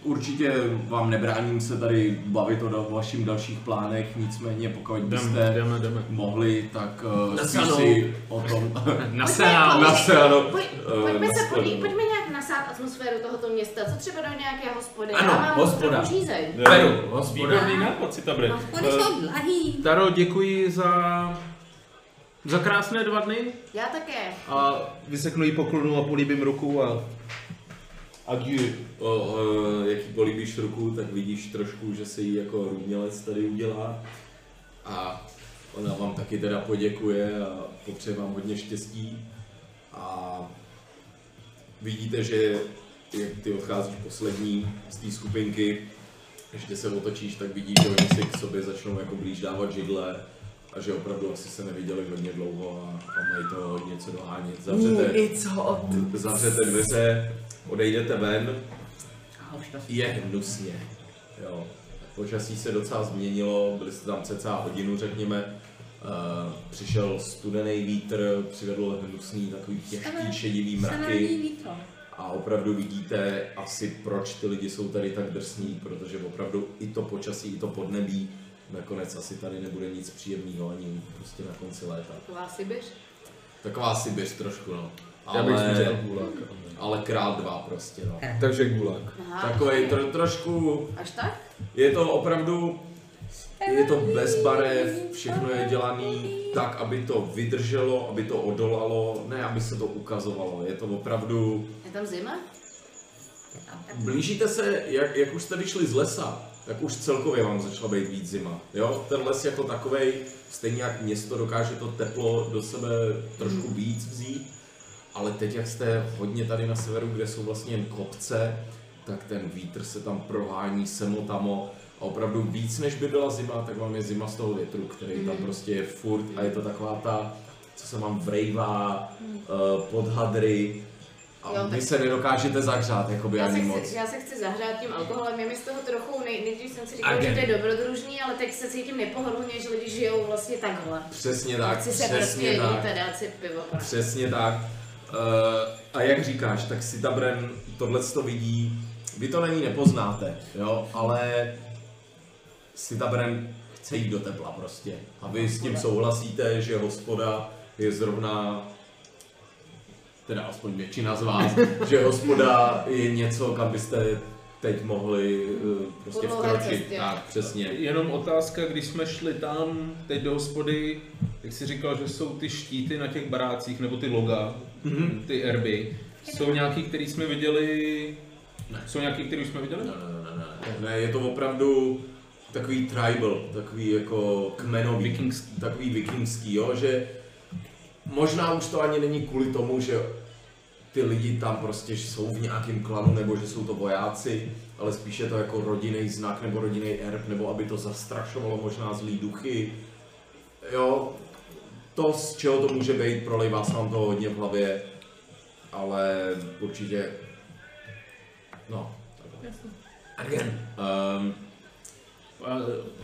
S1: určitě vám nebráním se tady bavit o da- vašich dalších plánech, nicméně pokud
S3: Jdeme,
S1: byste
S3: jdeme, jdeme.
S1: mohli, tak e, spíš
S19: Nasanou.
S1: si o tom
S19: jako-
S11: Nasál.
S1: nasáno.
S11: Pojď,
S1: Eh,
S11: pojďme, se
S1: na
S11: podí,
S1: skladu.
S11: pojďme nějak nasát atmosféru tohoto města. Co třeba do nějaké hospody?
S19: Ano,
S11: Já mám
S19: hospoda.
S11: trochu žízeň.
S19: Peru, hospoda.
S3: Výborný nápad, Citabry.
S2: Hospody jsou dlahý.
S3: Taro, děkuji za, za krásné dva dny.
S11: Já také.
S3: A vyseknu jí poklonu a políbím ruku a... Adieu.
S1: O, e, jak jí políbíš ruku, tak vidíš trošku, že se jí jako růmělec tady udělá. A ona vám taky teda poděkuje a popřeje vám hodně štěstí. A vidíte, že jak ty odcházíš poslední z té skupinky, ještě se otočíš, tak vidíš, že oni si k sobě začnou jako blíž dávat židle a že opravdu asi se neviděli hodně dlouho a, a mají to hodně co dohánět. Zavřete,
S19: It's hot.
S1: zavřete dveře, odejdete ven
S2: A už to
S1: je hnusně. Jo. Počasí se docela změnilo, byli jste tam cca hodinu, řekněme. Uh, přišel studený vítr, přivedl hnusný takový těžký
S2: Sever-
S1: šedivý
S2: severní
S1: mraky
S2: vítr.
S1: a opravdu vidíte asi proč ty lidi jsou tady tak drsní, protože opravdu i to počasí, i to podnebí, nakonec asi tady nebude nic příjemného ani prostě na konci léta.
S11: Taková Sibiř.
S1: Taková Sibiř trošku, no.
S19: Já bych spíš jako no. dal
S1: Ale,
S19: gulák.
S1: ale krát dva prostě, no.
S19: Takže gulák.
S11: Aha,
S1: Takový tro, trošku
S11: Až tak?
S1: Je to opravdu, je to bez barev, všechno je dělaný tak, aby to vydrželo, aby to odolalo, ne aby se to ukazovalo. Je to opravdu,
S11: Je tam zima?
S1: blížíte se, jak, jak už jste vyšli z lesa, tak už celkově vám začala být víc zima. Jo, ten les jako takovej, stejně jak město dokáže to teplo do sebe trošku
S11: Hmm.
S1: víc vzít, ale teď jak jste hodně tady na severu, kde jsou vlastně jen kopce, tak ten vítr se tam prohání semo tamo a opravdu víc než by byla zima, tak vám je zima z toho větru, který
S11: Hmm.
S1: tam prostě je furt a je to taková ta, co se vám vrejvá, eh, pod hadry a
S11: Hmm. Jo,
S1: vy
S11: tak-
S1: se nedokážete jako zahřát jakoby
S11: Já se,
S1: ani moc.
S11: chci, já se chci zahřát tím alkoholem, je mi z toho trochu, nej, nejdřív jsem si říkala,
S19: Again.
S11: že to je dobrodružný, ale teď se cítím nepohodlně, že lidi žijou vlastně takhle.
S1: Přesně tak,
S11: chci se
S1: přesně
S11: prostě
S1: tak,
S11: jít a dát si pivo.
S1: přesně tak. Eh, a jak říkáš, tak si Dabren tohle to vidí, vy to na ní nepoznáte, jo, ale si Dabren chce jít do tepla prostě. A vy s tím souhlasíte, že hospoda je zrovna teda aspoň většina z vás, že hospoda je něco, kam byste teď mohli eh, prostě
S11: Po dlouhé
S1: vkročit.
S11: cestě.
S1: Tak, přesně.
S3: Jenom otázka, když jsme šli tam, teď do hospody, jak jsi říkal, že jsou ty štíty na těch barácích, nebo ty loga, mm-hmm. ty erby. Jsou nějaký, který jsme viděli...
S1: Ne.
S3: Jsou nějaký, který už jsme viděli?
S1: Ne, ne, ne, ne, no, ne, je to opravdu takový tribal, takový jako kmenový, vikingský. takový vikingský, jo, že možná už to ani není kvůli tomu, že ty lidi tam prostě jsou v nějakém klanu, nebo že jsou to vojáci, ale spíše to jako rodinný znak, nebo rodinný erb, nebo aby to zastrašovalo možná zlý duchy. Jo, to, z čeho to může být, prolejvá se vám to hodně v hlavě, ale určitě, no, Arjen. Um,
S3: A, e,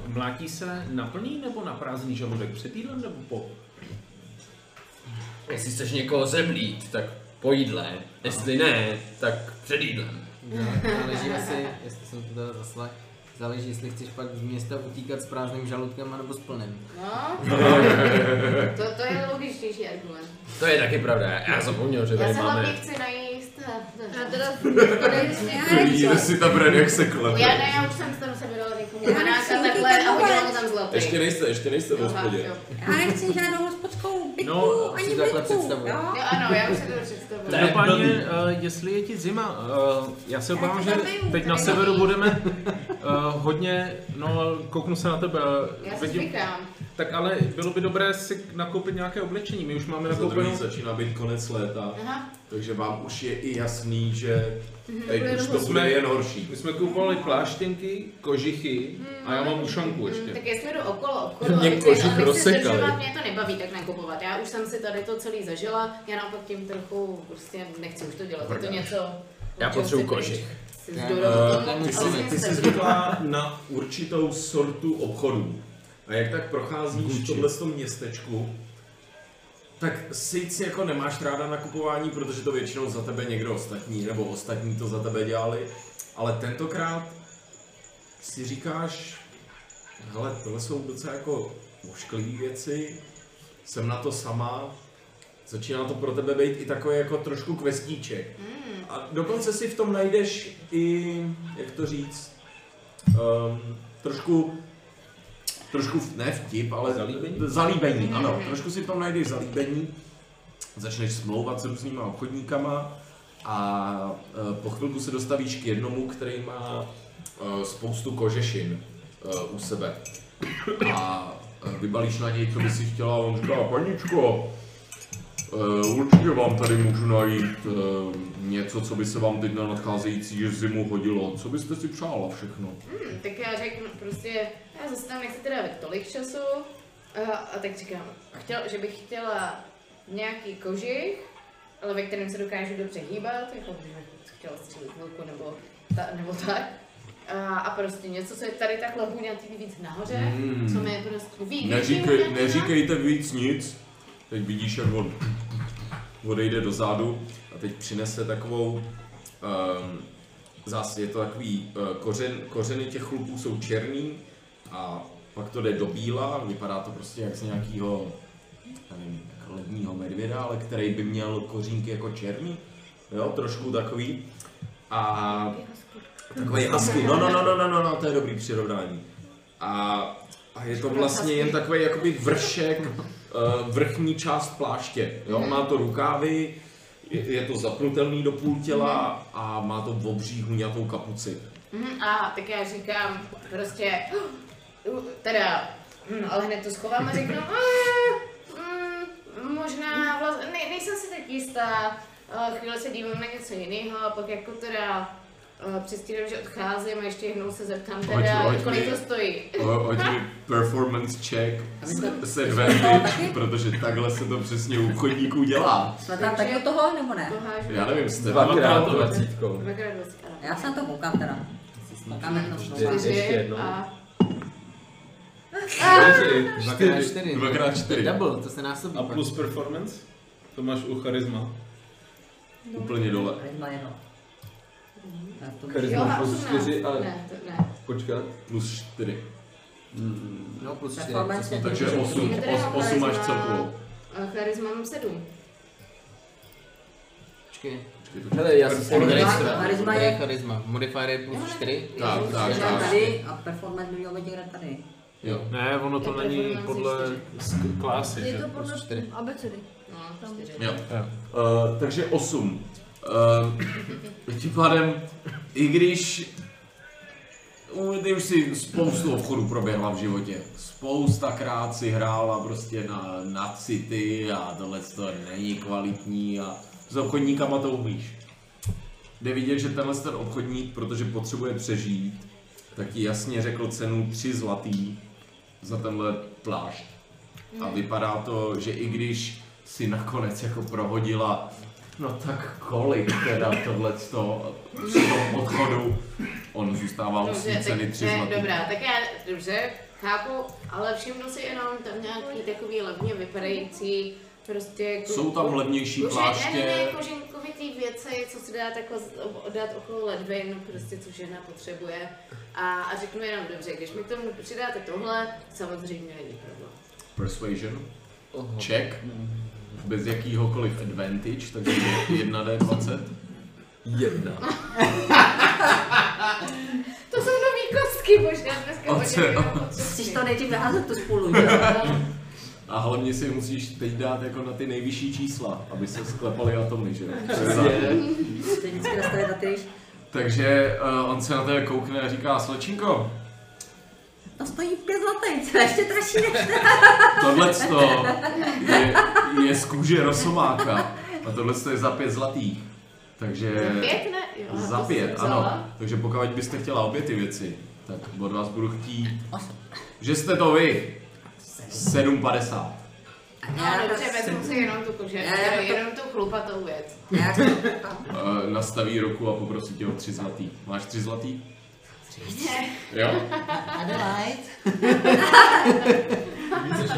S3: Mlátí se na plný nebo na prázdný žaludek? Před jídlem nebo po?
S19: Jestli chceš někoho zemlít, tak po jídle. Jestli ne, tak před jídlem.
S5: No, Záleží asi, jestli jsem to teda zaslech, záleží, jestli chceš pak z města utíkat s prázdným žaludkem anebo s plným.
S11: No, to, to je logičtější argument.
S19: To je taky pravda, já zapomněl, že
S11: Já
S19: tady
S11: se hlavně
S19: máme...
S11: chci najíst. eh,
S4: Já teda to nejistě
S1: Vidíte si tam red, jak se klebe.
S11: Já ne, já už jsem tam se vydala někomu
S2: Já
S11: panáka
S2: nechci jít
S11: takhle a
S2: vůbec.
S11: hodila mu tam zlatý.
S1: Ještě nejste, ještě nejste v
S11: Aha,
S1: hospodě.
S11: jo.
S2: Já nechci žádnou hospodskou bytku,
S3: No,
S2: ani
S5: si to takhle
S2: bytku,
S5: představuji.
S2: jo?
S11: Jo, ano, já už si to představuju.
S19: To je
S3: Každopádně,
S19: blbý.
S3: eh, jestli je ti zima, eh, já se obávám, že
S2: zabiju,
S3: teď
S2: to
S3: na
S11: je
S3: severu
S11: blbý.
S3: budeme eh, hodně, no kouknu se na tebe, eh,
S11: Já se zvykám.
S3: tak ale bylo by dobré si nakoupit nějaké oblečení, my už máme
S1: Za druhý
S3: nakoupeno,
S1: začíná být konec léta,
S11: Aha,
S1: takže vám už je i jasný, že teď už to
S3: Jsme-
S1: bude jen horší.
S3: my jsme kupovali pláštěnky, kožichy a já mám ušanku
S11: mm,
S3: ještě.
S11: tak jestli jdu okolo obchodu a
S19: Mě
S11: nechci,
S19: kožich
S11: a nechci
S19: rozsekali.
S11: zdržovat, mě to nebaví tak nakupovat. Já už jsem si tady to celý zažila, já naopak tím trochu prostě nechci už to dělat. Je to něco...
S19: Já
S11: o čem
S19: potřebuju
S11: si pryč.
S19: kožich.
S11: Si
S5: Já-
S11: zdorovat
S5: Eh,
S11: tomu,
S5: ten
S11: ale
S5: musíme,
S11: vlastně
S1: Ty jsi
S11: jsem-
S1: zvyklá na určitou sortu obchodů. A jak tak procházíš v tomhle tom městečku, tak sice jako nemáš ráda nakupování, protože to většinou za tebe někdo ostatní, nebo ostatní to za tebe dělali, ale tentokrát si říkáš, hele, tohle jsou docela jako ošklivé věci, jsem na to sama, začíná to pro tebe být i takový jako trošku kvestíček. A dokonce si v tom najdeš i, jak to říct, um, trošku, trošku, v- ne vtip, ale
S3: Zalíbení?
S1: zalíbení, ano, trošku si v tom najdeš zalíbení, začneš smlouvat s různýma obchodníkama a eh, po chvilku se dostavíš k jednomu, který má eh, spoustu kožešin eh, u sebe. A eh, vybalíš na něj, co by si chtěla, a on říká, paničko, Uh, určitě vám tady můžu najít uh, něco, co by se vám teď na nadcházející zimu hodilo. Co byste si přála všechno?
S11: Hmm, tak já řeknu prostě, já zase tam nechci teda tolik času, a, a tak říkám, a chtěl, že bych chtěla nějaký kožich, ale ve kterém se dokážu dobře hýbat, jako bych chtěla střílet vlku nebo, ta, nebo tak. A, a prostě něco, co je tady takhle hůňatý víc nahoře,
S1: Mm.
S11: co mi je prostě víc
S1: Neříkej, neříkejte víc nic. Teď vidíš, jak on odejde dozadu a teď přinese takovou... Um, zase je to takový... Uh, kořen, kořeny těch chlupů jsou černý a pak to jde do bíla. Vypadá to prostě jak z nějakého nevím, jak ledního medvěda, ale který by měl kořínky jako černý. Jo, trošku takový. A takový husky. No, no, no, no, no, no, no, to je dobrý přirovnání. A a je to vlastně jen takový jakoby vršek, eh, vrchní část pláště. Jo? Má to rukávy, je, je to zapnutelný do půl těla a má to obří huňatou kapuci.
S11: Mm, a tak já říkám prostě, "Oh, teda, mm, ale hned to schovám a řeknu, "Eh, mm, možná, vlastně, ne, nejsem si teď jistá, eh, chvíli se dívám na něco jiného a pak jako teda eh, přestírám, že odcházím a ještě jednou se zeptám teda,
S1: Hoď- hoď
S11: kolik
S1: mi-
S11: to stojí.
S1: Ho- Hoď mi Eh, performance check s- s advantage, protože takhle se to přesně u chodníků dělá.
S2: Jsme tam tak do toho, nebo ne?
S11: To hážu.
S1: Já nevím, jste
S19: Dvakrát
S1: to
S19: dvacítkou.
S11: Dvakrát dvacet, ano.
S2: Já se na to koukám teda. Koukám jak to
S19: Čtyři.
S2: koukám.
S11: Čtyři
S19: ještě jednou.
S11: a-
S5: Dvakrát čtyři.
S1: Dvakrát čtyři.
S5: no. Double, to se násobí
S3: A
S5: pak.
S3: plus performance? To máš u charisma.
S1: Úplně dole.
S18: Charisma jedno. Já to
S19: Charisma.
S11: Jo, a
S19: plus
S11: 18.
S19: čtyři a-
S11: Ne, to ne.
S19: Počkat.
S1: Plus 4.
S19: Mm.
S5: No, plus 4.
S18: Performance je
S1: Takže
S18: to, že-
S1: 8,
S11: Já teda mám
S1: 8 až
S11: charisma.
S1: celkovou.
S11: A charisma mám sedm.
S5: Počkej.
S1: Počkej, to-
S19: Hele, já jsem se
S18: Charisma,
S19: nejsem.
S18: charisma
S5: Tady
S18: je
S5: je charisma. Modifier je plus 4.
S1: Tak,
S11: Jo,
S1: tak,
S11: čtyři.
S18: Hrát
S1: tak.
S18: tady a performance by měl být hrát tady.
S1: Jo.
S3: Ne, ono to
S11: Já
S3: není
S11: performance
S3: podle sk- klásy,
S4: Je
S3: že?
S4: to podle
S1: prostě-
S5: čtyři.
S4: abecedy.
S11: No,
S4: Tam.
S11: čtyři.
S1: Jo. Uh, takže 8. Uh, tím pádem, i když u- ty už si spoustu obchodů proběhla v životě. Spoustakrát si hrála prostě na, na city a tohle to není kvalitní a s obchodníkama to umíš. Jde vidět, že tenhle ten obchodník, protože potřebuje přežít, tak ti jasně řekl cenu 3 zlatý za tenhle plášť. A vypadá to, že i když si nakonec jako prohodila, no tak kolik teda tohleto při tom odchodu, on zůstával u svý ceny tři
S11: ne,
S1: zlatý.
S11: dobrá, tak já, dobře, chápu, ale všimnu si jenom tam nějaký takový levně vypadající, prostě... ku-
S1: Jsou tam levnější
S11: Kože- Ne, ne, ne,
S1: pláště,
S11: koženkovitý věci, co se dá takhle z- ob- dát okolo ledvin, prostě co žena potřebuje. A, a řeknu jenom dobře, když mi k tomu přidáte tohle, samozřejmě není problém.
S1: persuasion, check, bez jakýhokoliv advantage, takže 1d20.
S19: Jedna.
S11: To jsou nový kostky možná dneska.
S1: Od
S11: hodně
S1: co?
S11: jenom od
S18: Chceš
S11: kostky.
S18: to nejdřív vyházet tu spolu, že jo?
S1: A hlavně si musíš teď dát jako na ty nejvyšší čísla, aby se sklepali atomy, že jo?
S18: To je vždycky nastavit na ty,
S1: Takže uh, on se na tebe koukne a říká, slečinko,
S18: to stojí pět zlatých, co je ještě dražší než ten.
S1: Tohle je, je z kůže rosomáka. A tohle je za pět zlatých. Takže...
S11: Za pět, ne? Jo, to no.
S1: Za
S11: jsem
S1: pět,
S11: vzala.
S1: ano. Takže pokud byste chtěla obě ty věci, tak od vás budu chtít, že jste to vy. 7,50.
S11: No, dobře, vezmu si jenom tu kože,
S18: Já- já-
S11: jenom tu chlupatou věc.
S18: Já
S1: Eh, Nastaví roku a poprosí tě o tři zlatý. Máš tři zlatý? Tři. Jo?
S18: Adelaide.
S19: Více než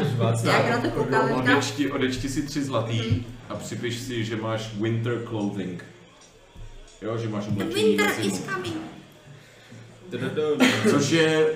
S18: Jak na to koukám, říkám,
S1: Odečti, odečti si tři zlatý
S2: Mhm.
S1: a připiš si, že máš winter clothing. Jo, že máš oblečení na
S2: Winter
S1: zimu.
S2: is coming.
S1: Což je,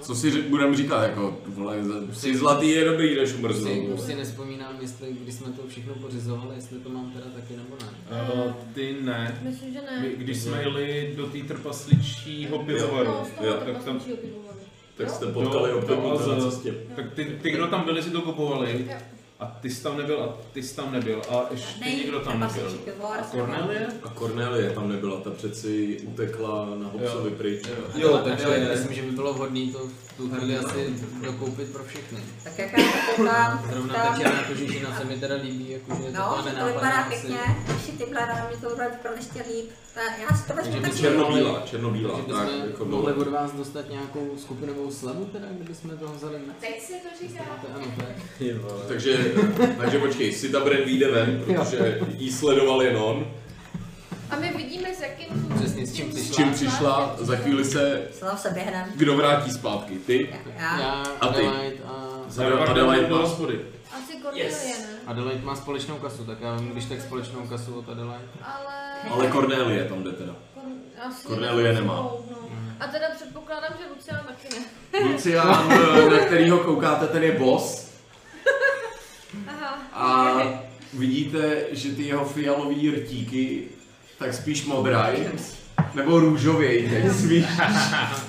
S1: co si ř- budem říkat, jako, vole, za- jsi zlatý je dobrý, než
S5: Si,
S1: umrznout.
S5: už si
S1: vole.
S5: nespomínám, jestli když jsme to všechno pořizovali, jestli to mám teda taky nebo ne.
S3: Eh, Ty ne.
S4: Myslím, že ne.
S3: My, když jsme jeli do té trpasličího pivovaru,
S4: Mhm. No, z toho
S1: Jo,
S4: to
S3: tak tam-
S4: pasličího pivovaru.
S1: Tak jste
S3: potkali
S1: potkali
S3: Jo,
S1: opět
S3: to-
S1: na cestě.
S3: tak ty, ty, kdo tam byli, si to kupovali.
S4: Jo.
S3: A ty jsi tam nebyl, a ty jsi tam nebyl, a ještě
S18: Nej,
S3: nikdo tam
S18: kapasičí
S3: nebyl.
S18: pivor.
S3: A Cornelie?
S1: A Cornelie tam nebyla, ta přeci utekla na Hobsovi pryč.
S19: Jo,
S5: Jo,
S19: takže-
S5: takže myslím, že by bylo vhodné to v tu chvíli asi dokoupit pro všechny.
S18: Tak jak já to koukám,
S5: Zrovna ta
S18: tam-
S5: černá kožešina se mi teda líbí, jakože
S18: No,
S5: je
S18: že
S5: taková
S18: to vypadá
S5: nenápadná asi.
S18: pěkně, ještě ty bláda, mě to bude vypadat ještě líp. Ta- Já si to vezmu
S5: Takže
S18: tak
S5: to
S1: Černobílá, černobílá,
S5: Takže
S1: tak
S5: bychom
S1: jako
S5: mohli
S1: bylo.
S5: od vás dostat nějakou skupinovou slevu teda, kdybychom toho vzali na
S21: Teď si to říká.
S5: to je ano, to je.
S1: Takže, takže počkej, si ta Bren vyjde ven, protože jí sledoval jen on.
S4: A my vidíme, s jakým...
S5: Přesně, s čím ty
S1: S čím přišla, za chvíli se,
S18: Slav se běhnem.
S1: kdo vrátí zpátky, ty?
S18: Já,
S5: Já,
S1: A ty?
S5: Adelaide a...
S1: Adelaide- Adelaide
S3: do
S1: má-
S3: hospody.
S4: Asi Cornelie, ne?
S5: Adelaide má společnou kasu, tak já vím, když tak společnou kasu od Adelaide.
S4: Ale...
S1: Ale Cornelie tam jde teda.
S4: Kon- Asi
S1: Cornelie nemá.
S4: No. A teda předpokládám, že Luciana taky ne.
S1: Lucián, eh, na kterýho koukáte, ten je boss. A vidíte, že ty jeho fialové rtíky tak spíš modraj, nebo růžověj teď spíš.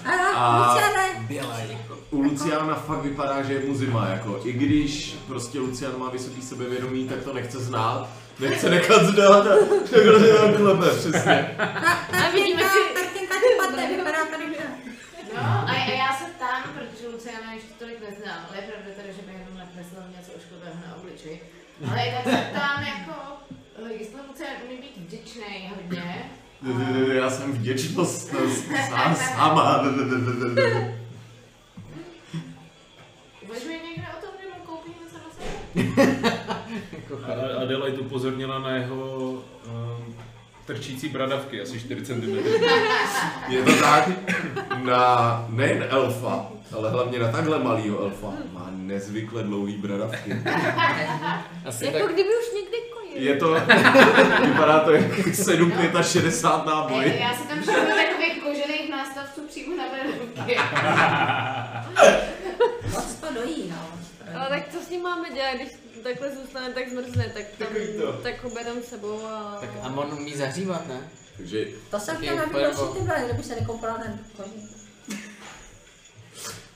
S1: A
S2: no,
S18: Luciane,
S1: u Luciána fakt vypadá, že je mu zima, jako. I když prostě Lucián má vysoký sebevědomí, tak to nechce znát. Nechce nechat znát a takhle se tam klepe, přesně.
S18: ta
S11: A vidíme
S18: tartinka,
S11: si-
S18: tartinka ti padne, vypadá tady dobře.
S11: No, a, a já se ptám, protože Luciana ještě tolik neznám, ale je pravda teda, že bych jenom nakreslil něco ošklivého na obličeji. Ale i tak se ptám jako, eh, jestli Lucian umí být vděčný hodně.
S1: Já jsem vděčnost sám, sama.
S11: Uvažuje někde o tom, že mu koupím něco na sebe?
S3: A- Adelaide upozornila na jeho um, trčící bradavky, asi 4 cm.
S1: Je to tak, na nejen elfa, ale hlavně na takhle malýho elfa má nezvykle dlouhý bradavky.
S5: Asi tak
S4: Jako kdyby už někdy konil.
S1: Je to, vypadá to jak 7 a 60 náboj.
S11: Eh,
S21: Já si tam všimnu takových kožených nástavců přímo na bradavky.
S2: Moc to dojí, no.
S4: Ale tak co s ním máme dělat, když takhle zůstane, tak zmrzne, tak tam, tak ho berem s sebou a...
S5: Tak Amon umí zahřívat, ne?
S1: Takže
S2: To jsem
S5: Taky
S2: chtěla
S5: úplně
S2: vyprosit
S5: po-
S2: tyhle, kdyby se nekoupila ten koží.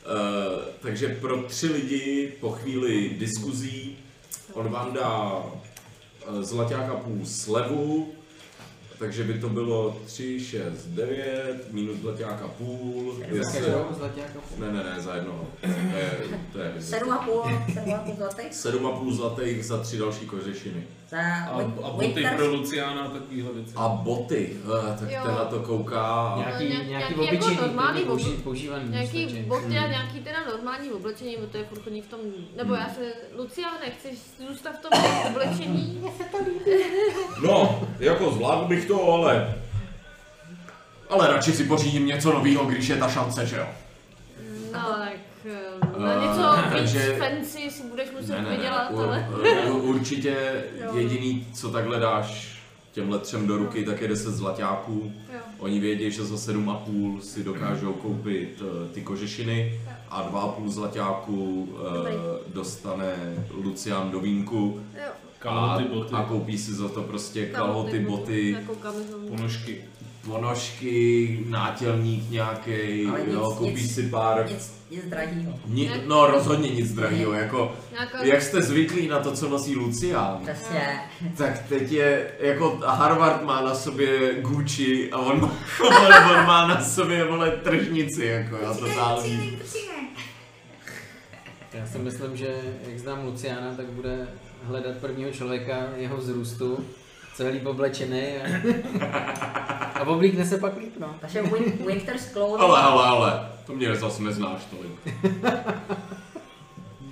S1: Eh, takže pro tři lidi po chvíli diskuzí on vám dá eh, zlaťák a půl slevu, takže by to bylo 3, 6, 9, minus zlaťák a půl.
S5: Za
S1: jestli-
S5: každou jako zlaťáka.
S1: Ne, ne, ne, za jednoho. To je, to je
S2: Sedm a půl, sedm a půl zlatých.
S1: 7,5 zlatých za tři další kožešiny.
S2: Za
S3: A, a boty pro Luciana a takovýhle věci.
S1: A boty, eh, tak
S4: Jo.
S1: tenhle to kouká. a-
S5: Nějaký,
S4: nějak-
S5: nějaký
S4: nějaký jako
S5: obyčejný,
S4: normální
S5: klidně použi-
S4: obu-
S5: používaný.
S4: Nějaký
S5: stačí.
S4: boty
S1: Hmm.
S4: a nějaký teda normální oblečení, bo to je furt chodí v tom, nebo já se, Lucia, nechceš zůstat v tom oblečení?
S1: No, jako zvládl bych to, ale... Ale radši si pořídím něco nového, když je ta šance, že jo?
S4: No tak, eh, na
S1: Eh,
S4: něco
S1: takže-
S4: víc fancy si budeš muset vydělat, ale...
S1: u, u, určitě jediný, co takhle dáš těmhle třem do ruky, tak je 10 zlaťáků.
S4: Jo.
S1: Oni vědí, že za 7,5 si dokážou koupit eh, ty kožešiny a 2,5 zlaťáků eh,
S4: Dobrý.
S1: dostane Lucian do vínku
S4: Jo,
S1: a,
S3: Kalhoty, boty,
S1: a koupí si za to prostě
S4: tam
S1: kalhoty,
S4: ty
S1: boty,
S4: Jako kamizonu.
S3: ponožky.
S1: ponožky, nátělník nějaký,
S2: Ale nic,
S1: jo, koupíš
S2: nic.
S1: si pár.
S2: Nic, nic drahýho.
S1: Ni,
S4: Ne.
S1: no rozhodně nic drahého, jako
S4: Nějaká...
S1: jak jste zvyklí na to, co nosí Lucián,
S2: Přesně.
S1: tak teď je, jako Harvard má na sobě Gucci a on má, vole, on má na sobě, vole, tržnici, jako, a totální.
S5: Já si myslím, že jak znám Luciana, tak bude hledat prvního člověka jeho vzrůstu, co je líp oblečený a, a oblíkne se pak líp, no.
S2: Takže win- Winter's Clothing,
S1: Ale, ale, ale, to mě zase neznáš tolik.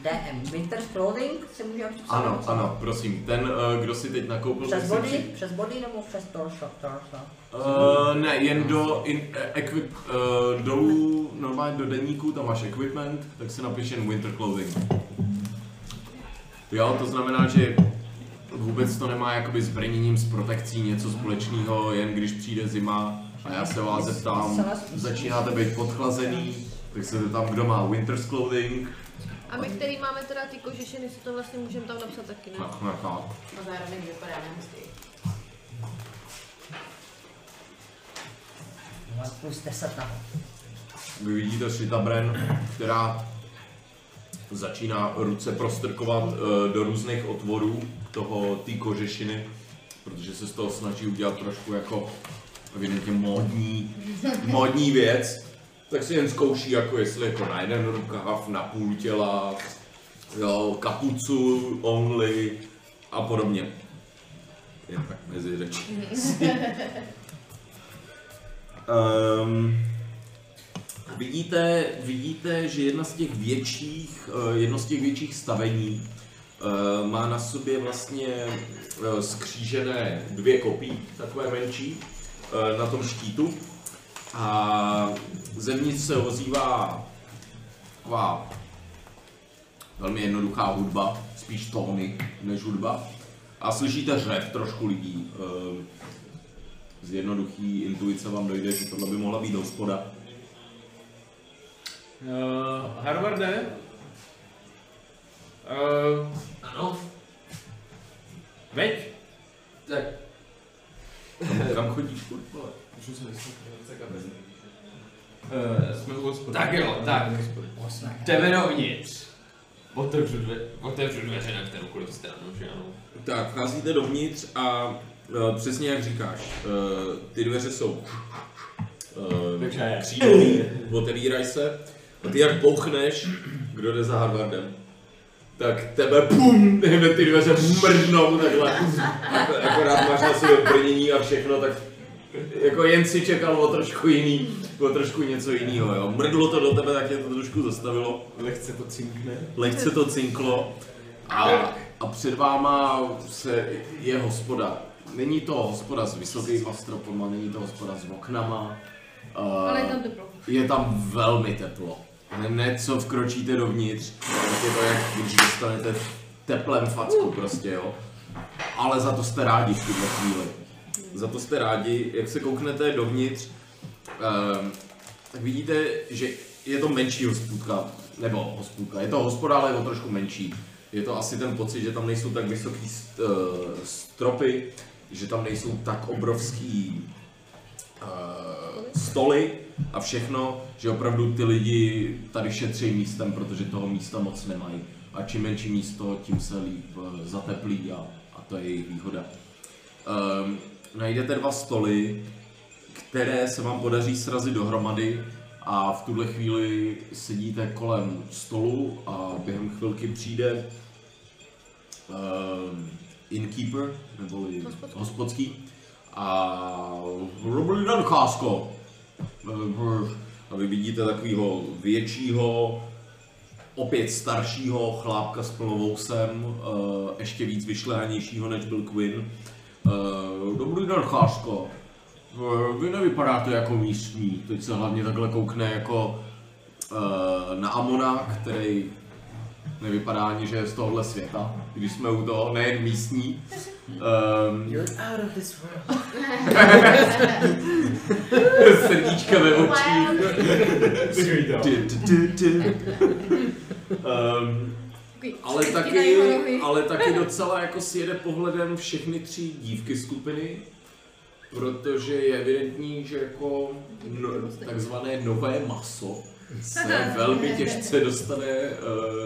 S2: DM. eh, Winter's Clothing se může připsat.
S1: Ano, ano, prosím, ten, eh, kdo si teď nakoupil...
S2: Přes
S1: tak si při-
S2: body, přes body nebo přes torso? torso.
S1: Eh, ne, jen do in, eh, equip, uh, dolů, normálně do denníku, tam máš equipment, tak si napiš jen winter clothing. Jo, to znamená, že vůbec to nemá jakoby s brněním, s protekcí něco společného, jen když přijde zima a já se vás zeptám, začínáte být podchlazený, tak se tam, kdo má winter's clothing,
S4: A my, který máme teda ty kožešiny, si to vlastně můžeme tam napsat taky, ne?
S1: tak, tak, tak.
S11: A No, zároveň vypadáme hustý.
S2: No, plus 10 na
S1: Vy vidíte Šita Bren, která začíná ruce prostrkovat eh, do různých otvorů toho té kožešiny, protože se z toho snaží udělat trošku jako evidentně módní, módní věc. Tak si jen zkouší, jako jestli jako na jeden rukáv, na půl těla, jo, kapucu, only a podobně. Jen tak mezi řečí. um, Vidíte, vidíte, že jedna z těch větších, eh, jedno z těch větších stavení eh, má na sobě vlastně eh, skřížené dvě kopí, takové menší, eh, na tom štítu. A zevnitř se ozývá taková velmi jednoduchá hudba, spíš tóny než hudba. A slyšíte řev trošku lidí. eh, Z jednoduchý intuice vám dojde, že tohle by mohla být hospoda.
S3: Uh, Harvarde? Uh,
S19: Ano,
S3: veď?
S19: tak
S1: Kam, kam chodíš, kurva? vole?
S19: Můžu se
S3: Uh, jsme u hospody.
S19: Tak jo, tak.
S3: Hospody.
S19: Jdeme dovnitř. Otevřu, dve, otevřu dveře na kteroukoliv stranu, že ano?
S1: Tak, vcházíte dovnitř a e, přesně jak říkáš, e, ty dveře jsou e, křídlí, otevírají se a ty jak bouchneš, kdo jde za Harvardem, tak tebe pum, hned ty dveře mrdnou takhle. Ak- Akorát máš na sobě brnění a všechno, tak jako jen si čekal o trošku jiný, o trošku něco jiného, jo. Mrdlo to do tebe, tak tě to trošku zastavilo.
S19: Lehce to cinkne.
S1: lehce to cinklo a, a před váma se je hospoda. Není to hospoda s vysokýma stropama, není to hospoda s oknama. Uh,
S4: Ale je tam teplo.
S1: je tam velmi teplo. Hned co vkročíte dovnitř, tak je to jak když dostanete teplem facku prostě, jo. ale za to jste rádi v tuhle chvíli. Za to jste rádi, jak se kouknete dovnitř, ehm, tak vidíte, že je to menší hospůdka, nebo hospůdka, je to hospoda, ale je to trošku menší. Je to asi ten pocit, že tam nejsou tak vysoký st- eh, stropy, že tam nejsou tak obrovský eh, stoly a všechno, že opravdu ty lidi tady šetří místem, protože toho místa moc nemají. A čím menší místo, tím se líp eh, zateplí a, a to je jejich výhoda. Um, najdete dva stoly, které se vám podaří srazit dohromady a v tuhle chvíli sedíte kolem stolu a během chvilky přijde um, innkeeper, neboli hospodský, hospodský a dobrý den, Chásko. A eh, vy vidíte takového většího, opět staršího chlápka s plnovousem, eh, ještě víc vyšlehanějšího než byl Quinn. Eh, Dobrý den, Chásko. Eh, Vy nevypadáte jako místní, teď se hlavně takhle koukne jako eh, na Amona, který nevypadá ani, že je z tohohle světa, když jsme u toho, nejen místní. Um,
S5: out of this world.
S1: srdíčka ve očích. Ty, ty, ty, ty. Ehm, ale taky, ale taky docela jako sjede pohledem všechny tři dívky skupiny, protože je evidentní, že jako no, takzvané nové maso se velmi těžce dostane eh,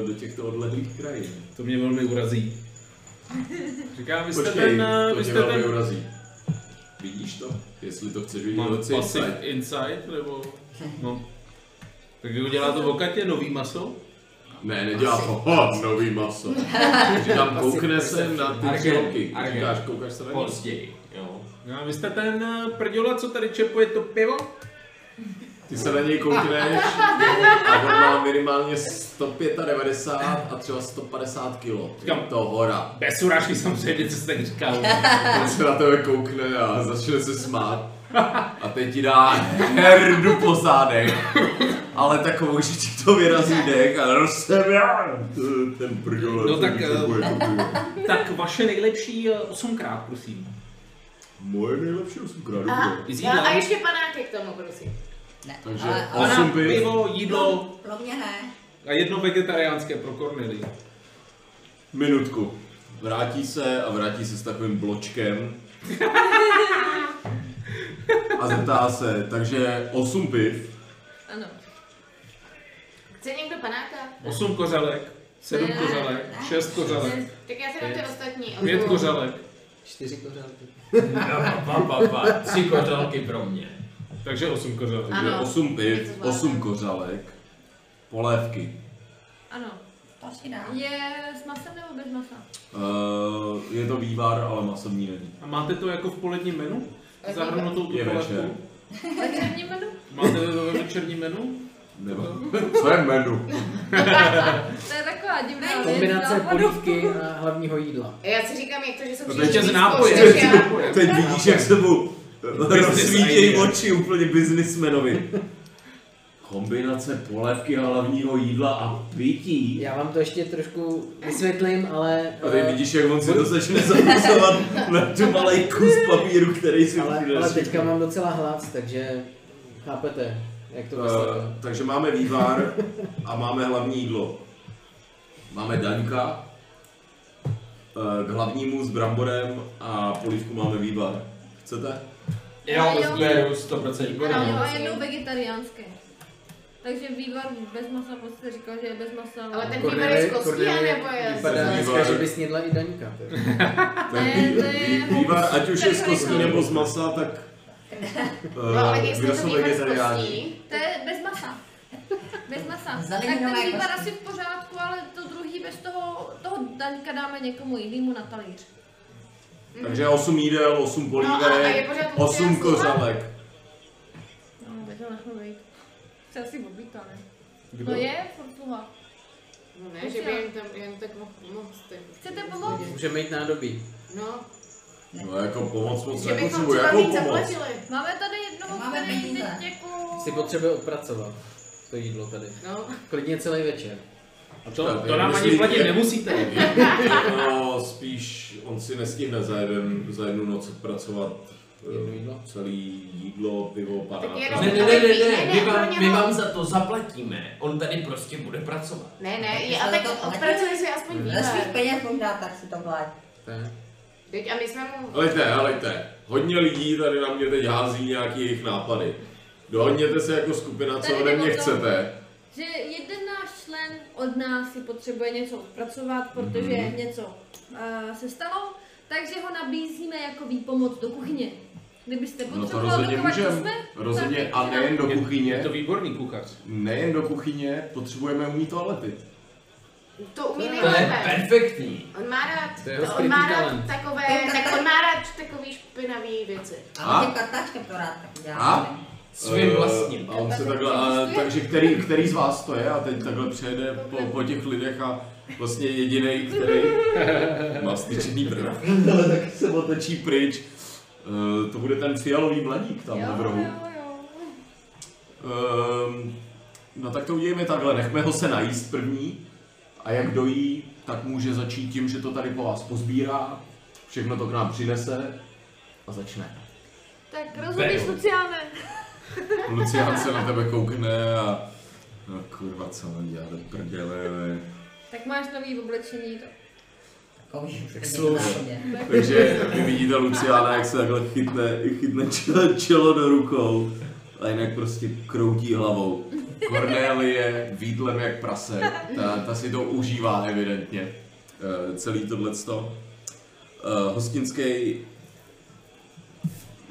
S1: do těchto odlehlých krajin.
S3: To mě velmi urazí. Říkám, vy jste
S1: Počkej,
S3: ten, eh,
S1: to
S3: vy
S1: tě
S3: jste
S1: velmi
S3: ten...
S1: urazí. Vidíš to? Jestli to chceš vidět,
S3: Mám
S1: hoci
S3: passive
S1: insight.
S3: insight, nebo... No. Takže udělá to v okatě nový maso?
S1: Ne, nedělá to. Ho, nový maso. Říkám, koukne se na ty tři
S19: Argen,
S1: roky.
S19: Argen.
S1: Říkáš, koukáš se na ně.
S19: Později, jo.
S3: No, vy jste ten eh, prděla, co tady čepuje to pivo?
S1: Ty se na něj koukneš a on má minimálně 195 a třeba 150 kg.
S3: Říkám,
S1: to hora.
S3: Bez urážky samozřejmě, co jste říkal.
S1: On se na tebe koukne a začne se smát. A teď ti dá herdu posádek. Ale takovou, že ti to vyrazí dech a rozsem ten prdol.
S3: No tak, tak vaše nejlepší eh, osmkrát, prosím.
S1: Moje nejlepší osmkrát.
S3: I s
S11: A,
S3: jídlem.
S11: a ještě panáky k tomu, prosím.
S2: Ne,
S1: Takže
S2: ale, ale
S3: Pana,
S1: osm piv.
S3: pivo, jídlo
S2: pro mě ne.
S3: a jedno vegetariánské pro Cornely.
S1: Minutku. Vrátí se a vrátí se s takovým bločkem. A zeptá se, takže 8 piv,
S4: Ano.
S11: Chce někdo panáka?
S3: Osm kořalek, sedm kořalek, šest kořalek,
S11: Tak já si dám ty ostatní.
S3: pět kořalek.
S5: Čtyři kořálky.
S19: Pa, pa, pa, tři kořalky pro mě.
S3: Takže osm kořalek.
S1: takže
S11: Ano.
S1: 8 piv,
S11: Něco
S1: 8
S11: zvládám.
S1: kořalek, polévky.
S4: Ano.
S2: To si dám.
S4: Je s masem nebo bez masa?
S1: Eh, je to vývar, ale masovní není.
S3: A máte to jako v poledním menu? Zahrnutou tu
S1: Je večer.
S3: polévku?
S4: Večerní menu?
S3: Máte to ve večerní menu?
S1: Nebo, co je menu?
S4: To je taková divná věc.
S5: Kombinace
S4: no,
S5: polívky a hlavního jídla.
S11: Já si říkám, jak to, že jsou
S1: No
S11: no,
S1: teď tě
S11: příští
S3: znápoje.
S11: spouštěč, já-
S1: Teď vidíš, jak se mu rozsvítějí
S3: idea.
S1: oči úplně biznismenovi. Kombinace polévky a hlavního jídla a pití.
S5: Já vám to ještě trošku vysvětlím, ale... eh,
S1: A teď vidíš, jak on si to začne zapisovat na tu malý kus papíru, který si
S5: Ale, ale
S1: přinesl.
S5: teďka mám docela hlad, takže chápete, jak to myslím.
S1: Eh, takže máme vývar a máme hlavní jídlo. Máme daňka, eh, k hlavnímu s bramborem a polívku máme vývar. Chcete?
S19: Já
S4: Jo.
S19: to zberu 100%.
S4: Ano, a jedno vegetariánské. Takže vývar bez masa, prostě říkal, že je bez masa.
S11: Ale ten
S5: Kornelie-
S11: výbor je z kostí,
S5: Kornelie
S11: anebo je z...
S5: Vypadá
S1: Jsem
S5: dneska,
S1: bývalý.
S5: že by snědla i Daňka.
S1: Tak
S4: Ne,
S1: vý,
S4: to je-
S1: vý, vývar, ať už je z kostí nebo z masa, tak...
S11: No,
S1: Uh,
S11: ale jestli
S1: kdo
S11: je to
S1: jsou
S11: výbor z
S1: vegetariáni?
S11: kostí,
S4: To je bez masa. Bez masa. tak
S2: Zeleninové
S4: ten vývar
S2: kosti.
S4: asi v pořádku, ale to druhý bez toho, toho daňka dáme někomu jinému na talíř.
S1: Takže 8 jídel, 8
S11: Mhm. No a- a je
S1: polívek,
S11: pořád
S1: 8
S11: potřeba sluha?
S1: kořalek.
S4: No, by to nechme být. Se asi oblíká, ne?
S3: Kdo?
S4: To je furt sluha.
S11: No ne, že by jim tam jen tak mohl pomoct. tak-
S4: Chcete pomoct?
S5: Můžeme jít nádobí.
S11: No,
S1: No jako pomoc moc
S11: že bychom
S1: nepotřebuji,
S11: třeba
S1: jakou
S11: víc
S1: pomoc?
S11: zaplatili.
S4: Máme tady jednoho,
S2: Nemáme
S4: který
S2: peníze.
S4: teď jako...
S5: Si potřebuje odpracovat to jídlo tady.
S11: No,
S5: Klidně celý večer.
S22: To, to nám ani platit nemusíte.
S1: no, spíš on si nestihne za, jeden, za jednu noc pracovat jídlo? celý jídlo, pivo, panáka.
S11: jenom-
S22: Ne, ne, ne, ne,
S11: Ne,
S22: ne,
S11: ne,
S22: my
S11: pro
S22: vám,
S11: něho-
S22: my vám za to zaplatíme. On tady prostě bude pracovat.
S11: Ne, ne, je, a tak odpracuje si aspoň
S2: Ze svých
S11: výber.
S2: peněz možná tak si to vláď.
S11: Teď a my jsme mu...
S1: Helejte, helejte, hodně lidí tady na mě teď hází nějaký jejich nápady. Dohodněte se jako skupina, co
S4: Tady
S1: ode mě
S4: jde o to-
S1: chcete.
S4: Že jeden náš člen od nás si potřebuje něco odpracovat, protože
S1: Mhm.
S4: něco uh, se stalo, takže ho nabízíme jako výpomoc do kuchyně. Kdybyste
S1: No to
S4: potřeboval
S1: rozhodně
S4: dokovat, co
S1: můžeme.
S4: jsme,
S1: Rozhodně
S4: tak
S1: a nejen do
S3: Je
S1: kuchyně.
S3: to výborný kuchař.
S1: Nejen do kuchyně, potřebujeme umít toalety.
S11: To umí
S3: To je
S11: nejlépe.
S22: Perfektní.
S11: On má rád,
S5: To je
S11: on
S5: skrytý
S11: má rád
S5: talent.
S11: takové,
S2: To je
S11: tak
S2: tak-
S11: on má rád takový špinavý věci.
S2: A
S1: A?
S2: my tím kartáčkem to rád taky
S1: A?
S2: děláme.
S22: Svým
S1: Eh,
S22: vlastním.
S1: A on se takhle, a, takže který, který z vás to je a teď takhle přejede po, po těch lidech a vlastně jediný, který má styčený brna, ale tak se otočí pryč. Eh, to bude ten fialový mladík tam na
S4: jo,
S1: vrhu.
S4: jo, jo.
S1: Ehm, no tak to udělejme takhle, nechme ho se najíst první a jak dojí, tak může začít tím, že to tady po vás pozbírá, všechno to k nám přinese a začne.
S4: Tak rozumíš, Luciane.
S1: Lucián se na tebe koukne a no kurva, co on dělá do prdele, ne?
S4: Tak máš nový oblečení. to-
S2: Kouš,
S1: Tak
S2: už teď je
S1: sluš.
S2: to záhodě.
S1: Takže vy vidíte Luciána, jak se takhle chytne, chytne čelo, čelo do rukou a jinak prostě kroutí hlavou. Cornélie výdlem jak prase, ta, ta si to užívá evidentně, eh, celý tohleto. Eh, Hostinský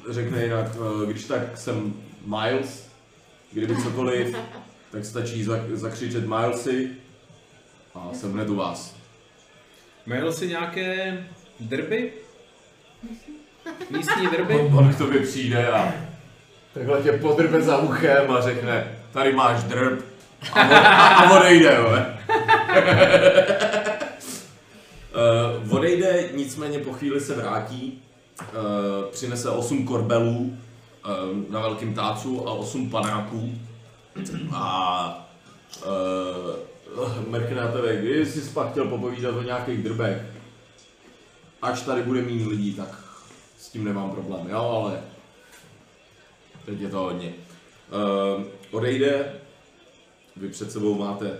S1: řekne jinak, eh, když tak jsem Miles, kdyby cokoliv, tak stačí zak- zakřičet Milesy a jsem hned u vás.
S3: Měl si nějaké drby? Místní drby?
S1: On, on k tobě přijde a takhle tě podrbe za uchem a řekne, tady máš drb a, o- a, a odejde, vole. uh, odejde, nicméně po chvíli se vrátí, uh, přinese 8 korbelů eh, na velkém tácu a 8 panáků a uh, mrkne na tebe, když jsi pak chtěl popovídat o nějakých drbech, až tady bude méně lidí, tak s tím nemám problém, jo, ale teď je to hodně. Ehm, odejde, vy před sebou máte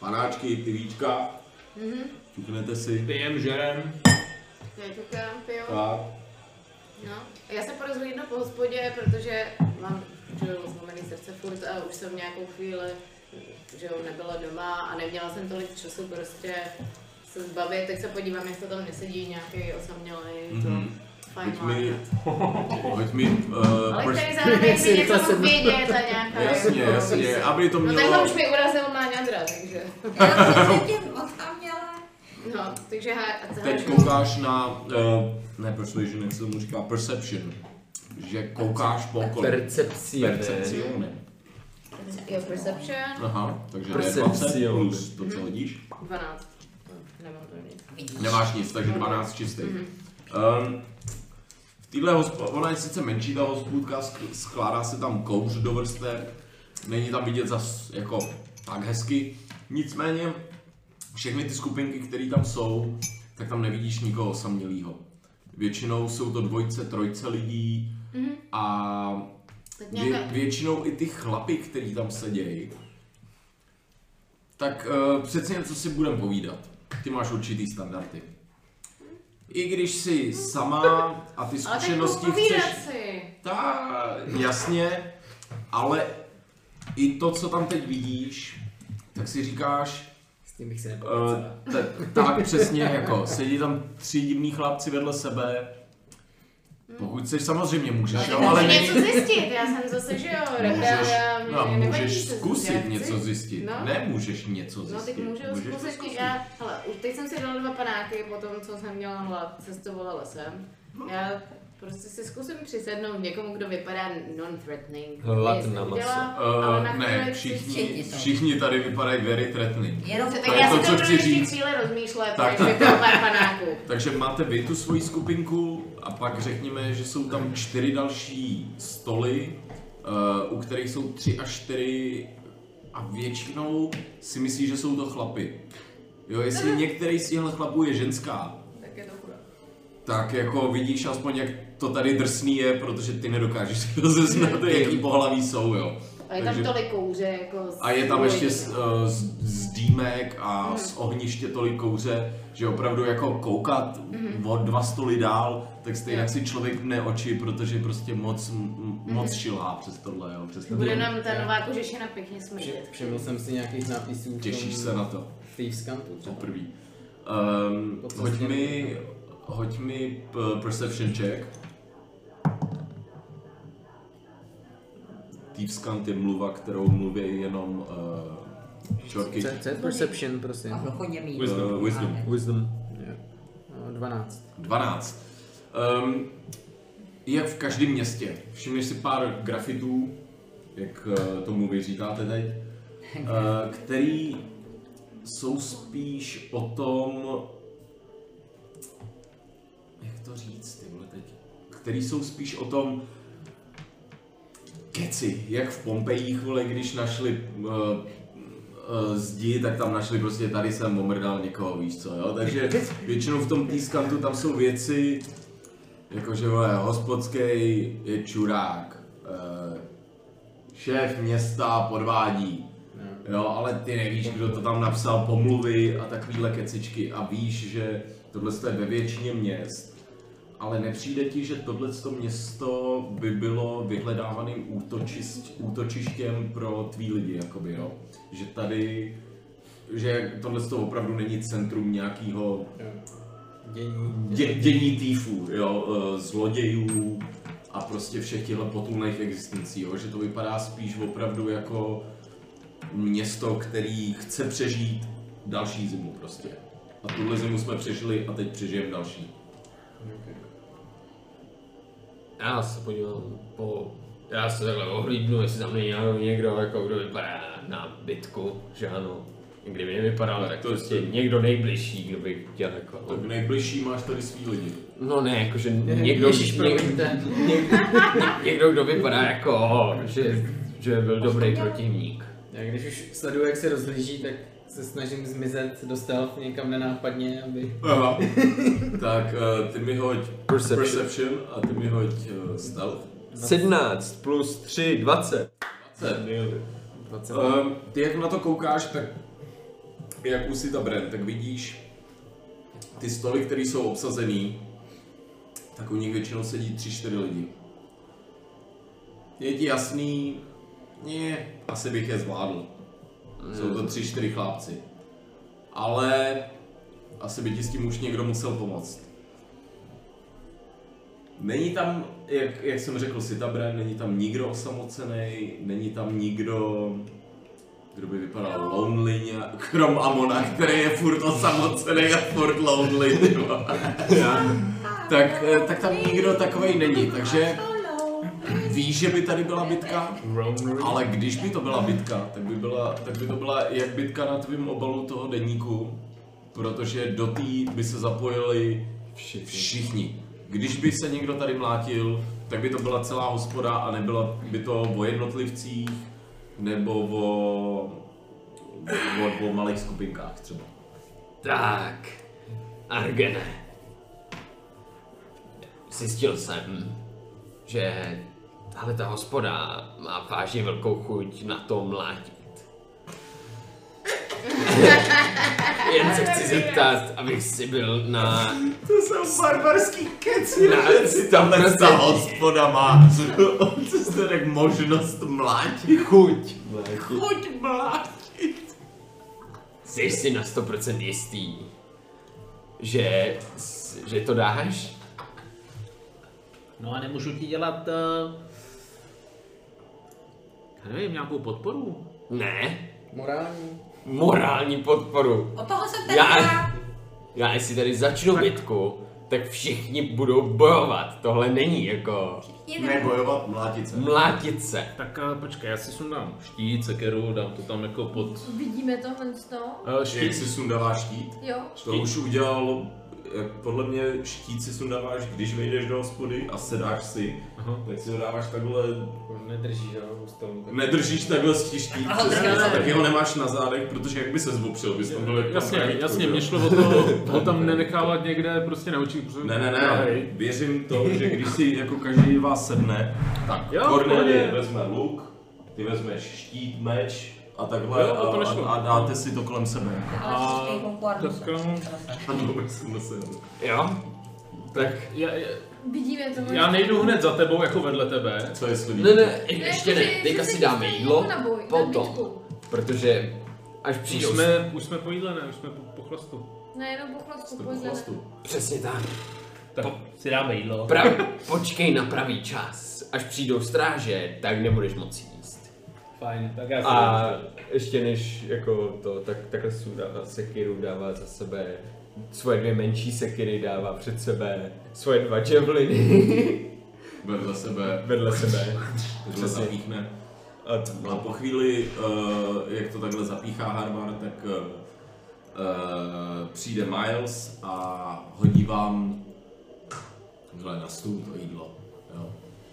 S1: panáčky, pivíčka,
S11: Mhm.
S1: ťuknete si.
S3: Pijem, žerem.
S11: To je tukám, piju.
S1: Tak.
S11: No. A Já se porozhlídnu po hospodě, protože mám že jo, zlomený srdce furt a už jsem nějakou chvíli že jo, nebyla doma a neměla jsem tolik času prostě se zbavit, tak se podívám, jestli tam nesedí nějaký osamělej, to
S1: Mhm.
S11: fajn
S1: Teď mi-
S11: market.
S1: Hoď mi, uh,
S11: Ale který zároveň mi něco mohl vědět a nějaká...
S1: Jasně,
S11: jako-
S1: jasně, aby to
S11: No takhle
S1: mělo...
S11: už mi urazil má ňadra, takže...
S2: Já jsem se tím osaměla.
S11: No, takže há... a co
S1: Teď
S11: hážu?
S1: koukáš na, uh, ne persuasion, jak se tomu říká, perception. Že koukáš po okolí.
S19: Percepci.
S1: Percepcione.
S11: Jo, perception,
S1: Aha, takže to je
S19: Percepcione.
S1: 20 plus to, co hodíš.
S11: 12. No, nemám to nic.
S1: Nemáš nic, takže 12 čistý.
S11: Mhm.
S1: Um, v téhle hospo- ona je sice menší ta hospůdka, sk- skládá se tam kouř do vrstev, není tam vidět zas jako tak hezky, nicméně všechny ty skupinky, které tam jsou, tak tam nevidíš nikoho osamělého. Většinou jsou to dvojce, trojce lidí a
S11: Mhm. Tak
S1: Vě,
S11: nějaká...
S1: většinou i ty chlapy, který tam sedějí, tak uh, přeci něco si budem povídat. Ty máš určitý standardy. I když jsi sama a ty
S11: Ale tak
S1: zkušenosti
S11: popovídat
S1: chceš...
S11: si.
S1: Ta, eh, jasně, ale i to, co tam teď vidíš, tak si říkáš,
S5: S tím bych si nebyl.
S1: Eh, t- tak přesně jako, sedí tam tři divní chlapci vedle sebe, pokud seš samozřejmě můžeš, jo,
S11: No, ale
S1: ale není,
S11: něco zjistit, já jsem zase, že jo,
S1: Můžeš,
S11: rebelka, mě
S1: no,
S11: nevadí,
S1: můžeš
S11: co zjistit,
S1: zkusit
S11: já chci.
S1: něco zjistit.
S11: No.
S1: Nemůžeš něco
S11: No,
S1: zjistit.
S11: tak můžu
S1: můžeš to
S11: zkusit, já, hele, už teď jsem si dala dva panáky po tom, co jsem měla hlad, cestovala lesem. Já prostě si zkusím přisednout někomu, kdo vypadá non-threatening.
S19: Hlad
S11: Nic
S19: na maso.
S11: neudělá, ale na
S1: Uh, ne,
S11: chvíli
S1: všichni,
S2: všichni jsou.
S1: všichni tady vypadají very threatening.
S2: Jenom
S11: Tak
S1: To
S11: já
S1: je to,
S11: si to
S1: co
S11: budu
S1: chci
S11: ještě
S1: říct.
S11: chvíli rozmýšlet,
S1: Tak.
S11: tak. takže to pár panáků.
S1: Takže máte vy tu svoji skupinku a pak řekněme, že jsou tam čtyři další stoly, eh, u kterých jsou tři a čtyři a většinou si myslí, že jsou to chlapy. Jo, jestli některý z těchto chlapů je ženská,
S23: Mhm. Tak je to chudá.
S1: tak jako vidíš aspoň, jak to tady drsný je, protože ty nedokážeš si rozeznat, jaký pohlaví jsou, jo.
S11: A je tam tolik kouře, jako... z-
S1: A je tam ještě z, eh, z, z dýmek
S11: Hmm.
S1: a z ohniště tolik kouře, že opravdu jako koukat
S11: Mhm.
S1: o dva stoly dál, tak stejně
S11: Jo.
S1: si člověk pne oči, protože prostě moc, m- moc
S11: Mhm.
S1: šilhá přes tohle, jo, přes ten
S11: Bude nám ta nová kožešina pěkně smrdět.
S5: Přebyl jsem si nějakých nápisů.
S1: Těšíš se na to?
S5: Thieves Campu třeba.
S1: Poprvé. Um, hoď mi, hoď mi p- perception check. Thieves Cant je mluva, kterou mluví jenom uh, čorky.
S5: Co, co je perception, prosím?
S1: A chlokoněmí. Wisdom. Eh, wisdom.
S5: Wisdom. No, 12.
S1: 12. Um, jak v každém městě. Všimneš si pár grafitů, jak eh, tomu vy říkáte teď, eh, který jsou spíš o tom, jak to říct, ty vole teď, který jsou spíš o tom, keci, jak v Pompejích, vole, když našli uh, uh, zdi, tak tam našli prostě tady jsem omrdal někoho, víš co, jo? Takže většinou v tom týskantu tam jsou věci, jakože vole, hospodský je čurák, uh, šéf města podvádí, jo, ale ty nevíš, kdo to tam napsal, pomluvy a takovýhle kecičky a víš, že tohle je ve většině měst, ale nepřijde ti, že tohleto město by bylo vyhledávaným útočišť, útočištěm pro tvý lidi, jakoby, jo? Že tady, že tohle opravdu není centrum nějakého
S5: Dění.
S1: dě, dění týfů, jo? eh, zlodějů a prostě všech těchto potulných existencí, jo? Že to vypadá spíš opravdu jako město, který chce přežít další zimu prostě. A tuhle zimu jsme přežili a teď přežijeme další.
S19: Já se podívám po... Já se takhle ohlídnu, jestli tam není někdo- někdo, jako kdo vypadá na bytku, že ano. Kdyby nevypadal, tak to prostě někdo nejbližší, kdo by chtěl jako... Tak
S1: nejbližší máš tady svý lidi.
S19: No ne, jakože
S5: Ne,
S19: někdo...
S5: Ježíš,
S19: něk-
S5: promiňte.
S19: něk- Někdo, kdo vypadá jako, že, že byl dobrý protivník.
S5: Já když už sleduju, jak se rozhlíží, tak se snažím zmizet do stealth někam nenápadně, aby...
S1: Aha. tak eh, ty mi hoď perception. a ty mi hoď uh, stealth.
S19: 17 plus 3, 20.
S1: 20. Ehm, ty jak na to koukáš, tak jak už si ta brand, tak vidíš ty stoly, které jsou obsazený, tak u nich většinou sedí 3-4 lidi. Je ti jasný, ne, asi bych je zvládl. Jsou to 3-4 chlápci. Ale asi by ti s tím už někdo musel pomoct. Není tam, jak, jak jsem řekl, Sitabra, není tam nikdo osamocený, není tam nikdo, kdo by vypadal lonely, nějak, krom Amona, který je furt osamocený a furt lonely, ty vole. tak, eh, tak tam nikdo takovej není, takže víš, že by tady byla bitka, ale když by to byla bitka, tak by, byla, tak by to byla jak bitka na tvém obalu toho deníku, protože do té by se zapojili všichni. všichni. Když by se někdo tady mlátil, tak by to byla celá hospoda a nebyla by to o jednotlivcích nebo o, o, o malých skupinkách třeba.
S22: Tak, Argene. Zjistil jsem, že tahle ta hospoda má vážně velkou chuť na to mlátit. Jen se chci zeptat, abych si byl na
S1: To jsou barbarský keci,
S22: Na-
S1: že si tam
S22: prostě-
S1: ta hospoda má. Co jste tak možnost mlátit? Chuť.
S22: Chuť mlátit. Jsi si na 100% jistý, že, že to dáš?
S3: No a nemůžu ti dělat... Uh... Já nevím, nějakou podporu?
S22: Ne.
S5: Morální.
S22: Morální podporu.
S2: Od toho jsem
S22: Já,
S2: teda...
S22: já jestli tady začnu bitku, tak všichni budou bojovat. Tohle není jako...
S2: Všichni Ne jdou. bojovat,
S1: mlátit se.
S22: Mlátit se.
S3: Tak a počkej, já si sundám štít, sekeru, dám to tam jako pod...
S4: Vidíme tohle z toho?
S3: Uh, štít.
S1: Jak si sundává štít?
S4: Jo.
S1: To už udělal jak podle mě štít si sundáváš, když vejdeš do hospody a sedáš si, Aha. tak si ho dáváš takhle...
S24: Nedržíš ho u stolu.
S1: Nedržíš takhle štít,
S24: Aha,
S1: přesně,
S24: jasně.
S1: a tak jeho nemáš na zádech, protože jak by se zbopřil, bys tam byl jako jak
S3: Jasně,
S1: kamrák,
S3: jasně,
S1: jo.
S3: mě šlo o to, ho tam nenechávat někde prostě na očích. protože-
S1: Ne, ne, ne, věřím to, že když si jako každý z vás sedne, tak
S3: Jo,
S1: Cornelie
S3: pohodě.
S1: vezme luk, ty vezmeš štít, meč a takhle
S3: Jo, to
S1: a,
S3: nešlo.
S1: a, dáte si to kolem sebe. jako.
S3: Ale A- jsi stejnou kladnu tak, se. um,
S1: Ano, myslím se.
S3: Jo? Tak já, já,
S4: Vidíme to.
S3: já nejdu hned za tebou, jako vedle tebe.
S1: Co jestli
S19: Ne, ne,
S4: jako,
S19: ještě ne, teďka si dáme jídlo,
S4: na boj, na
S19: potom,
S4: bitku.
S19: protože až
S3: Už
S19: přijdou...
S3: jsme, už jsme po jídle, ne? Už jsme po, po chlastu.
S4: Ne, No, jenom po chlapsku, pojďme.
S19: Přesně tak.
S3: Tak si dáme jídlo.
S19: Prav, počkej na pravý čas. Až přijdou stráže, tak nebudeš moci jíst.
S24: Fajn, tak já si
S19: A
S24: dám
S19: ještě než jako to, tak takhle sundá sekiru dává za sebe, svoje dvě menší sekiry dává před sebe, svoje dva javeliny.
S1: Vedle sebe.
S19: Vedle sebe.
S1: Takhle zapíchne. No A po chvíli, eh, jak to takhle zapíchá Harvar, tak eh, eh, přijde Miles a hodí vám takhle na stůl to jídlo. Jo.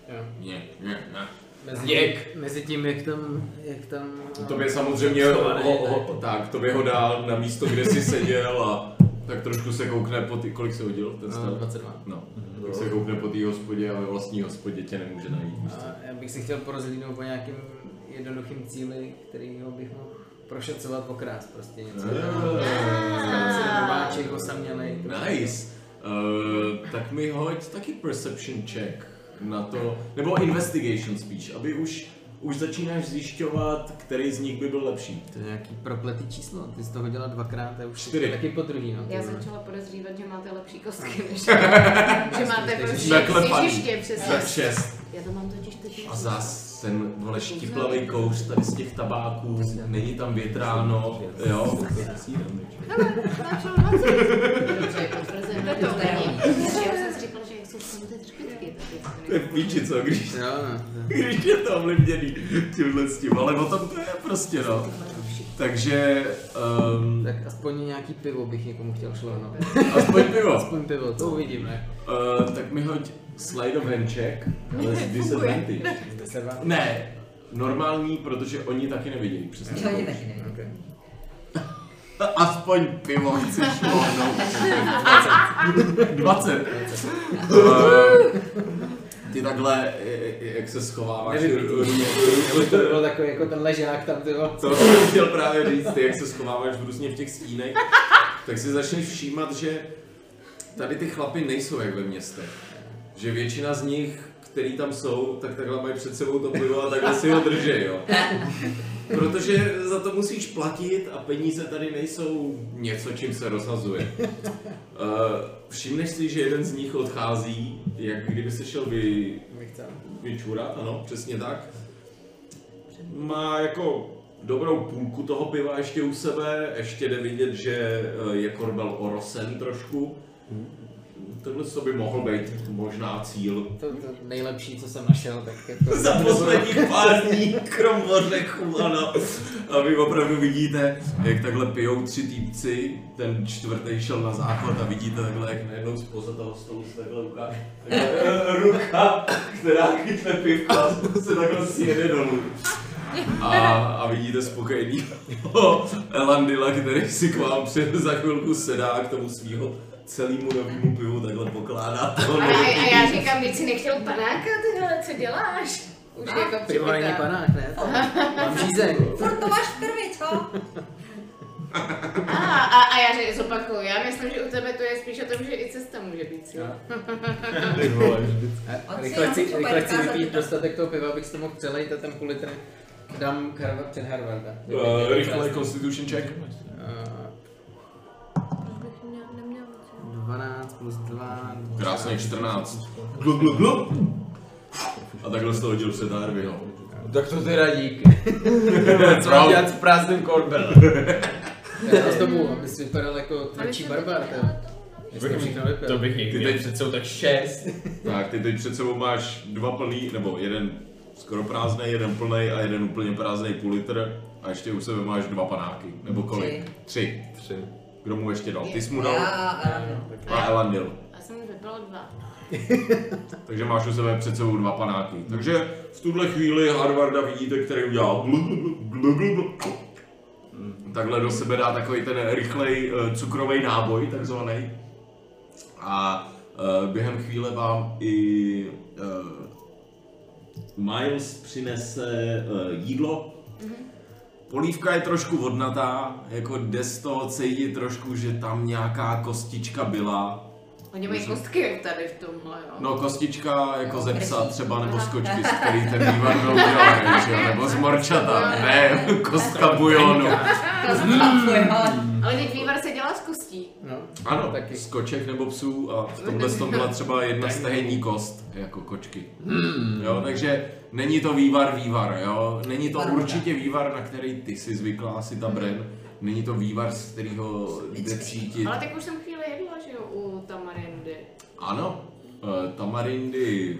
S5: Jo.
S1: Ne, ne, ne.
S5: Eh, Mezi, mezi tím, jak tam, jak tam...
S1: To by samozřejmě
S5: schovaný,
S1: ho, ho, tak, to by ho dal na místo, kde jsi seděl a tak trošku se koukne po ty, kolik se hodil ten
S5: No,
S1: stav?
S5: 22.
S1: No, tak se koukne po té hospodě a ve vlastní hospodě tě nemůže najít.
S5: A eh, já bych si chtěl porozlídnout po nějakým jednoduchým cíli, kterýho bych mohl prošetřovat okrás prostě něco. Rváček osamělej.
S1: Eh. Nice. Uh, tak mi hoď taky perception check na to, nebo investigation spíš, aby už už začínáš zjišťovat, který z nich by byl lepší.
S5: To je nějaký propletý číslo, ty jsi to hodila dvakrát a už
S1: Čtyři.
S5: taky po druhý, no. ty
S11: Já
S5: vole.
S11: začala podezřívat, že máte lepší kostky než
S5: Jasně,
S11: že máte
S5: jasně.
S11: prostě
S1: Naklepaný.
S11: ježiště přesně.
S1: Tak šest.
S11: Já to mám totiž teď.
S1: A zas ten vole štiplavý kouř tady z těch tabáků, není tam větráno, jo?
S11: Dobře, potvrzené.
S4: Jde to,
S11: potvrzení.
S4: jo.
S11: Takže Já jsem si říkala, že jak jsou tam ty třpitky, tak je to
S1: To je v píči, co, když,
S5: jo, no,
S1: když je to ovlivněný tímhle s tím, ale o tom to je prostě, no. Takže, um,
S5: Tak aspoň nějaký pivo bych někomu chtěl šlohnout.
S1: Aspoň pivo.
S5: Aspoň pivo, to uvidím, ne?
S1: uh, tak mi hoď slide of hand check, ale s disadvantage. Ne, normální, protože oni taky nevidějí přesně.
S25: Oni taky nevidějí.
S5: Okay.
S1: Aspoň pivo chceš šlohnout. 20. 20. ty takhle, eh, jak se schováváš,
S5: Nevím,
S1: rů- různě-
S5: Už to bylo takový jako ten ležák tam, ty vole.
S1: To jsem chtěl právě říct, ty jak se schováváš různě v těch stínech, tak si začneš všímat, že tady ty chlapy nejsou jak ve městech. Že většina z nich, který tam jsou, tak takhle mají před sebou to pivo a takhle si ho drží, jo. Protože za to musíš platit a peníze tady nejsou něco, čím se rozhazuje. Eh, Všimneš si, že jeden z nich odchází, jak kdyby se šel vy...
S5: Vychcát.
S1: vyčurat, ano, přesně tak. Má jako dobrou půlku toho piva ještě u sebe, ještě jde vidět, že eh, je korbel orosen trošku. Tohle co by mohl být možná cíl.
S5: To, to nejlepší, co jsem našel, tak jako...
S1: Za posledních pár dní krom ořechů, ano. A vy opravdu vidíte, jak takhle pijou tři týpci, ten čtvrtý šel na záchod a vidíte takhle, jak najednou spoza toho stolu se takhle ruka, takhle, eh, ruka, která chytne pivko a se takhle sjede dolů. A, a vidíte spokojený Elandila, který si k vám přijde za chvilku sedá a k tomu svýho celému novému pivu takhle pokládá.
S11: A, a, a já říkám, když si nechtěl panáka, ty hele, co děláš? Už jako
S5: Ty vole, není
S11: připytá.
S5: panák, ne? Mám žízeň.
S2: Furt to máš v krvi, co?
S11: A, a, a já že zopakuju, já myslím, že u tebe to je spíš o tom, že i cesta může být síla.
S5: Ty vole, Rychle chci, rychle chci vypít dostatek toho piva, abych si to mohl přelejt a ten půl litr dám Harvard před Harvarda.
S1: Eh, rychle constitution check.
S5: Eh,
S4: No,
S5: 12 plus 2.
S1: Krásných 14. Glu, glu, glu. A takhle jste hodil před Harvey, no.
S5: Tak to teda díky. Co mám dělat s prázdným korbem? Já z tomu, aby si vypadal jako tvrdší barbar. to jo. Jestli
S26: bych-
S5: všechno vypil.
S26: to bych někdy
S1: Ty teď-
S26: před sebou tak šest.
S1: Tak, ty teď před sebou máš dva plný, nebo jeden skoro prázdný, jeden plný a jeden úplně prázdný půl litr. A ještě u sebe máš dva panáky, nebo kolik? Tři.
S26: Tři.
S1: Kdo mu ještě dal? Ty jsi mu dal?
S11: Já a Elandil.
S1: A Elandil.
S11: Já jsem vypil dva.
S1: Takže máš u sebe před sebou dva panáky. Takže v tuhle chvíli Harvarda vidíte, který udělal blub, blub, blub, blub. Mm, Takhle do sebe dá takový ten rychlej eh, cukrový náboj, takzvaný. A eh, během chvíle vám i eh, Miles přinese eh, jídlo. Polívka je trošku vodnatá, jako jde z toho cítit trošku, že tam nějaká kostička byla.
S11: Oni mají kostky tady v tomhle, jo.
S1: No kostička jako ze psa třeba, nebo z
S11: Aha.
S1: kočky, z který ten vývar byl udělaný, že jo, nebo z morčata, ne, kostka bujonu.
S11: To jsem fakt ale... Ale teď vývar se dělá z kostí.
S5: No.
S1: Ano, taky. z koček nebo psů a v tomhle tom byla třeba jedna stehenní kost, jako kočky.
S5: Hmm.
S1: Jo, takže není to vývar vývar, jo, není to určitě vývar, na který ty si zvyklá, si ta Bren, není to vývar, z kterého jde cítit.
S11: Ale tak už jsem chvíli jedla, že jo, u Tamarindy.
S1: Ano, eh, tamarindy.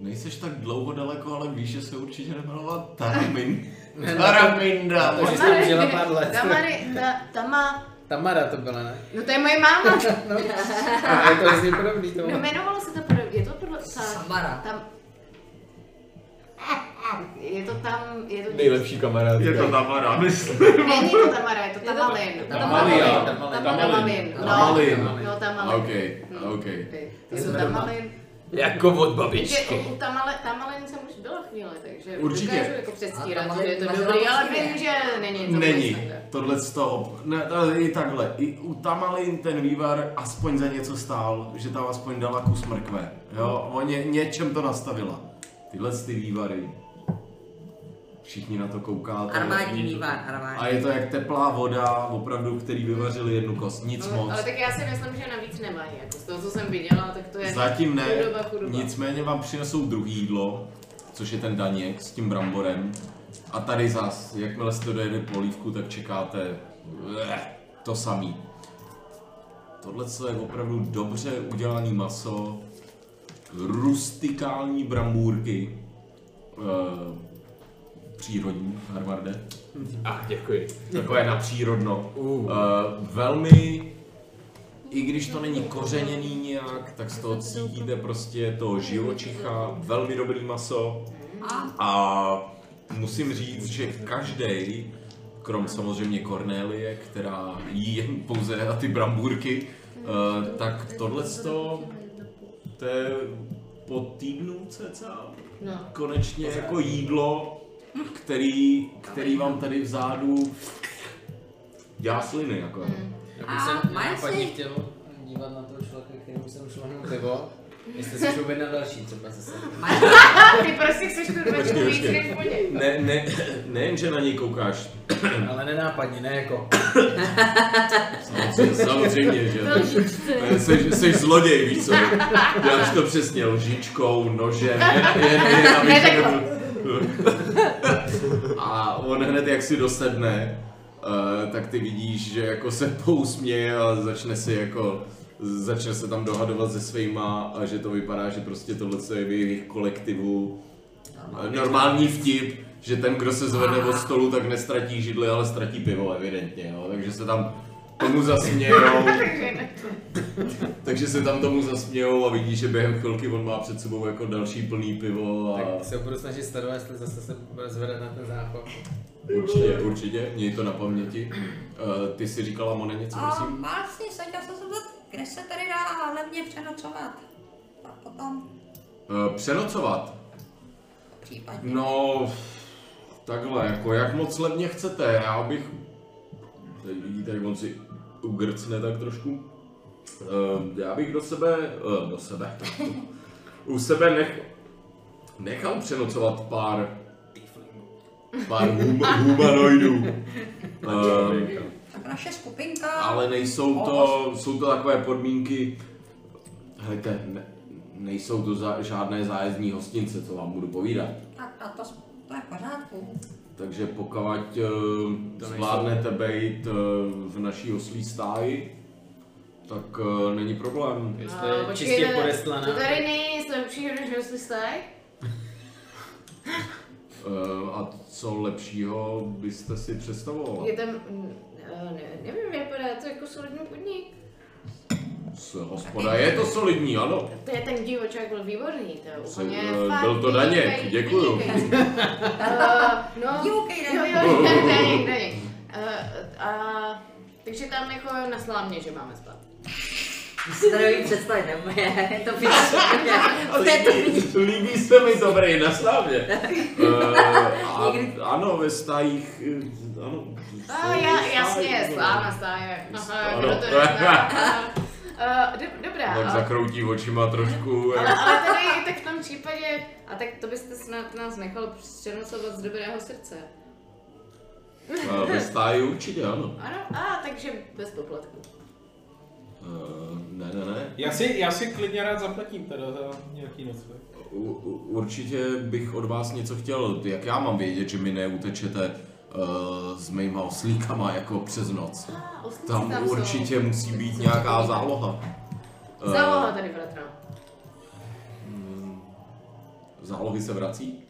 S1: Nejseš tak dlouho daleko, ale víš, že se určitě nemenovala Taramin.
S5: Ne, ne,
S1: Taraminda.
S5: to- to, že jsi tam žila pár let.
S11: Tamari, ta, tama...
S5: Tamara to byla, ne?
S11: No to je moje máma.
S5: no, a je to hrozně podobný tomu.
S11: No jmenovalo se to podobně, je to tohle... Ta, Samara. Tam... Je to tam, je to...
S19: Nejlepší kamarád.
S1: Je to Jako Tamara, myslím.
S11: Není to Tamara, je to Tamalin.
S1: Tamalia.
S11: Tamalin. No,
S1: Tamalin.
S11: No, Tamalin. Hm.
S1: OK, OK.
S11: Je to Tamalin.
S19: Jako od
S11: Takže
S19: babičky.
S11: u Tamale, Tamalin jsem už byla chvíli, takže
S1: Určitě.
S11: dokážu jako předstírat,
S18: A
S11: že je to
S18: Tamalin-
S11: dobrý, ale
S18: Tamalin-
S11: vím, že není to prostě.
S1: Není.
S11: vůbec takhle.
S1: Tohle z toho, ne, ale i takhle, i u Tamalin ten vývar aspoň za něco stál, že tam aspoň dala kus mrkve, jo, o ně, něčem to nastavila. Tyhle ty vývary, všichni na to koukáte.
S18: Armádní vývar, armádní.
S1: A je to jak teplá voda, opravdu, který vyvařili jednu kost, nic
S11: Ale-
S1: moc.
S11: Ale tak já si myslím, že navíc nemá jako z toho, co jsem viděla, tak to je
S1: Zatím ne,
S11: chudoba, chudoba.
S1: nicméně vám přinesou druhý jídlo, což je ten daněk s tím bramborem. A tady zas, jakmile jste dojede polívku, tak čekáte eh, to samý. Tohle co je opravdu dobře udělané maso, rustikální brambůrky, eh, přírodní, Harvarde.
S22: Ah,
S19: A děkuji.
S1: Takové na přírodno. Uh. velmi i když to není kořeněný nějak, tak z toho cítíte prostě to živočicha, velmi dobrý maso. A musím říct, že každý, krom samozřejmě Cornélie, která jí jen pouze a ty brambůrky, eh, tak tohle
S4: No,
S1: to je po týdnu cca
S11: No.
S1: konečně jako jídlo, který, který vám tady vzadu dělá sliny. Jako.
S5: Já bych se
S18: má
S5: nápadně
S18: jasný.
S5: chtěl dívat na toho člověka, kterému jsem šlahnul pivo. Jestli jsi objednal další třeba zase.
S11: Ty prostě chceš tu dveřku víc než po něj.
S1: Ne, ne, nejen, že na něj koukáš.
S5: Ale nenápadně, ne jako.
S1: Samozřejmě, samozřejmě že
S5: To lžičce.
S1: jsi, jsi zloděj, víš co? Děláš to přesně lžičkou, nožem, jen, jen, jen, aby
S11: Ne,
S1: tě
S11: takhle.
S1: nebyl- A on hned, jak si dosedne, eh, tak ty vidíš, že jako se pousměje a začne si jako začne se tam dohadovat se svýma a že to vypadá, že prostě tohle co je v jejich kolektivu eh, normální vtip, Ah. že ten, kdo se zvedne od stolu, tak nestratí židli, ale ztratí pivo evidentně, jo. takže se tam tomu zasmějou. Takže se tam tomu zasmějou a vidíš, že během chvilky on má před sebou jako další plný pivo a
S22: No.
S5: Tak se budu snažit sledovat, jestli zase se bude zvedat na ten záchod.
S1: určitě, určitě, měj to na paměti. Eh, ty si říkala, Mone, něco,
S2: A
S1: prosím?
S2: Marci, se chtěl jsem se zeptat, kde se tady dá hlavně přenocovat? A potom
S1: Eh, přenocovat?
S2: případně.
S1: No, takhle, jako jak moc levně chcete, já bych... Tady vidíte, jak on si ugrcne tak trošku. Eh, já bych do sebe, eh, do sebe, u sebe nech, nechal přenocovat pár pár hum, humanoidů. Eh,
S2: Tak naše skupinka.
S1: ale nejsou to, jsou to takové podmínky, hejte, ne, nejsou to za, žádné zájezdní hostince, co vám budu povídat.
S2: Tak a to, to je v pořádku.
S1: Takže pokud uh, zvládnete být uh, v naší oslí stáji, tak uh, není problém.
S5: Jestli
S11: No,
S5: je čistě podestlaná.
S11: To tady není nic lepšího, než rostlý staj?
S1: Eh, A co lepšího byste si představoval?
S11: Je tam, mm, ne, nevím, vypadá to jako solidní podnik.
S1: S hospoda je to solidní, ano.
S11: To je ten divočák byl výborný, to je
S1: Se-
S11: úplně
S1: eh,
S11: fakt
S1: byl to Daněk,
S11: vynikající,
S1: děkuju.
S11: vynikající. Eh, no,
S2: Dívkej,
S11: jo,
S2: Daněk.
S11: jo, Daněk, Daněk, Daněk. Eh, a- Takže tam jako na slámě, že máme spát.
S18: Si to nevím představit, nemůže. To vidíš. To je to vidíš.
S1: Líbí se mi to, Brej, na slavě. Eh, a- Ano, ve stajích, eh, ano.
S11: A No, já, jasně, slávna stáje. Aha, kdo
S1: Ano.
S11: to nezná. Eh, dob- Dobrá,
S1: Tak
S11: ale-
S1: zakroutí očima trošku.
S11: ale,
S1: eh.
S11: ale tady tak v tom případě, a tak to byste snad nás nechal přenocovat z dobrého srdce.
S1: Eh, Ve stáji určitě, ano.
S11: Ano, a takže bez poplatku.
S1: Eh, Ne, ne, ne.
S23: Já si, já si klidně rád zaplatím teda za nějaký nocleh.
S1: U- u- Určitě bych od vás něco chtěl, jak já mám vědět, že mi neutečete eh, s mýma oslíkama jako přes noc.
S11: A, oslíci
S1: Tam
S11: tam jsou.
S1: určitě musí být nějaká záloha. Eh,
S11: Záloha tady, bratra.
S1: mm, Zálohy se vrací?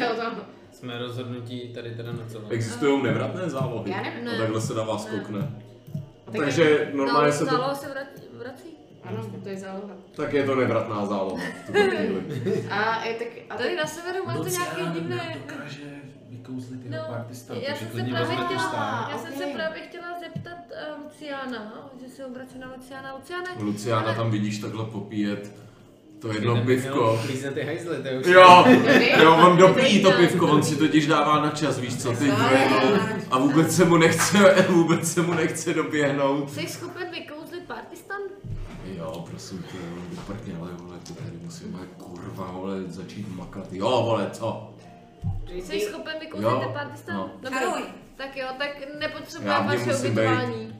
S11: Jo, to.
S23: Jsme rozhodnutí tady teda nocovat.
S1: Existují nevratné zálohy?
S11: Já nevím.
S1: A
S11: Ne.
S1: takhle se na vás
S11: Ne.
S1: koukne.
S11: A tak- No,
S1: Takže normálně
S4: Zálo-
S1: se to...
S4: záloha se vrací. vrací.
S11: Ano, to je záloha.
S1: Tak je to nevratná záloha. v tuto chvíli.
S11: A, je, tak, a
S4: Tady
S11: tak-
S4: na severu máte nějaké divné...
S23: Dokáže vykouzlit
S4: No,
S23: jenom pár pistolů,
S4: Já
S23: takže
S4: jsem se
S23: klidně
S4: právě
S23: vezme tu
S4: chtěla,
S23: stáj.
S4: já jsem se
S11: Ok.
S4: právě chtěla zeptat eh, Luciana, že se obracím na Luciana. Luciane,
S1: Luciana
S4: ale-
S1: tam vidíš takhle popíjet to jedno
S23: Kdyby
S1: pivko.
S23: měl klízet ty hajzly, to je už-
S1: Jo, jo, on dopíjí to pivko, on si totiž dává na čas, víš co, ty vole, no. a vůbec se mu nechce, vůbec se mu nechce doběhnout.
S4: jsi schopen vykouzlit partistan?
S1: Jo, prosím tě, uprkněle, vole, to tady musím, vole, kurva, vole, začít makat, jo, vole, co?
S4: Jsi schopen vykouzlit
S1: Jo,
S4: partistan?
S1: no.
S4: Dobrý. Tak jo, tak nepotřebujeme
S1: Já mě
S4: vaše
S1: musím
S4: ubytování.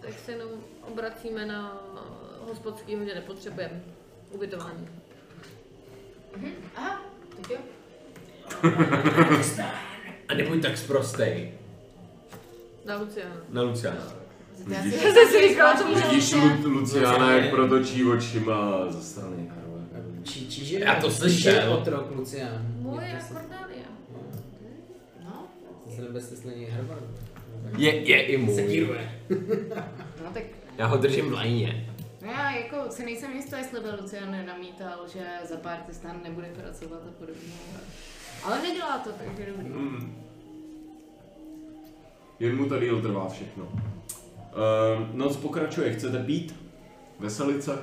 S4: Tak se jenom obracíme na hospodskýho, že nepotřebujeme ubytování.
S11: Mhm, Aha, tak jo.
S22: A nebuď tak sprostej.
S4: Na Luciana.
S22: Na Luciana.
S1: Vidíš,
S4: Já jsem si říkala, co může
S1: vidíš
S4: Luciana.
S1: Lu- Luciana, jak protočí očima ze strany Harvarda.
S5: Či, čiže
S22: Já to slyšel.
S5: Čiže otrok Lucián.
S4: Moje Cordelia.
S11: No,
S5: Z nebe se slení Harvard.
S22: Je, je i můj.
S11: no tak
S22: Já ho držím v lajně.
S11: No já jako si nejsem jistá, jestli by Lucian nenamítal, že za pár stan nebude pracovat a podobně. Ale nedělá to, takže dobrý.
S1: Mm. Jen mu tady trvá všechno. Uh, noc pokračuje, chcete pít? Veselice?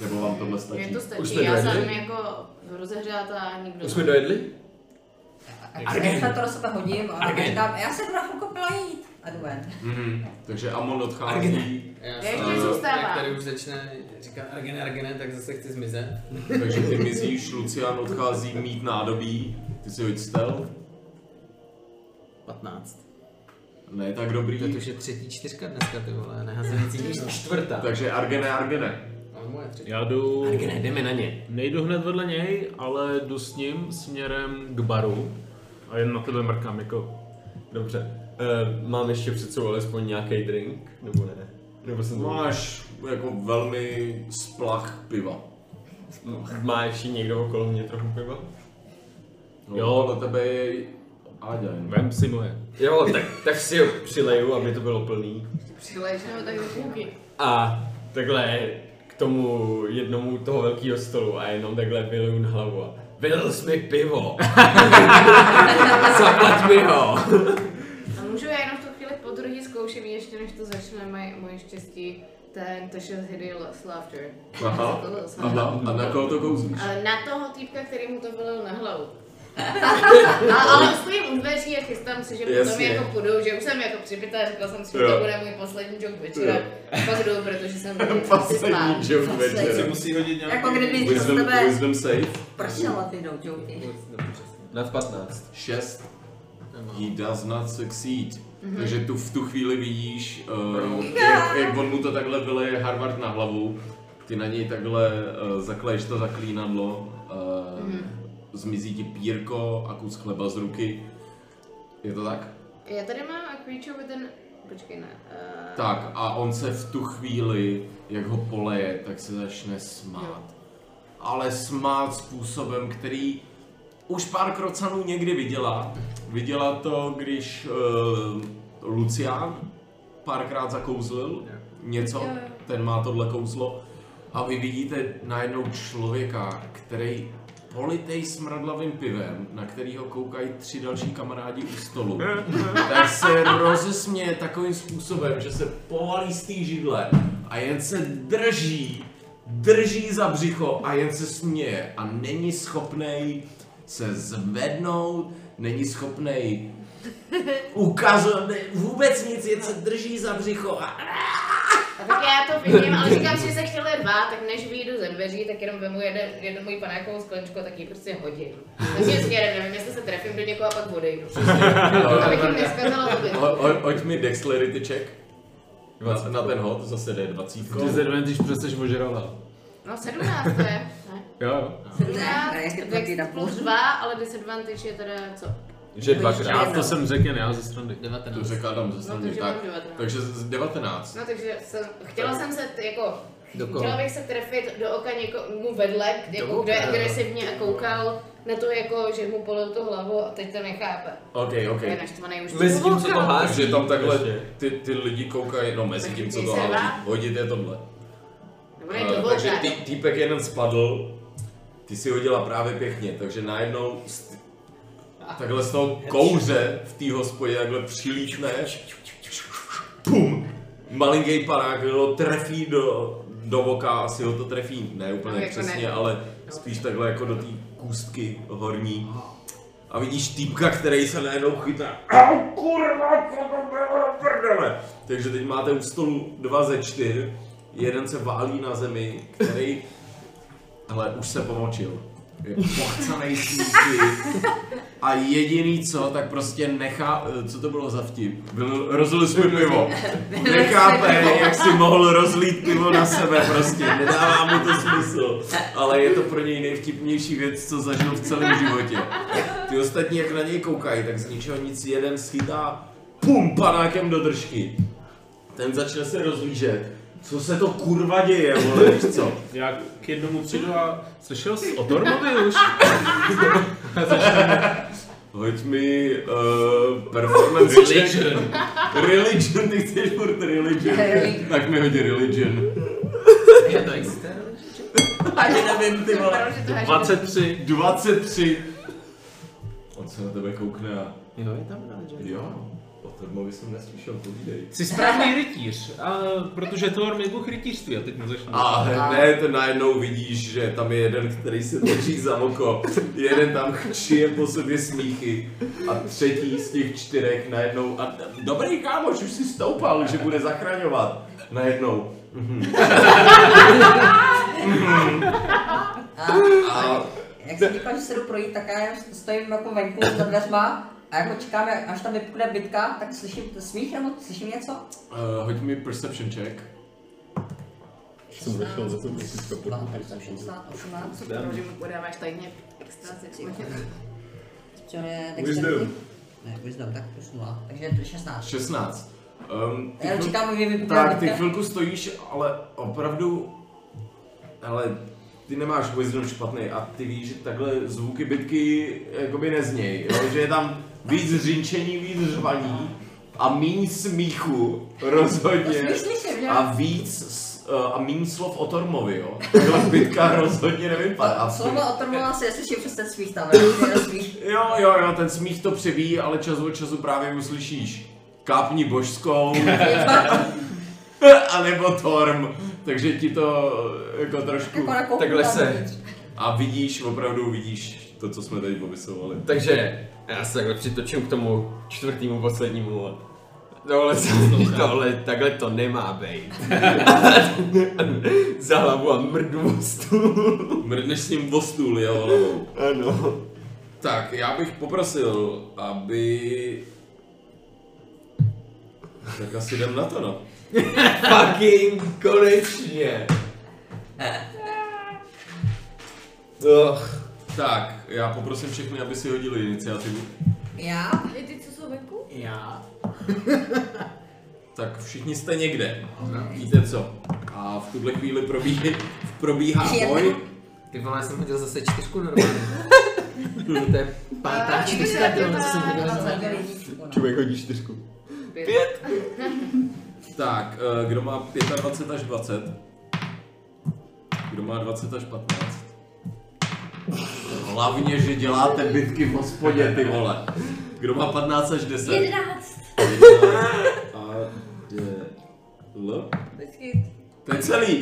S1: Nebo vám tohle
S11: Mně
S1: stačí?
S11: to
S22: Už
S11: stačí,
S22: jsme
S11: já jsem
S22: dojedli?
S11: jako rozehřátá, nikdo...
S22: Už jsme dojedli?
S18: Já se to do sebe hodím a říkám, já se jdu na chvilku pila jít. A jdu ven.
S1: Mhm, takže Amon odchází,
S5: Já
S11: ještě
S5: jsem-
S11: zůstávám.
S5: Jak tady už začne říkat Argene, Argene, tak zase chci zmizet.
S1: takže ty mizíš, Lucian odchází mít nádobí. Ty si hoď stealth?
S5: 15.
S1: Ne, tak
S5: To je
S1: dobrý.
S5: už je třetí čtyřka dneska, ty vole, nehazenící
S22: Už čtvrtá.
S1: Takže Argene, Argene.
S5: Ale moje třetí.
S3: Já jdu...
S22: Argene, jdeme na ně.
S3: Nejdu hned vedle něj, ale jdu s ním směrem k baru a jen na tebe mrkám jako...
S22: Dobře. Eh, mám ještě před sebou alespoň nějaký drink, nebo ne? Nebo jsem to...
S1: Máš jako velmi splach piva.
S22: Má ještě někdo okolo mě trochu piva?
S1: No,
S3: Jo.
S1: jo, na tebe je Áďa. jen.
S3: Vem si moje.
S22: Jo, tak, tak si ho přileju, aby to bylo plný.
S11: Přilež, no tak kuky.
S22: A takhle k tomu jednomu toho velkého stolu a jenom takhle vyliju na hlavu a vylil jsi mi pivo. Zaplať mi ho.
S11: A můžu já jenom v tu chvíli podruhý zkouším, ještě než to začne moje, moje štěstí, ten to je Hideous Laughter.
S1: Aha, aha, a na koho to kouzlíš?
S11: Eh, Na toho týpka, který mu to vylil na hlavu. a, ale stojím u dveří a chystám se, že potom
S1: Jasně.
S11: jako půjdu, že už jsem jako připytá a říkala jsem si, že
S1: Jo.
S11: to bude můj poslední joke večera. Pak jdu, protože jsem chci spát.
S1: Poslední joke
S23: Se
S1: večera.
S23: musí hodit nějaký...
S18: Jako kdyby z
S1: Wisdom,
S18: tebe
S1: wisdom save.
S18: pršela ty douťouky.
S22: Nad 15.
S1: 6. He does not succeed. Mm-hmm. Takže tu v tu chvíli vidíš, uh, jak, jak on mu to takhle vyleje Harvard na hlavu, ty na něj takhle uh, zakleješ to zaklínadlo, uh, mm-hmm. zmizí ti pírko a kus chleba z ruky. Je to tak?
S11: Já tady mám a creature with an... Počkej, ne. eh,
S1: Tak a on se v tu chvíli, jak ho poleje, tak se začne smát. Ale smát způsobem, který už pár krocanů někdy viděla. Viděla to, když uh, Lucián párkrát zakouzlil něco, ten má tohle kouzlo. A vy vidíte najednou člověka, který politej smradlavým pivem, na kterýho koukají tři další kamarádi u stolu, tak se rozesměje takovým způsobem, že se povalí z té židle a jen se drží, drží za břicho a jen se směje a není schopnej se zvednout, není schopnej ukazovat, ne- vůbec nic, jen se drží za břicho a
S11: A tak já to vidím, ale říkám si, že se chtěli rvát, tak než vyjdu ze dveří, tak jenom vemu jeden, jednu moji panákovou skleničku a tak ji prostě hodím. Takže směrem, nevím, jestli se trefím do někoho a pak odejdu. Abych jim neskazala to
S1: Ho- ho- Hoď mi dexterity check. Na, na ten hod, zase jde 20.
S3: Disadvantage, protože prostě jsi ožrala.
S11: No 17 to je, ne?
S3: Jo, jo.
S11: 17, tak plus 2, ale disadvantage je teda co?
S3: Že
S11: dvakrát.
S3: To jsem řekl jen já ze strany.
S1: 19. To řekl Adam ze strany,
S11: No, takže
S1: tak.
S11: mám 19.
S1: Takže z 19.
S11: No takže jsem, chtěla jsem se t- jako,
S1: Do koho?
S11: chtěla bych se trefit do oka někomu vedle, k- jako, kdo je
S1: oka, jo.
S11: agresivně a koukal na to jako, že mu polil tu hlavu a teď to nechápe.
S1: OK, OK.
S11: Je naštvaný už.
S1: Mezi tím, co
S11: Koukal.
S1: to hází. Takže tam takhle ty, ty lidi koukají, no mezi tím, co to
S11: Serva?
S1: hází. Hodit je tohle.
S11: Nebo ne,
S1: Eh,
S11: to
S1: takže ty, týpek jeden spadl, ty si hodila právě pěkně, takže najednou z, takhle z toho kouře v té hospodě takhle přilítne, pum, malinký panák ho trefí do, do oka, asi ho to trefí, ne úplně
S11: No, jako
S1: přesně,
S11: ne.
S1: ale spíš takhle jako do té kůstky horní. A vidíš týpka, který se najednou chytá. Au, kurva, co to bylo do prdele? Takže teď máte u stolu dva ze čtyř, jeden se válí na zemi, který, ale už se pomočil. Je pochcanej sníky. A jediný co, tak prostě nechá, co to bylo za vtip? Byl, rozlil svůj pivo. Nechápe, jak si mohl rozlít pivo na sebe prostě, nedává mu to smysl. Ale je to pro něj nejvtipnější věc, co zažil v celém životě. Ty ostatní, jak na něj koukají, tak z ničeho nic jeden schytá pum panákem do držky. Ten začne se rozlížet. Co se to kurva děje, vole, víš co?
S3: Já k jednomu přijdu a slyšel jsi o Tormovi už?
S1: Hoď mi uh, performance
S3: Religion.
S1: check. Religion, ty chceš furt religion.
S18: Religion.
S1: tak mi hoď religion.
S5: Je to existuje?
S1: Ani nevím, ty vole.
S3: 23.
S1: 23. On se na tebe koukne a...
S3: Jo, je tam religion.
S1: Jo, o Tormovi jsem neslyšel, povídej.
S3: Jsi správný rytíř, a, protože Thor mi bůh rytířství a teď mu začne.
S1: A ne, to najednou vidíš, že tam je jeden, který se točí za oko, jeden tam chčije po sobě smíchy a třetí z těch čtyřech najednou, a dobrý kámoš, už si stoupal, že bude zachraňovat, najednou. mhm. Mhm.
S18: A jak jsem říkal, že se jdu projít, tak já jen stojím jako venku za dveřma a jako čekám, jak- až tam vypukne bitka, tak slyším smích nebo slyším něco?
S1: Eh, Hoď mi perception check.
S19: Jsem vešel za to, že jsi to podíval.
S18: 16, 18.
S11: Super, že mu podáváš tajně extra sexy.
S18: Co je
S1: Wisdom.
S18: Ne, wisdom, tak plus 0. Takže 16.
S1: 16. Um,
S18: Já jenom čekám, kdy vypukne
S1: Tak, ty
S18: bitka.
S1: chvilku stojíš, ale opravdu... Ale ty nemáš wisdom špatný a ty víš, že takhle zvuky bitky jakoby nezněj, jo? že je tam víc řinčení, víc řvaní a míň smíchu rozhodně
S18: To smíš slyšet, že?
S1: a víc s- eh, a míň slov o Tormovi, jo. Takhle bitka rozhodně nevypadá.
S18: Slovo otrmovala se, jestli si přes ten smích tam, ne? smích.
S1: Jo, jo, jo, ten smích to přebíjí, ale čas od času právě uslyšíš kápni božskou, a nebo Torm, takže ti to jako trošku
S18: Jako nakouknu
S1: takhle
S18: na
S1: se.
S18: dovnitř.
S1: A vidíš, opravdu vidíš to, co jsme tady popisovali.
S22: Takže já se takhle přitočím k tomu čtvrtému poslednímu. a
S19: No,
S22: Tohle, tohle, takhle to nemá být. Za hlavu a mrdu o stůl.
S1: Mrdneš s ním o stůl, jo, hlavou.
S22: Ano.
S1: Tak, já bych poprosil, aby... Tak asi jdem na to, no.
S22: Fucking konečně.
S1: Ugh. Tak, já poprosím všechny, aby si hodili iniciativu.
S18: Já?
S4: I ty, co jsou venku?
S1: Já. tak všichni jste někde. Víte co? A v tuhle chvíli probíhá, probíhá
S5: Jedna.
S1: boj.
S5: Ty vole, já jsem hodil zase čtyřku normálně. to je pátá
S11: A,
S5: čtyřka,
S11: čtyřka,
S5: ty vole, co jsem
S1: No.
S5: viděl.
S11: dva, dvacet.
S18: no.
S19: Člověk hodí čtyřku.
S11: Pět.
S1: Tak, eh, kdo má 25 až 20? Kdo má 20 až 15? Hlavně, že děláte bitky v hospodě, ty vole. Kdo má 15 až 10?
S4: Jedenáct.
S1: A je... L?
S18: Vždycky.
S1: To je celý.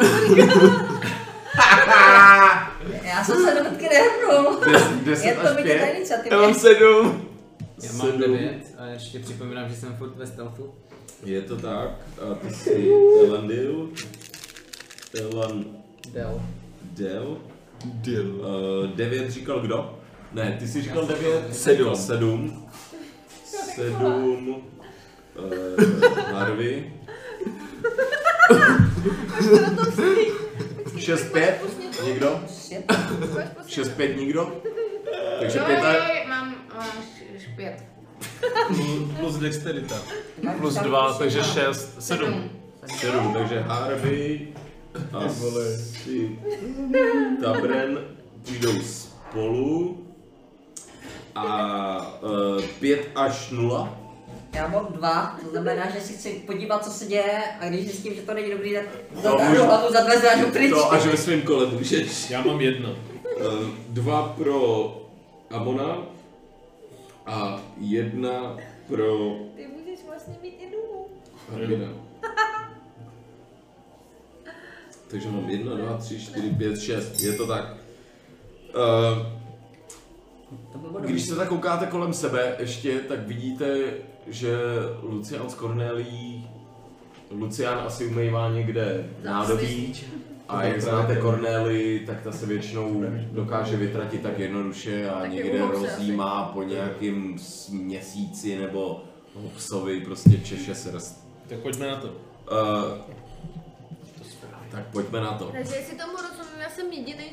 S18: Já jsem se do bitky nehrnul.
S1: Des- deset
S18: Je to
S1: až
S18: vidět na
S1: pět?
S18: iniciativě.
S1: sedm.
S5: Já mám devět a ještě připomínám, že jsem furt ve stealthu.
S1: Je to tak. A ty jsi Elandil. Elan...
S5: Del.
S1: Del. Del. Uh, devět říkal kdo? Ne, ty jsi říkal devět.
S19: Sedm.
S1: Sedm. Sedm. Uh, Harvey. Šest pět? Někdo? Šest pět nikdo? Takže
S11: jo,
S1: pět a...
S11: jo, jo, mám, mám š- pět.
S3: Plus dexterita.
S11: Plus dva, takže
S3: šest,
S11: sedm.
S1: Sedm, takže Harvey a si Tabren půjdou spolu a uh, pět až nula.
S18: Já mám dva, to znamená, že si chci podívat, co se děje a když zjistím, že to není dobrý, tak
S1: To
S18: zatáhnu
S1: můžu-
S18: hlavu za dveře a jdu pryč.
S1: No, To až ve svém kole můžeš. Já mám jedno. Dva pro Amona a jedna pro
S4: Ty můžeš vlastně mít i dům.
S1: Harvina. Takže mám jedna, dva, tři, čtyři, pět, šest. Je to tak. Eh, Když se tak koukáte kolem sebe ještě, tak vidíte, že Lucian s Cornelí, Lucian asi umývá někde nádobí a jak znáte Cornelii, tak ta se většinou dokáže vytratit tak jednoduše a
S22: Taky
S1: někde
S22: uhou se
S1: rozjímá po nějakým s- měsíci nebo hopsovi, prostě češe srst.
S23: Tak pojďme na to.
S1: Uh, tak pojďme na to.
S4: Takže jestli tomu rozumím, já jsem jediný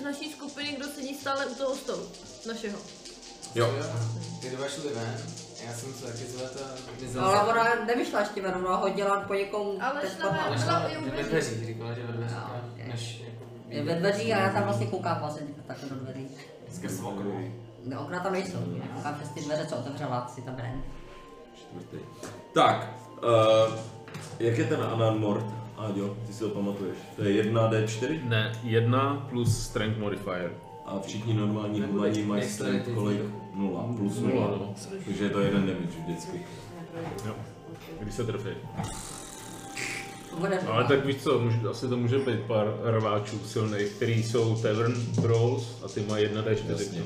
S4: z naší skupiny, kdo sedí stále u toho stolu. Našeho.
S1: Jo.
S5: Ty dva šli ven, já jsem se taky zvedl a vyzval.
S18: Ale ona nevyšla ještě ven, ona hodila po někom
S4: Ale
S18: teď
S4: šla ven,
S18: normálně.
S4: byla i u
S5: Ve dveřích říkala, že ve dveřích. Než jako...
S18: Je ve dveří a já tam vlastně koukám vlastně tak do dveří.
S1: Skrz okruh.
S18: No, okna tam nejsou, já koukám přes ty dveře, co otevřela si tam ven.
S1: Čtvrtý. Tak, uh, jak je ten Anan Mord? Áďo, ty si ho pamatuješ. To je 1D4?
S3: Ne, 1 plus Strength Modifier.
S1: A všichni normální humani mají strength kolik? 0, plus 0.
S3: Nula, no.
S1: Takže je to jeden damage vždycky.
S3: Jo. Když se trefí.
S18: Bude
S3: Ale tak víš co, může, asi to může být pár rváčů silných, který jsou Tavern Brawls a ty mají 1 D4.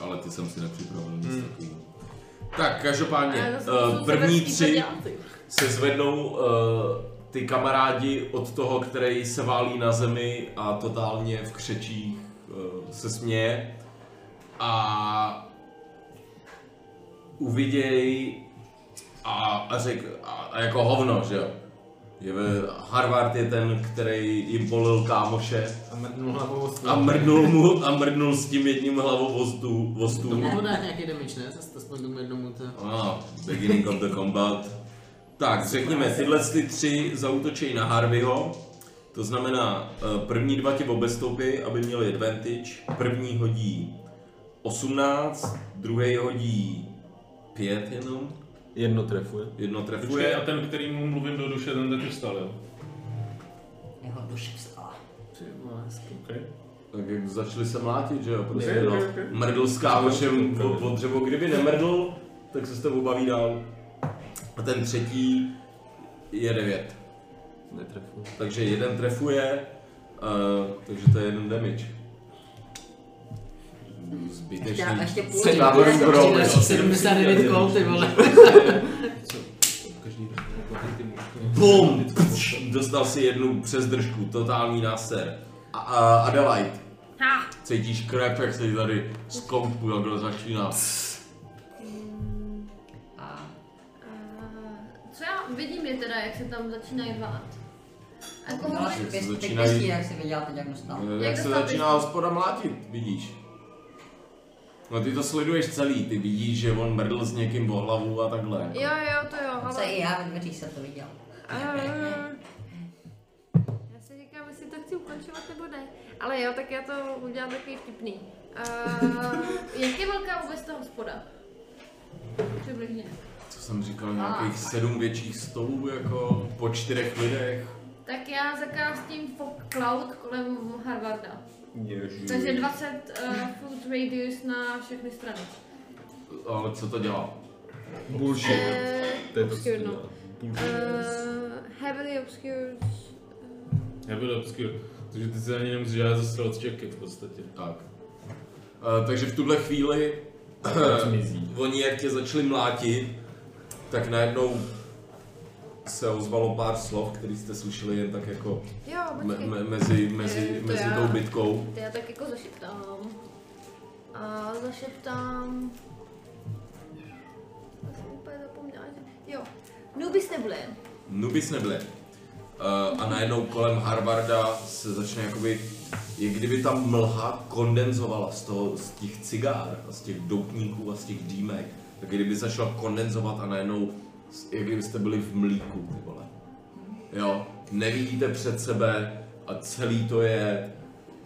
S1: Ale ty jsem si nepřipravil
S3: Hmm.
S1: nic takového. Tak, každopádně,
S4: Ale zase jsou
S1: uh, první
S4: severský
S1: tři
S4: padělci.
S1: se zvednou uh, ty kamarádi od toho, který se válí na zemi a totálně v křečích uh, se směje. A uviděj a, a řek, a, a jako hovno, že jo. Je ve, Harvard je ten, který jim polil kámoše
S5: A mrdnul hlavou o stůl.
S1: a mrdnul mu a mrdnul s tím jedním hlavou o stůl. O stůl.
S5: Tomu to dá nějaký damage, ne? Zase to aspoň tomu jednomu to...
S1: Ah, beginning of the combat. Tak, řekněme, tyhle ty tři zautočí na Harveyho. To znamená, eh, první dva tě obestoupí, aby měli advantage. První hodí 18, druhý hodí 5 jenom.
S19: Jedno trefuje.
S1: Jedno
S23: Počkej,
S1: trefuje.
S23: a ten, který mu mluvím do duše, ten taky vstal, jo?
S18: Jeho duše vstala.
S23: Okay.
S1: Tak jak začali se mlátit, že jo? Prostě
S23: Ok,
S1: no,
S23: ok, ok.
S1: mrdl s kámošem o- o dřevo. Kdyby nemrdl, tak se s tebou baví dál. A ten třetí je 9.
S19: Netrefuje.
S1: Takže jeden trefuje, uh, takže to je jeden damage. Zbytečný.
S18: Já ještě půl
S5: Sedm,
S1: Tabor
S5: sedm,
S1: Brawl,
S5: sedm,
S1: jo.
S5: sedm, 79 kol, ty vole.
S1: Bum! Dostal si jednu přes držku, totální náser. A, a Adelaide,
S4: Ha!
S1: cítíš krep, jak se ti tady z koupu, jak to začíná.
S18: A
S4: Eh, Co já vidím je teda, jak se tam začínají vát. A koho
S18: Měla
S4: by-
S18: si pěst, teď
S1: začínají-
S18: pěstí, jak jsi viděla teď, jak dostal.
S1: Jak se
S4: dostal
S1: začíná
S4: pistoli?
S1: hospoda mlátit, vidíš. No ty to sleduješ celý, ty vidíš, že on mrdl s někým o hlavu a takhle.
S4: Jo, jo, to jo,
S18: Co
S4: ale...
S18: i já ve dveřích jsem to viděl.
S4: Ehm, Já si říkám, jestli to chci ukončovat nebo ne. Ale jo, tak já to udělám takový vtipný. Uh, jak je velká vůbec ta hospoda? Přibližně.
S1: Co jsem říkal, nějakých
S4: Ah.
S1: sedm větších stolů, jako po čtyřech lidech.
S4: Tak já zakástím fog cloud kolem Harvarda.
S1: Ježiš.
S4: Takže 20 uh, foot radius na všechny strany.
S1: Ale co to dělá?
S4: Eh,
S1: To je to, co
S4: obscure,
S1: dělá.
S4: no. Eh, heavily obscure.
S23: Já byl obscure, takže ty se ani nemusíš dělat zase odčeky v podstatě.
S1: Tak. Eh, takže v tuhle chvíli eh, oni jak tě začali mlátit, tak najednou se ozvalo pár slov, který jste slyšeli jen tak jako
S4: Eh, Jo,
S1: me,
S4: počkej.
S1: me, mezi, mezi,
S4: Eh, to
S1: mezi
S4: já-
S1: tou bitkou.
S4: To já tak jako zašeptám. A zašeptám... Já jsem úplně zapomněla. že- Jo. Nubis nebude.
S1: Nubis nebyly. Uh, a najednou kolem Harvarda se začne jakoby, jak kdyby ta mlha kondenzovala z, toho, z těch cigár a z těch doutníků a z těch dýmek. Tak kdyby začala kondenzovat a najednou, s- jak kdybyste byli v mlíku, ty vole. Jo, nevidíte před sebe a celý to je,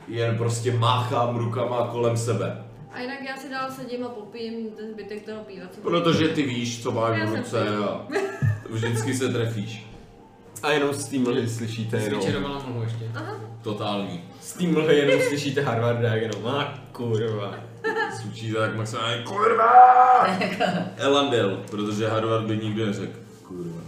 S1: jen prostě máchám rukama kolem sebe.
S4: A jinak já si dál sedím a popijím ten zbytek toho piva. co-
S1: Protože ty víš, co máš
S4: Já
S1: v
S4: jsem
S1: ruce
S4: pil.
S1: a vždycky se trefíš.
S19: A jenom s tím mlhy slyšíte jenom.
S22: Zvětširovala mlhu ještě.
S1: Totální.
S19: S tím mlhy jenom slyšíte Harvarda jak jenom. A kurva.
S1: Sučí tak maximálně kurva. Elandel, protože Harvard by nikdy neřekl. Kurva.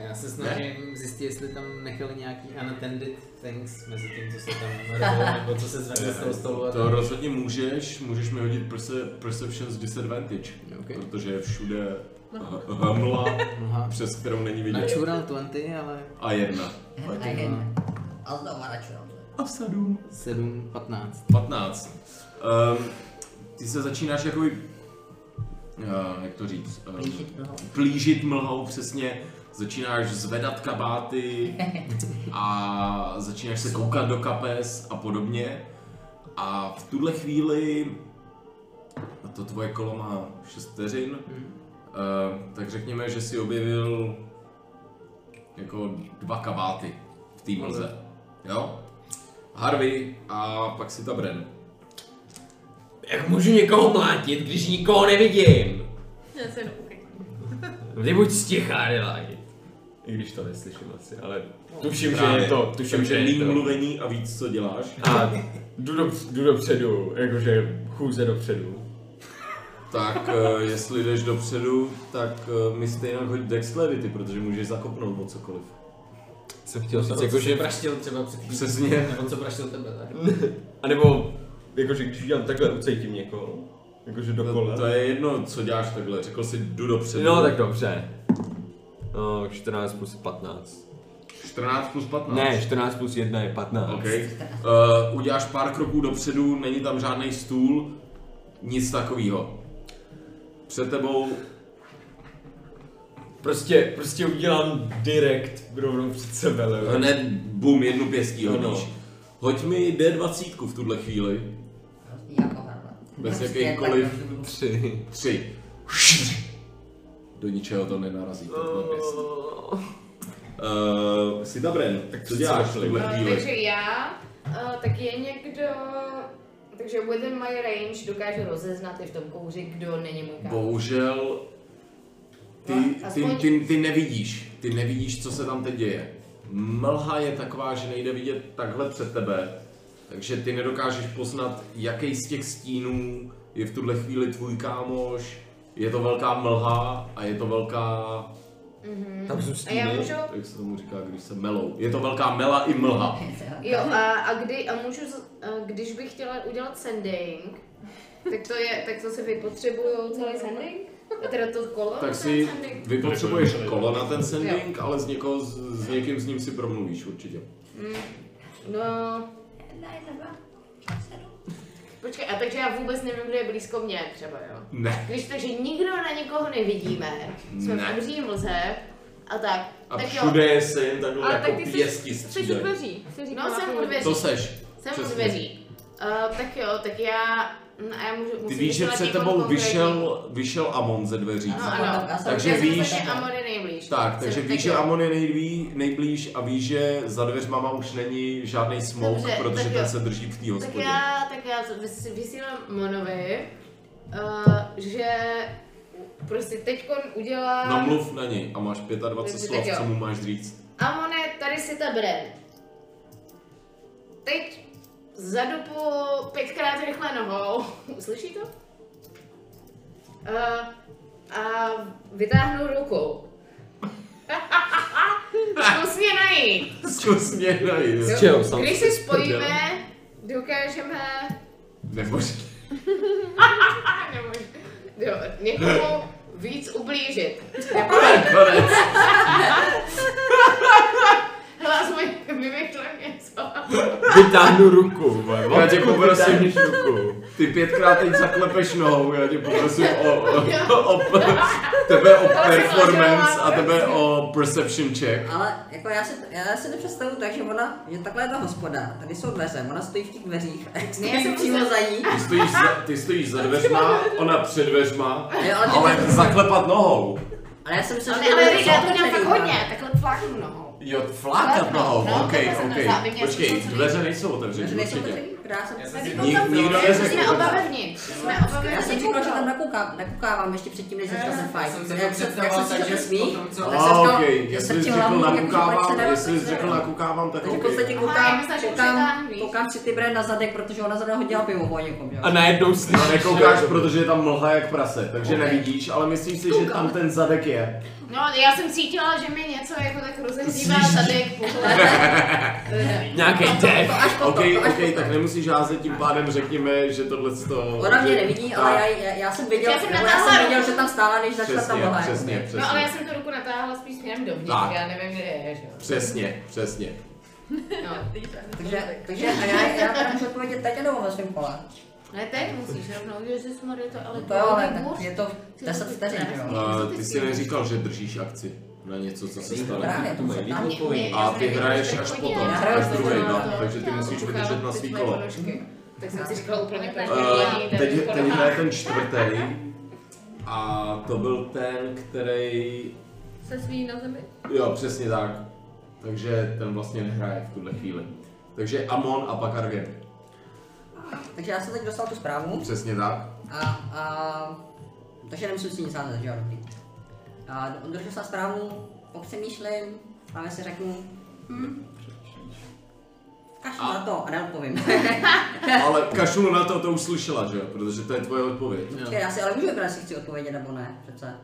S5: Já se
S1: Ne?
S5: snažím zjistit, jestli tam nechali nějaký unattended things mezi tím, co se tam rvou, nebo co se zvedne z toho stolu. a
S1: To
S5: tak.
S1: rozhodně můžeš, můžeš mi hodit perse, Perception s Disadvantage, okay. protože je všude
S5: No.
S1: h- hmla,
S5: Mlha.
S1: přes kterou není vidět.
S5: Natural 20, ale...
S1: A jedna.
S18: A jedna. A znovu načal.
S1: A 7.
S5: 7, 15.
S1: 15. Um, ty se začínáš jakoby, uh, jak to říct, um,
S18: Plížit mlhou.
S1: plížit mlhou, přesně. Začínáš zvedat kabáty a začínáš se koukat do kapes a podobně. A v tuhle chvíli, a to tvoje kolo má 6 vteřin, uh, tak řekněme, že si objevil jako dva kabáty v té mlze. Jo? Harvey a pak si ta Bren.
S19: Jak můžu někoho mlátit, když nikoho nevidím?
S4: Já se jenom okay.
S19: Ty buď sticha, Adelaide. I když to neslyším asi, ale tuším, že
S1: Právě.
S19: je to, tuším,
S1: Takže
S19: že je
S1: míň
S19: to.
S1: mluvení a víc, co děláš.
S19: A jdu, do, jdu dopředu, jakože chůze dopředu.
S1: Tak eh, jestli jdeš dopředu, tak eh, mi stejně hoď dexterity, protože můžeš zakopnout o cokoliv.
S19: Jsem chtěl
S1: říct,
S19: jako, že-
S22: praštil třeba před chvílí.
S1: Přesně.
S22: Nebo co praštil tebe, tak?
S19: A nebo, jakože když udělám takhle, ucejtím někoho. Jakože dokola.
S1: No, To je jedno, co děláš takhle, řekl si jdu dopředu.
S19: No tak dobře. No, 14 plus 15.
S1: 14 plus 15?
S19: Ne, 14 plus 1 je 15.
S1: No. OK. Uh, uděláš pár kroků dopředu, není tam žádný stůl, nic takového. Před tebou
S19: Prostě, prostě udělám direkt rovnou před
S1: No,
S19: sebe, lebo.
S1: hned bum, jednu pěstí
S19: Ano.
S1: hodíš. Hoď mi D20 v tuhle chvíli.
S18: Jako Harvard.
S1: Bez
S18: Prostě
S1: jakýchkoliv...
S18: tak.
S19: Tři.
S1: Tři. Do ničeho to nenarazí, to tvoje pěst. Uh, si Dabren, Oh. co děláš v tuhle
S11: Eh,
S1: chvíli?
S11: takže já, eh, tak je někdo, takže within my range dokážu rozeznat i v tom kouři, kdo není můj kámo.
S1: Bohužel, ty,
S11: No,
S1: ty,
S11: aspoň-
S1: ty, ty, nevidíš, ty nevidíš, co se tam teď děje. Mlha je taková, že nejde vidět takhle před tebe, takže ty nedokážeš poznat, jaký z těch stínů je v tuhle chvíli tvůj kámoš, je to velká mlha a je to velká...
S11: Mhm.
S19: Tam jsou
S11: A já
S19: stíny.
S11: můžu,
S1: Jak se tomu říká, když se melou? Je to velká mela i mlha.
S11: jo, a, a, kdy, a můžu, z- a když bych chtěla udělat sending, tak to je, tak to si vypotřebuju celý sending? A teda to kolo? na ten
S1: Tak si
S11: sending?
S1: vypotřebuješ kolo na ten sending, ale s, někoho, s, s někým s ním si promluvíš určitě.
S11: Mm. No, počkej, a takže já vůbec nevím, kdo je blízko mě třeba, jo?
S1: Ne.
S11: Když to, že nikdo na nikoho nevidíme, jsme
S1: Ne.
S11: v obří mlze a tak.
S1: A
S11: tak
S1: všude je se jen takhle
S11: Ale
S1: jako
S11: tak ty jsi-
S1: pěstí
S4: Jsi u
S1: střídají.
S4: dveří. jsi
S11: No,
S4: říkala
S11: jsem
S4: původně.
S11: u dveří.
S1: To seš.
S11: Jsem u
S1: Přesně.
S11: dveří. Uh, tak jo, tak já Mm, A já můžu,
S1: Ty
S11: musím
S1: víš, že
S11: vyslat
S1: před
S11: někoho
S1: tebou
S11: konkrétního.
S1: vyšel, vyšel Amon ze dveří.
S11: Ano, ano.
S1: Takže
S11: Já jsem
S1: víš,
S11: vlastně Amon je nejblíž.
S1: tak,
S11: Jsem
S1: takže víš, že
S11: taky-
S1: Amon je nejblí, nejblíž a víš, že za dveřmama už není žádný smoke,
S11: Dobře,
S1: protože
S11: tak
S1: ten
S11: jo.
S1: se drží v té
S11: Tak
S1: hospodě.
S11: já, tak já to vys- vysílám Monovi, uh, že prostě teď udělá...
S1: Namluv No, na něj a máš
S11: Dobře,
S1: 25
S11: tak jo.
S1: slov, co mu máš říct.
S11: Amone, tady si ta Bren. Teď za dobu pětkrát rychle nohou. Uslyší to? Uh, a vytáhnu ruku. Zkus mě najít.
S1: Zkus mě najít.
S11: Jo, Když se spojíme, dokážeme
S1: Nebože.
S11: Nemož- jo, někomu víc ublížit.
S1: Konec.
S11: Hlas můj vymyšlel něco.
S1: Vytáhnu ruku, vole. Já tě
S19: Odkud
S1: poprosím
S19: vytáhneš ruku.
S1: Ty pětkrát teď zaklepeš nohou, já tě poprosím o, o, o, o tebe o performance a tebe o perception check.
S2: Ale jako já si, já si to představu tak, že ona, že takhle je ta hospoda, tady jsou dveře, ona stojí v těch dveřích a jak
S11: Ne, já
S2: stojí
S11: jsem
S2: přímo za ní.
S1: Ty stojíš za, ty stojíš za dveřma, ona před dveřma,
S2: Jo, ale ty
S1: ale
S2: to-
S1: zaklepat nohou.
S2: Ale já jsem
S11: Ale,
S2: myslel, že
S11: No ale já to
S2: jsou
S11: dělám tak
S2: otevřený,
S11: hodně, takhle fláknu nohou.
S1: Jo, flákat
S11: No,
S1: nohou,
S11: no,
S1: ok,
S11: to jsem
S1: ok.
S11: nezá- by mě
S1: Počkej,
S11: něco
S1: dveře
S11: říct.
S1: nejsou otevřený,
S2: Dveře nejsou
S1: určitě.
S2: otevřený, protože já jsem
S1: si-
S2: tady
S1: Nik-
S2: koukám,
S1: nikdo
S2: no.
S1: neřekl.
S11: Jsme oba vevnitř. Jsme oba
S2: Já
S11: vevnitř.
S2: jsem říkal, že tam nakoukám, nakoukávám ještě předtím, než začal se fight.
S22: jsem se to
S2: Jak jsem jak
S22: představoval,
S2: jsem slyšel
S22: takže
S2: ten smích,
S22: potom,
S2: tak
S22: co-
S2: jsem
S1: A
S2: říkal,
S1: ok,
S2: že
S1: jestli jsi
S2: strčil
S1: řekl
S2: hlavu, jak
S1: nakukávám,
S2: se dá,
S1: jestli jsi
S2: tak se
S1: řekl
S2: dá.
S1: nakukávám, tak
S2: Takže v
S1: ok.
S2: podstatě
S11: já
S2: koukám,
S11: myslím, že
S2: koukám,
S11: předtím, víš.
S2: koukám si ty bre na zadek, protože ona zrovna hodila pivo po někom, jo.
S1: A najednou slyšíš. A No, nekoukáš, protože je tam mlha jak prase, takže nevidíš, ale myslíš si, že tam ten zadek je.
S11: No, já jsem cítila, že mi něco jako tak rozezdívá zadek po
S1: Nějaký def.
S2: potom,
S1: Ok,
S2: to až
S1: ok, tak nemusíš házet, tím pádem řekněme, že tohle to...
S2: Ona mě
S1: že-
S2: nevidí,
S1: tak.
S2: ale já, já, já jsem věděl,
S11: Já jsem
S2: nebo já
S11: natáhla
S2: jsem věděl,
S11: ruku.
S2: že tam stála, než začala ta
S1: Přesně,
S2: boha. jako
S1: přesně, přesně.
S11: No, ale já jsem tu ruku natáhla spíš směrem dovnitř,
S1: Tak.
S11: já nevím, kde je, že jo.
S1: Přesně, přesně.
S11: No.
S2: Takže, takže a já, já teda můžu odpovědět teď nebo ve svém kole.
S11: Ne, teď musíš rovnou, že jsi smrl, je to ale
S2: To jo, ale
S11: dlouhý
S2: tak
S11: kurz.
S2: je to 10 vteřin, jo.
S1: A ty jsi neříkal, že držíš akci na něco, co se stane.
S2: Právě, to se tam-
S11: Mě- mě- já
S1: A
S11: jsem
S1: ty
S11: nevěděla,
S1: hraješ
S11: že
S1: až
S11: chodí,
S1: potom,
S11: já
S1: až
S11: jsem
S1: druhý,
S11: to-
S1: no,
S11: to-
S1: takže ty
S11: to-
S1: musíš
S11: to-
S1: vydržet na
S11: ty
S1: svý
S11: tvoje
S1: kolo.
S11: ponožky. Tak jsem si říkala úplně první.
S1: Eh, teď, teď hraje ten čtvrtý. A to byl ten, který...
S4: Se svíjí na zemi.
S1: Jo, přesně tak. Takže ten vlastně nehraje v tuhle chvíli. Takže Amon a pak Argen.
S2: Takže já jsem teď dostal tu zprávu
S1: Přesně tak.
S2: a, a takže nemusím si nic házet, že jo, dobrý. A dostal jsem zprávu, popřemýšlím, máme si řeknu, hm, kašlu na to a neodpovím.
S1: Ale kašlu na to, to už slyšela, že jo? Protože to je tvoje odpověď.
S2: Počkej, já si ale můžu vybrat, jestli chci odpovědět nebo ne, přece.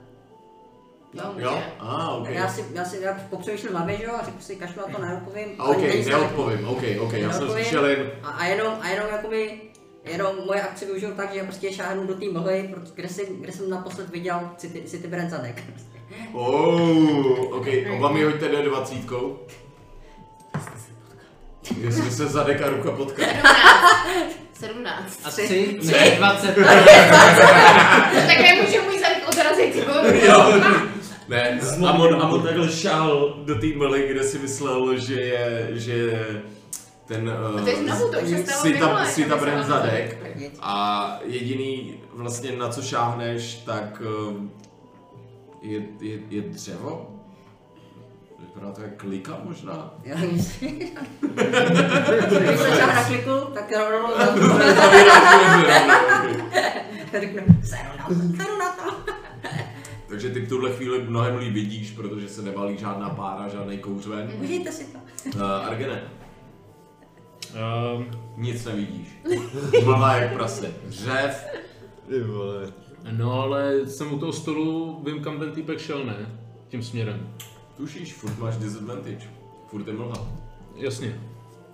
S11: No, může.
S1: Jo? Aha, ok.
S2: Tak já si, já si já popřemýšlím hlavě, že jo, a řeknu si, kašlu na to, neodpovím.
S1: A
S2: ale
S1: ok,
S2: nic
S1: neodpovím, ok, ok, já
S11: No,
S1: jsem
S2: Neodpovím.
S1: slyšel jen...
S2: A, a jenom, a jenom jakoby, jenom moje akci využiju tak, že prostě šáhnu do té mlhy, proto- kde jsem, kde jsem naposled viděl City, City Brand zadek.
S1: Oh, ok, oba mi hoďte D20. Jestli se zadek a ruka potká.
S11: 17.
S22: A tři, ne, 20.
S11: Tak nemůžu můj zadek odrazit, ty vole.
S1: Jo, ne, Amon, Amon takhle šál do té mlhy, kde si myslel, že je, že je ten eh,
S11: A teď znovu to už se stalo
S1: si ta,
S11: minule,
S1: si
S11: já
S1: ta
S11: myslela,
S1: brand
S11: že to je
S1: zadek a jediný vlastně na co šáhneš, tak ehm, je, je, je dřevo? Vypadá to jak klika možná?
S2: Já myslím, Když jsem šáhla na kliku, tak rovnou řeknu, seru na to, seru na to.
S1: Takže ty v tuhle chvíli mnohem líp vidíš, protože se nevalí žádná pára, žádný kouřven.
S2: Užijte si to.
S1: Uh, Argene,
S3: Um,
S1: nic nevidíš. Mlha jak prase. Řev,
S19: Ty vole.
S3: no ale jsem u toho stolu, vím kam ten týpek šel, ne? Tím směrem.
S1: Tušíš, furt máš disadvantage. Furt je mlha.
S3: Jasně.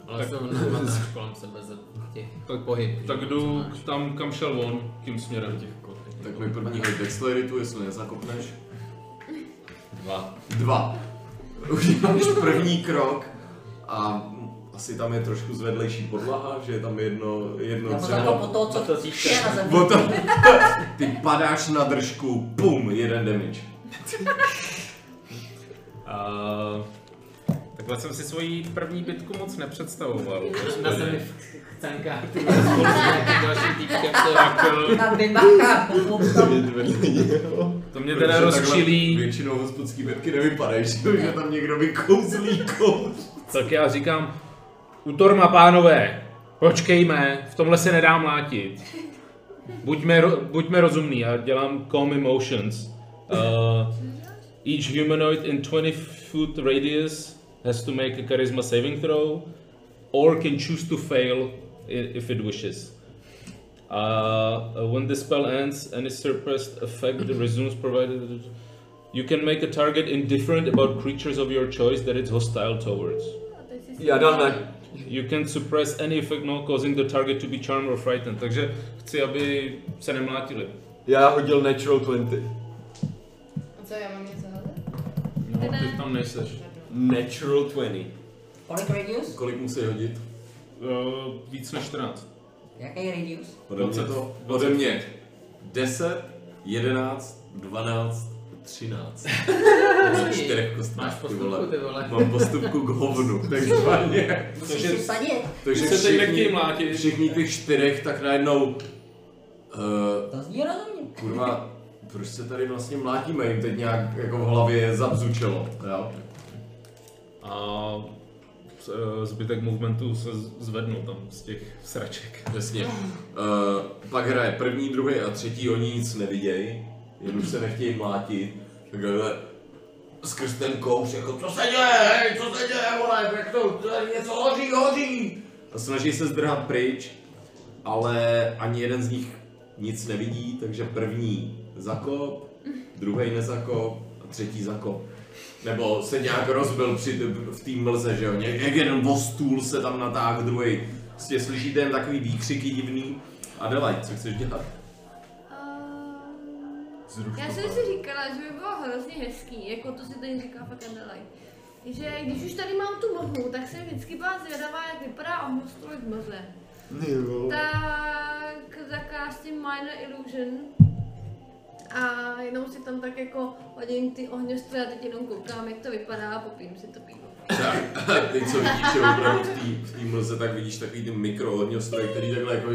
S5: Ale
S3: Tak-
S5: jsem nematáš kolem sebe za těch pohyb.
S3: Tak jdu tam, kam šel on, tím směrem.
S1: Tak mi první hoď dexteritu, jestli nezakopneš.
S5: Dva.
S1: Dva. Uděláš první krok a asi tam je trošku zvedlejší podlaha, že je tam jedno, jedno
S2: Já jsem jako po
S1: dřevo.
S2: toho, co je na zemi.
S1: O to, ty padáš na držku, pum, jeden damage.
S3: A Ehm, Takhle jsem si svoji první bitku moc nepředstavoval.
S5: Na zemi v cankách.
S3: Spolu s nějakým dalším týpkem, co jako-
S18: Na debaka,
S3: To mě teda rozčilí.
S1: Většinou hospodský webky nevypadají, že jo, že tam někdo vykouzlí kouř.
S3: Tak já říkám, u Torma, pánové, počkejme, v tomhle se nedá mlátit. Buďme, ro- buďme rozumní, já dělám calm emotions. Uh, each humanoid in 20 foot radius has to make a charisma saving throw or can choose to fail i- if it wishes. Uh, when the spell ends and is surpassed, effect resumes provided you can make a target indifferent about creatures of your choice that it's hostile towards.
S19: Já dám na...
S3: You can suppress any effect not causing the target to be charmed or frightened. Takže chci, aby se nemlátili.
S19: Já hodil natural 20.
S11: A co, já mám něco hledat?
S3: No, ty tam nejseš.
S19: Natural 20.
S18: Kolik radius?
S1: Kolik musí hodit?
S3: Uh, víc než 14.
S2: Ya,
S18: Jaký je radius?
S1: Ode mě to? Ode mě. 10, 11, 12, 13. Na čtyřech kostách,
S5: Máš
S1: ty
S5: postupku,
S1: vole.
S5: ty vole.
S1: Mám postupku k hovnu, takzvaně.
S18: Musíš si sadit.
S1: Takže
S3: Se teď
S1: všichni,
S3: nechtějí mlátit.
S1: všichni ty čtyřech, tak najednou... eh,
S18: To zní rozumně.
S1: kurva, proč se tady vlastně mlátíme? Jim teď nějak jako v hlavě zabzučelo, jo?
S3: A s- eh, zbytek movementu se z- zvednu tam z těch sraček.
S1: Přesně. Uh, pak hraje první, druhý a třetí, oni nic nevidějí, jen už se nechtějí mlátit. Takhle skrz ten kouř, jako co se děje, hej, co se děje, vole, jak to, tady něco hoří, hoří. A snaží se zdrhat pryč, ale ani jeden z nich nic nevidí, takže první zakop, druhý nezakop a třetí zakop. Nebo se nějak rozbil při, v té mlze, že jo? Ně- Jak jeden o stůl se tam natáhl, druhý. Prostě slyšíte jen takový výkřiky divný. Adelaide, co chceš dělat?
S19: Zruš
S4: Eh, Já
S19: to,
S4: jsem si říkala, že by bylo hrozně hezký, jako to si teď říká fakt Adelaide. Že když už tady mám tu mlhu, tak jsem vždycky byla zvědavá, jak vypadá omlustroj v mlze.
S19: Jo.
S4: Tak zakážím Minor Illusion. A jenom si tam tak jako hodím ty ohňostroje a teď jenom koukám, jak to vypadá a popím si to pivo.
S1: Tak, teď co vidíš, že opravdu v té- v té mlze, tak vidíš takový ty mikrohodňostroje, který takhle jako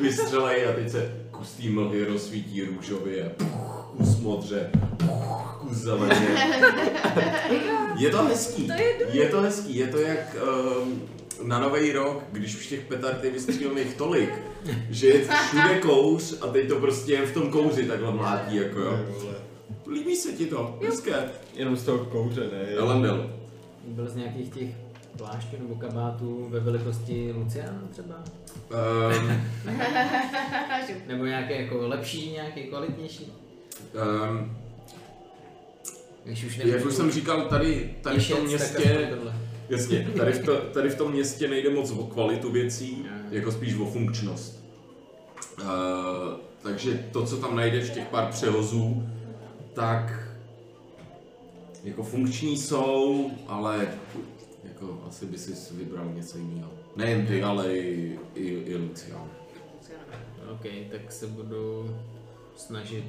S1: vystřelejí a teď se kus té mlhy rozsvítí růžově, kus modře, kus zeleně. Je to hezký.
S4: To je
S1: Je to hezký, je to jak um, na nový rok, když už těch petard je vystřílených tolik, že je všude kouř a teď to prostě v tom kouři takhle mlátí, jako jo. Líbí se ti to, hezké.
S19: Jenom z toho kouře, ne?
S1: Elendel.
S5: Byl z nějakých těch plášťů nebo kabátů ve velikosti Luciana třeba?
S1: Um,
S5: Nebo nějaké jako lepší, nějaké kvalitnější?
S1: um,
S5: Když už nebudu
S1: jak už jsem říkal, tady, tady v
S5: těšec,
S1: tom
S5: tak
S1: městě,
S5: aspoň tohle.
S1: jasně, tady v, to, tady v tom městě nejde moc o kvalitu věcí, jako spíš o funkčnost. Uh, takže to, co tam najdeš, těch pár přehozů, tak jako funkční jsou, ale jako asi by si vybral něco jiného. Nejen ty, ale i, i, i Lucian.
S5: OK, tak se budu snažit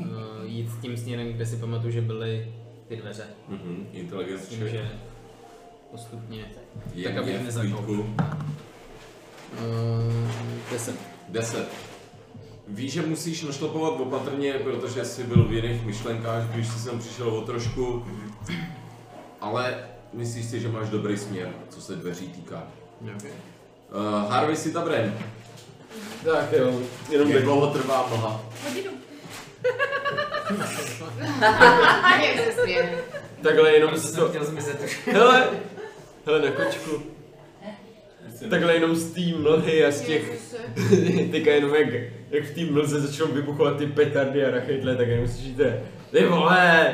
S5: uh, jít s tím směrem, kde si pamatuju, že byly ty dveře.
S1: Mhm,
S5: S
S1: inteligence
S5: tím,
S1: check.
S5: že postupně, tak
S1: Jemně,
S5: abych
S1: v
S5: nezakoupil.
S1: klídku.
S5: Uh, 10.
S1: 10. Víš, že musíš našlapovat opatrně, protože jsi byl v jiných myšlenkách, když jsi sem přišel o trošku, ale myslíš si, že máš dobrý směr, co se dveří týká. Uh, Harvey si tam bren.
S19: Tak jo, jenom
S1: Jak
S19: tak.
S1: dlouho trvá mlha?
S4: Hodinu.
S11: Jak se směje.
S19: Takhle jenom
S5: Proto
S19: z
S5: jsem
S19: to...
S5: chtěl zmizet už.
S19: Hele! Hele na kočku. Takhle jenom z té mlhy a z těch...
S11: Ježuse.
S19: Teďka jenom jak, jak v té mlze začnou vybuchovat ty petardy a rachetle, tak jenom slyšíte ty vole,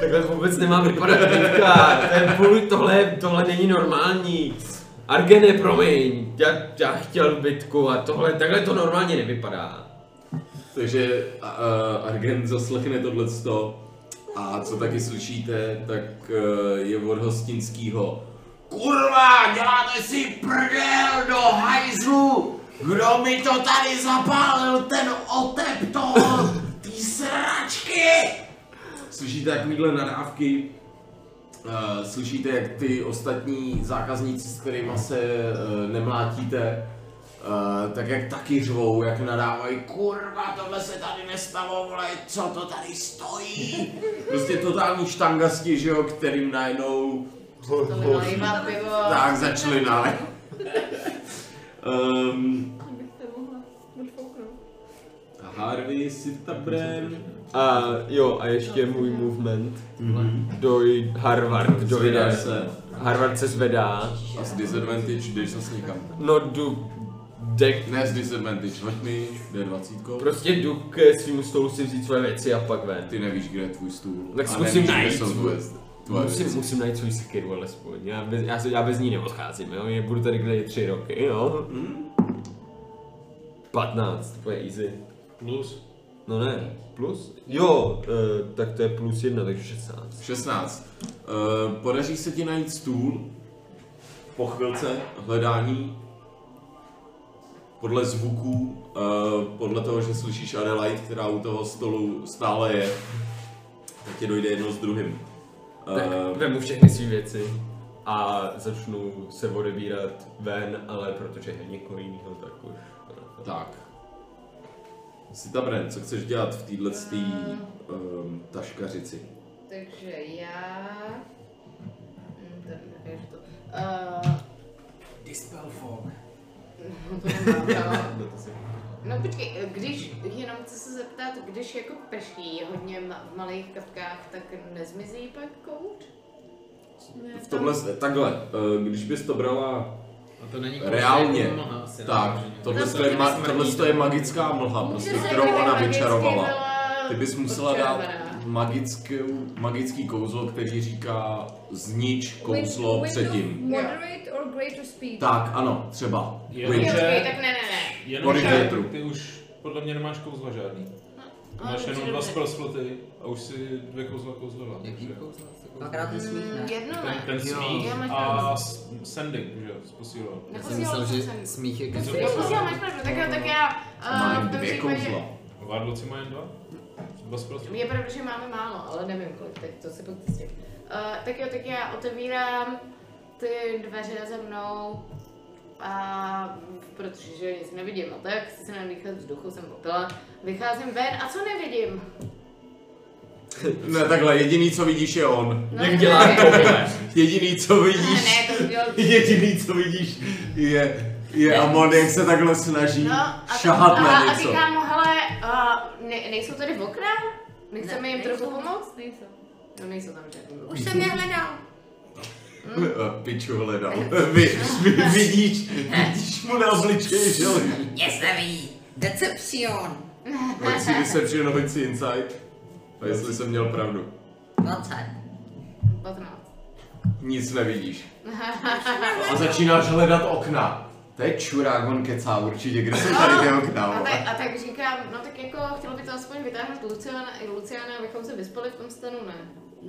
S19: takhle to vůbec nemá vypadat teďka, to je půl, tohle, tohle není normální. Argene, promiň, já, já chtěl bytku a tohle, takhle to normálně nevypadá.
S1: Takže uh, Argent zaslechne tohleto a co taky slyšíte, tak uh, je od hostinskýho. Kurva, děláte si prdel do hajzlu! Kdo mi to tady zapálil, ten otep toho, ty sračky! Slyšíte takovýhle nadávky eh, slyšíte, jak ty ostatní zákazníci, s kterými se eh, nemlátíte, eh, tak jak taky řvou, jak nadávají, kurva, tohle se tady nestalo, vole, co to tady stojí? Prostě totální štangasti, že jo, kterým najednou
S11: Tohle má pivo.
S1: tak začali dále. um,
S21: Abych to mohla odfouknout.
S20: A Harvey si tam brem.
S19: A jo, a ještě můj movement. Doj Harvard, dojde.
S1: Zvedá se.
S19: Harvard se zvedá.
S1: A s disadvantage jdeš zase někam.
S19: No jdu dek.
S1: Ne s disadvantage, hoď mi D20.
S19: Prostě jdu ke svým stolu si vzít své věci a pak ven.
S1: Ty nevíš, kde je tvůj stůl.
S19: Tak
S1: A
S19: zkusím
S1: nevíš, kde
S19: najít
S1: jsou
S19: svůj-
S1: tvoje- tvoje
S19: musím,
S1: věci.
S19: musím najít svůj sekiru alespoň. Já bez, já, se, já bez ní neodcházím, jo? Já budu tady kde tři roky, jo? 15, to je easy.
S23: Plus.
S19: No ne, plus? Jo, eh, tak to je plus jedna, takže 16.
S1: 16. Eh, Podaří se ti najít stůl po chvilce hledání podle zvuků, eh, podle toho, že slyšíš Adelaide, která u toho stolu stále je, tak ti dojde jedno s druhým.
S19: Tak
S1: Eh,
S19: vemu všechny své věci a začnu se odebírat ven, ale protože je někoho jiného, tak už.
S1: Tak. Jsi tam, Ren, co chceš dělat v téhle um, taškařici?
S11: Takže já... Hm, To nedokážu to. Uh,
S5: Dispel fog.
S11: no, to nemám, no. No počkej, když, jenom chci se zeptat, když jako prší hodně ma- v malých kapkách, tak nezmizí pak kout?
S1: V tomhle, takhle, eh, když bys to brala
S22: A to není kousek,
S1: reálně,
S22: jako mlha asi, ne?
S1: tak,
S22: Že-
S1: tohle
S22: To
S1: to je, ma,
S22: smrdí,
S1: tohle
S22: to-
S1: to je magická mlha, prostě,
S11: Může se
S1: kterou
S11: jako
S1: ona
S11: magicky
S1: vyčarovala.
S11: byla
S1: Ty bys musela dát
S11: odčervená.
S1: magickou, magický kouzlo, který říká znič kouzlo
S4: With- with
S1: předtím.
S4: Moderate or greater speed.
S1: Tak, ano, třeba.
S23: Jenomže-
S1: Wind.
S11: Počkej, tak ne, ne, ne.
S1: Kolik
S23: že
S1: větru?
S23: ty už podle mě nemáš kouzla žádný. Ty
S11: ale
S23: máš
S11: No, dobře,
S23: jenom dva
S11: dobře.
S23: spell sloty a už si dvě kouzla kouzlila. takže-
S18: Dvakrát ten smích,
S2: Nah.
S18: ne?
S11: Mm, Jedno
S23: Ten,
S11: ne.
S23: ten
S5: Jo.
S23: smích
S11: Já máš
S23: a
S11: pravdu.
S23: s- sending, že jo, s posílou.
S5: Já jsem
S11: Neposílala
S5: myslel, že
S11: jsem.
S5: smích je
S11: Tak
S5: když
S11: si posílám, máš pravdu, tak jo, tak já
S1: Má
S11: eh,
S1: jen
S11: v tom
S1: dvě
S11: případě...
S1: kouzla.
S23: Vádloci má jen dva? Dva spell sloty?
S11: No. Je pravda, že máme málo, ale nevím kolik, tak to se pak zjistím. Uh, tak jo, tak já otevírám ty dveře za mnou a protože nic nevidím, no tak chci se nadýchat vzduchu, jsem opila, vycházím ven a co nevidím?
S1: Ne, takhle, jediný, co vidíš, je on.
S11: No, Jak dělá to,
S1: Jediný, co vidíš,
S11: Ne, to udělal
S1: Jediný, co vidíš, je, je Amon, jak se takhle snaží
S11: No, a, to-
S1: šahat na
S11: a, a
S1: něco.
S11: říkám mu, hele, uh, ne, nejsou tady v okna? Nechceme
S2: Ne,
S11: jim trochu
S2: nejsou.
S11: pomoct?
S21: Nejsou.
S11: No nejsou tam žádný.
S2: Už jsem je hledal.
S11: Hmm.
S1: A Eh, Piču hledal.
S11: Eh,
S1: Vy, vy, vidíš, vidíš mu na obličeji, že jo?
S18: Nic neví. Decepcion.
S1: Hoď si deception, hoď si insight. A jestli jsem měl pravdu.
S18: 20.
S11: 15.
S1: Nic nevidíš.
S2: ya,
S1: A začínáš hledat okna. To je čurák, on kecá určitě, kde jsou tady ty okna,
S11: A
S1: vole?
S11: tak, a tak říkám, no tak jako chtělo by to aspoň vytáhnout Luciana, Luciana abychom se vyspali v tom stanu, ne?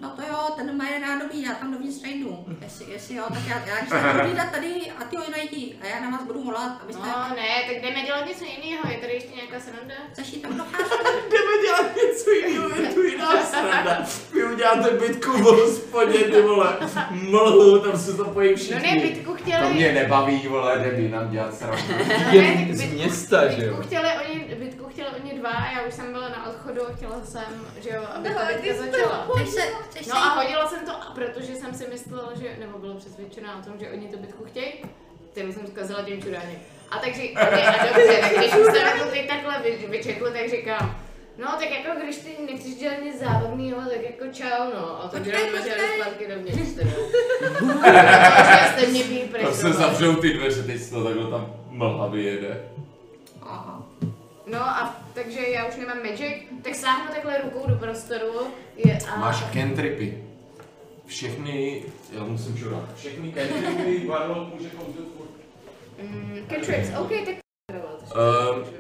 S2: No to jo, ten má je nádobí, já tam dovnitř nejdu. Jestli, jestli jo, tak já, já když tak budu hlídat tady a ty ho najdí. A já na vás budu volat, abyste... No.
S11: No ne, tak jdeme dělat něco jiného, je tady ještě nějaká sranda?
S2: Chceš jít tam docházet?
S1: Jdeme dělat něco jiného, je tu jiná sranda. Vy uděláte bitku v hospodě, ty vole. Mlhu, tam se zapojí všichni.
S11: No ne, bytku chtěli...
S1: To mě nebaví, vole, jde by nám dělat srandu.
S11: tak
S19: Je
S11: bytku-
S19: z města, že
S11: Bytku
S19: jo?
S11: chtěli, oni, bytku chtěli oni dva a já už jsem byla na odchodu a chtěla jsem, že jo, aby ta
S21: Tohle, ty
S11: bitka
S21: jsi
S11: začala.
S2: Chceš se, chceš
S11: No
S2: se
S11: a
S2: jít?
S11: hodila jsem to, protože jsem si myslela, že, nebo byla přesvědčená o tom, že oni tu bytku chtějí, kterou jsem zkazila tím čuráně. A takže, ne, a dobře, tak když už jsem to teď takhle vy- vyčetl, tak říkám, no tak jako když ty nechceš dělat nic zábavného, tak jako čau no, a to
S2: Počkej,
S11: děláme že
S2: počkej.
S11: zpátky dovnitř teda. Takže jste mě bíjí pryč.
S1: Tam se
S11: no.
S1: zavřou ty dveře, teď se to takhle tam mlha vyjede.
S2: Aha.
S11: No a takže já už nemám magic, tak sáhnu takhle rukou do prostoru je, a...
S1: Máš cantripy. Všechny, já musím čurat, všechny cantripy Warlock může kouzlit furt.
S11: Mm, cantrips, OK, tak...
S1: Ehm,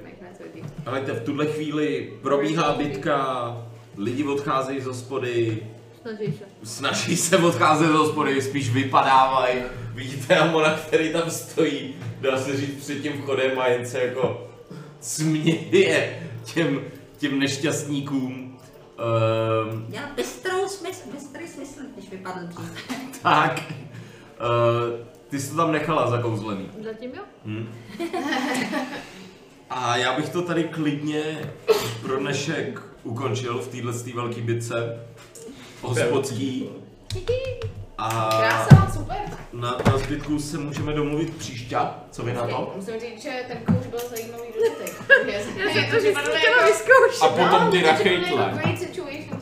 S11: Um,
S1: Helejte, v tuhle chvíli probíhá bitka, lidi odcházejí z hospody,
S4: Snaží se.
S1: snaží se odcházet z hospody, spíš vypadávají. Vidíte Amona, který tam stojí, dá se říct před tím vchodem a jen se jako směje těm, těm nešťastníkům. Ehm,
S2: Měl bystrou smysl, bystrý smysl, když vypadl dřív.
S1: tak, eh, ty jsi to tam nechala zakouzlený.
S4: Zatím jo.
S1: Hm? A já bych to tady klidně pro dnešek ukončil v téhle velké bitce hospodský. A
S11: Krása, super.
S1: na, na zbytku se můžeme domluvit příště. Co vy na to?
S11: Musím říct, že ten kouř byl zajímavý dodatek.
S4: Já jsem to vždycky chtěla vyzkoušet.
S1: A potom ty na
S11: jako- No, to bylo
S1: chejtle.
S11: jako great situation.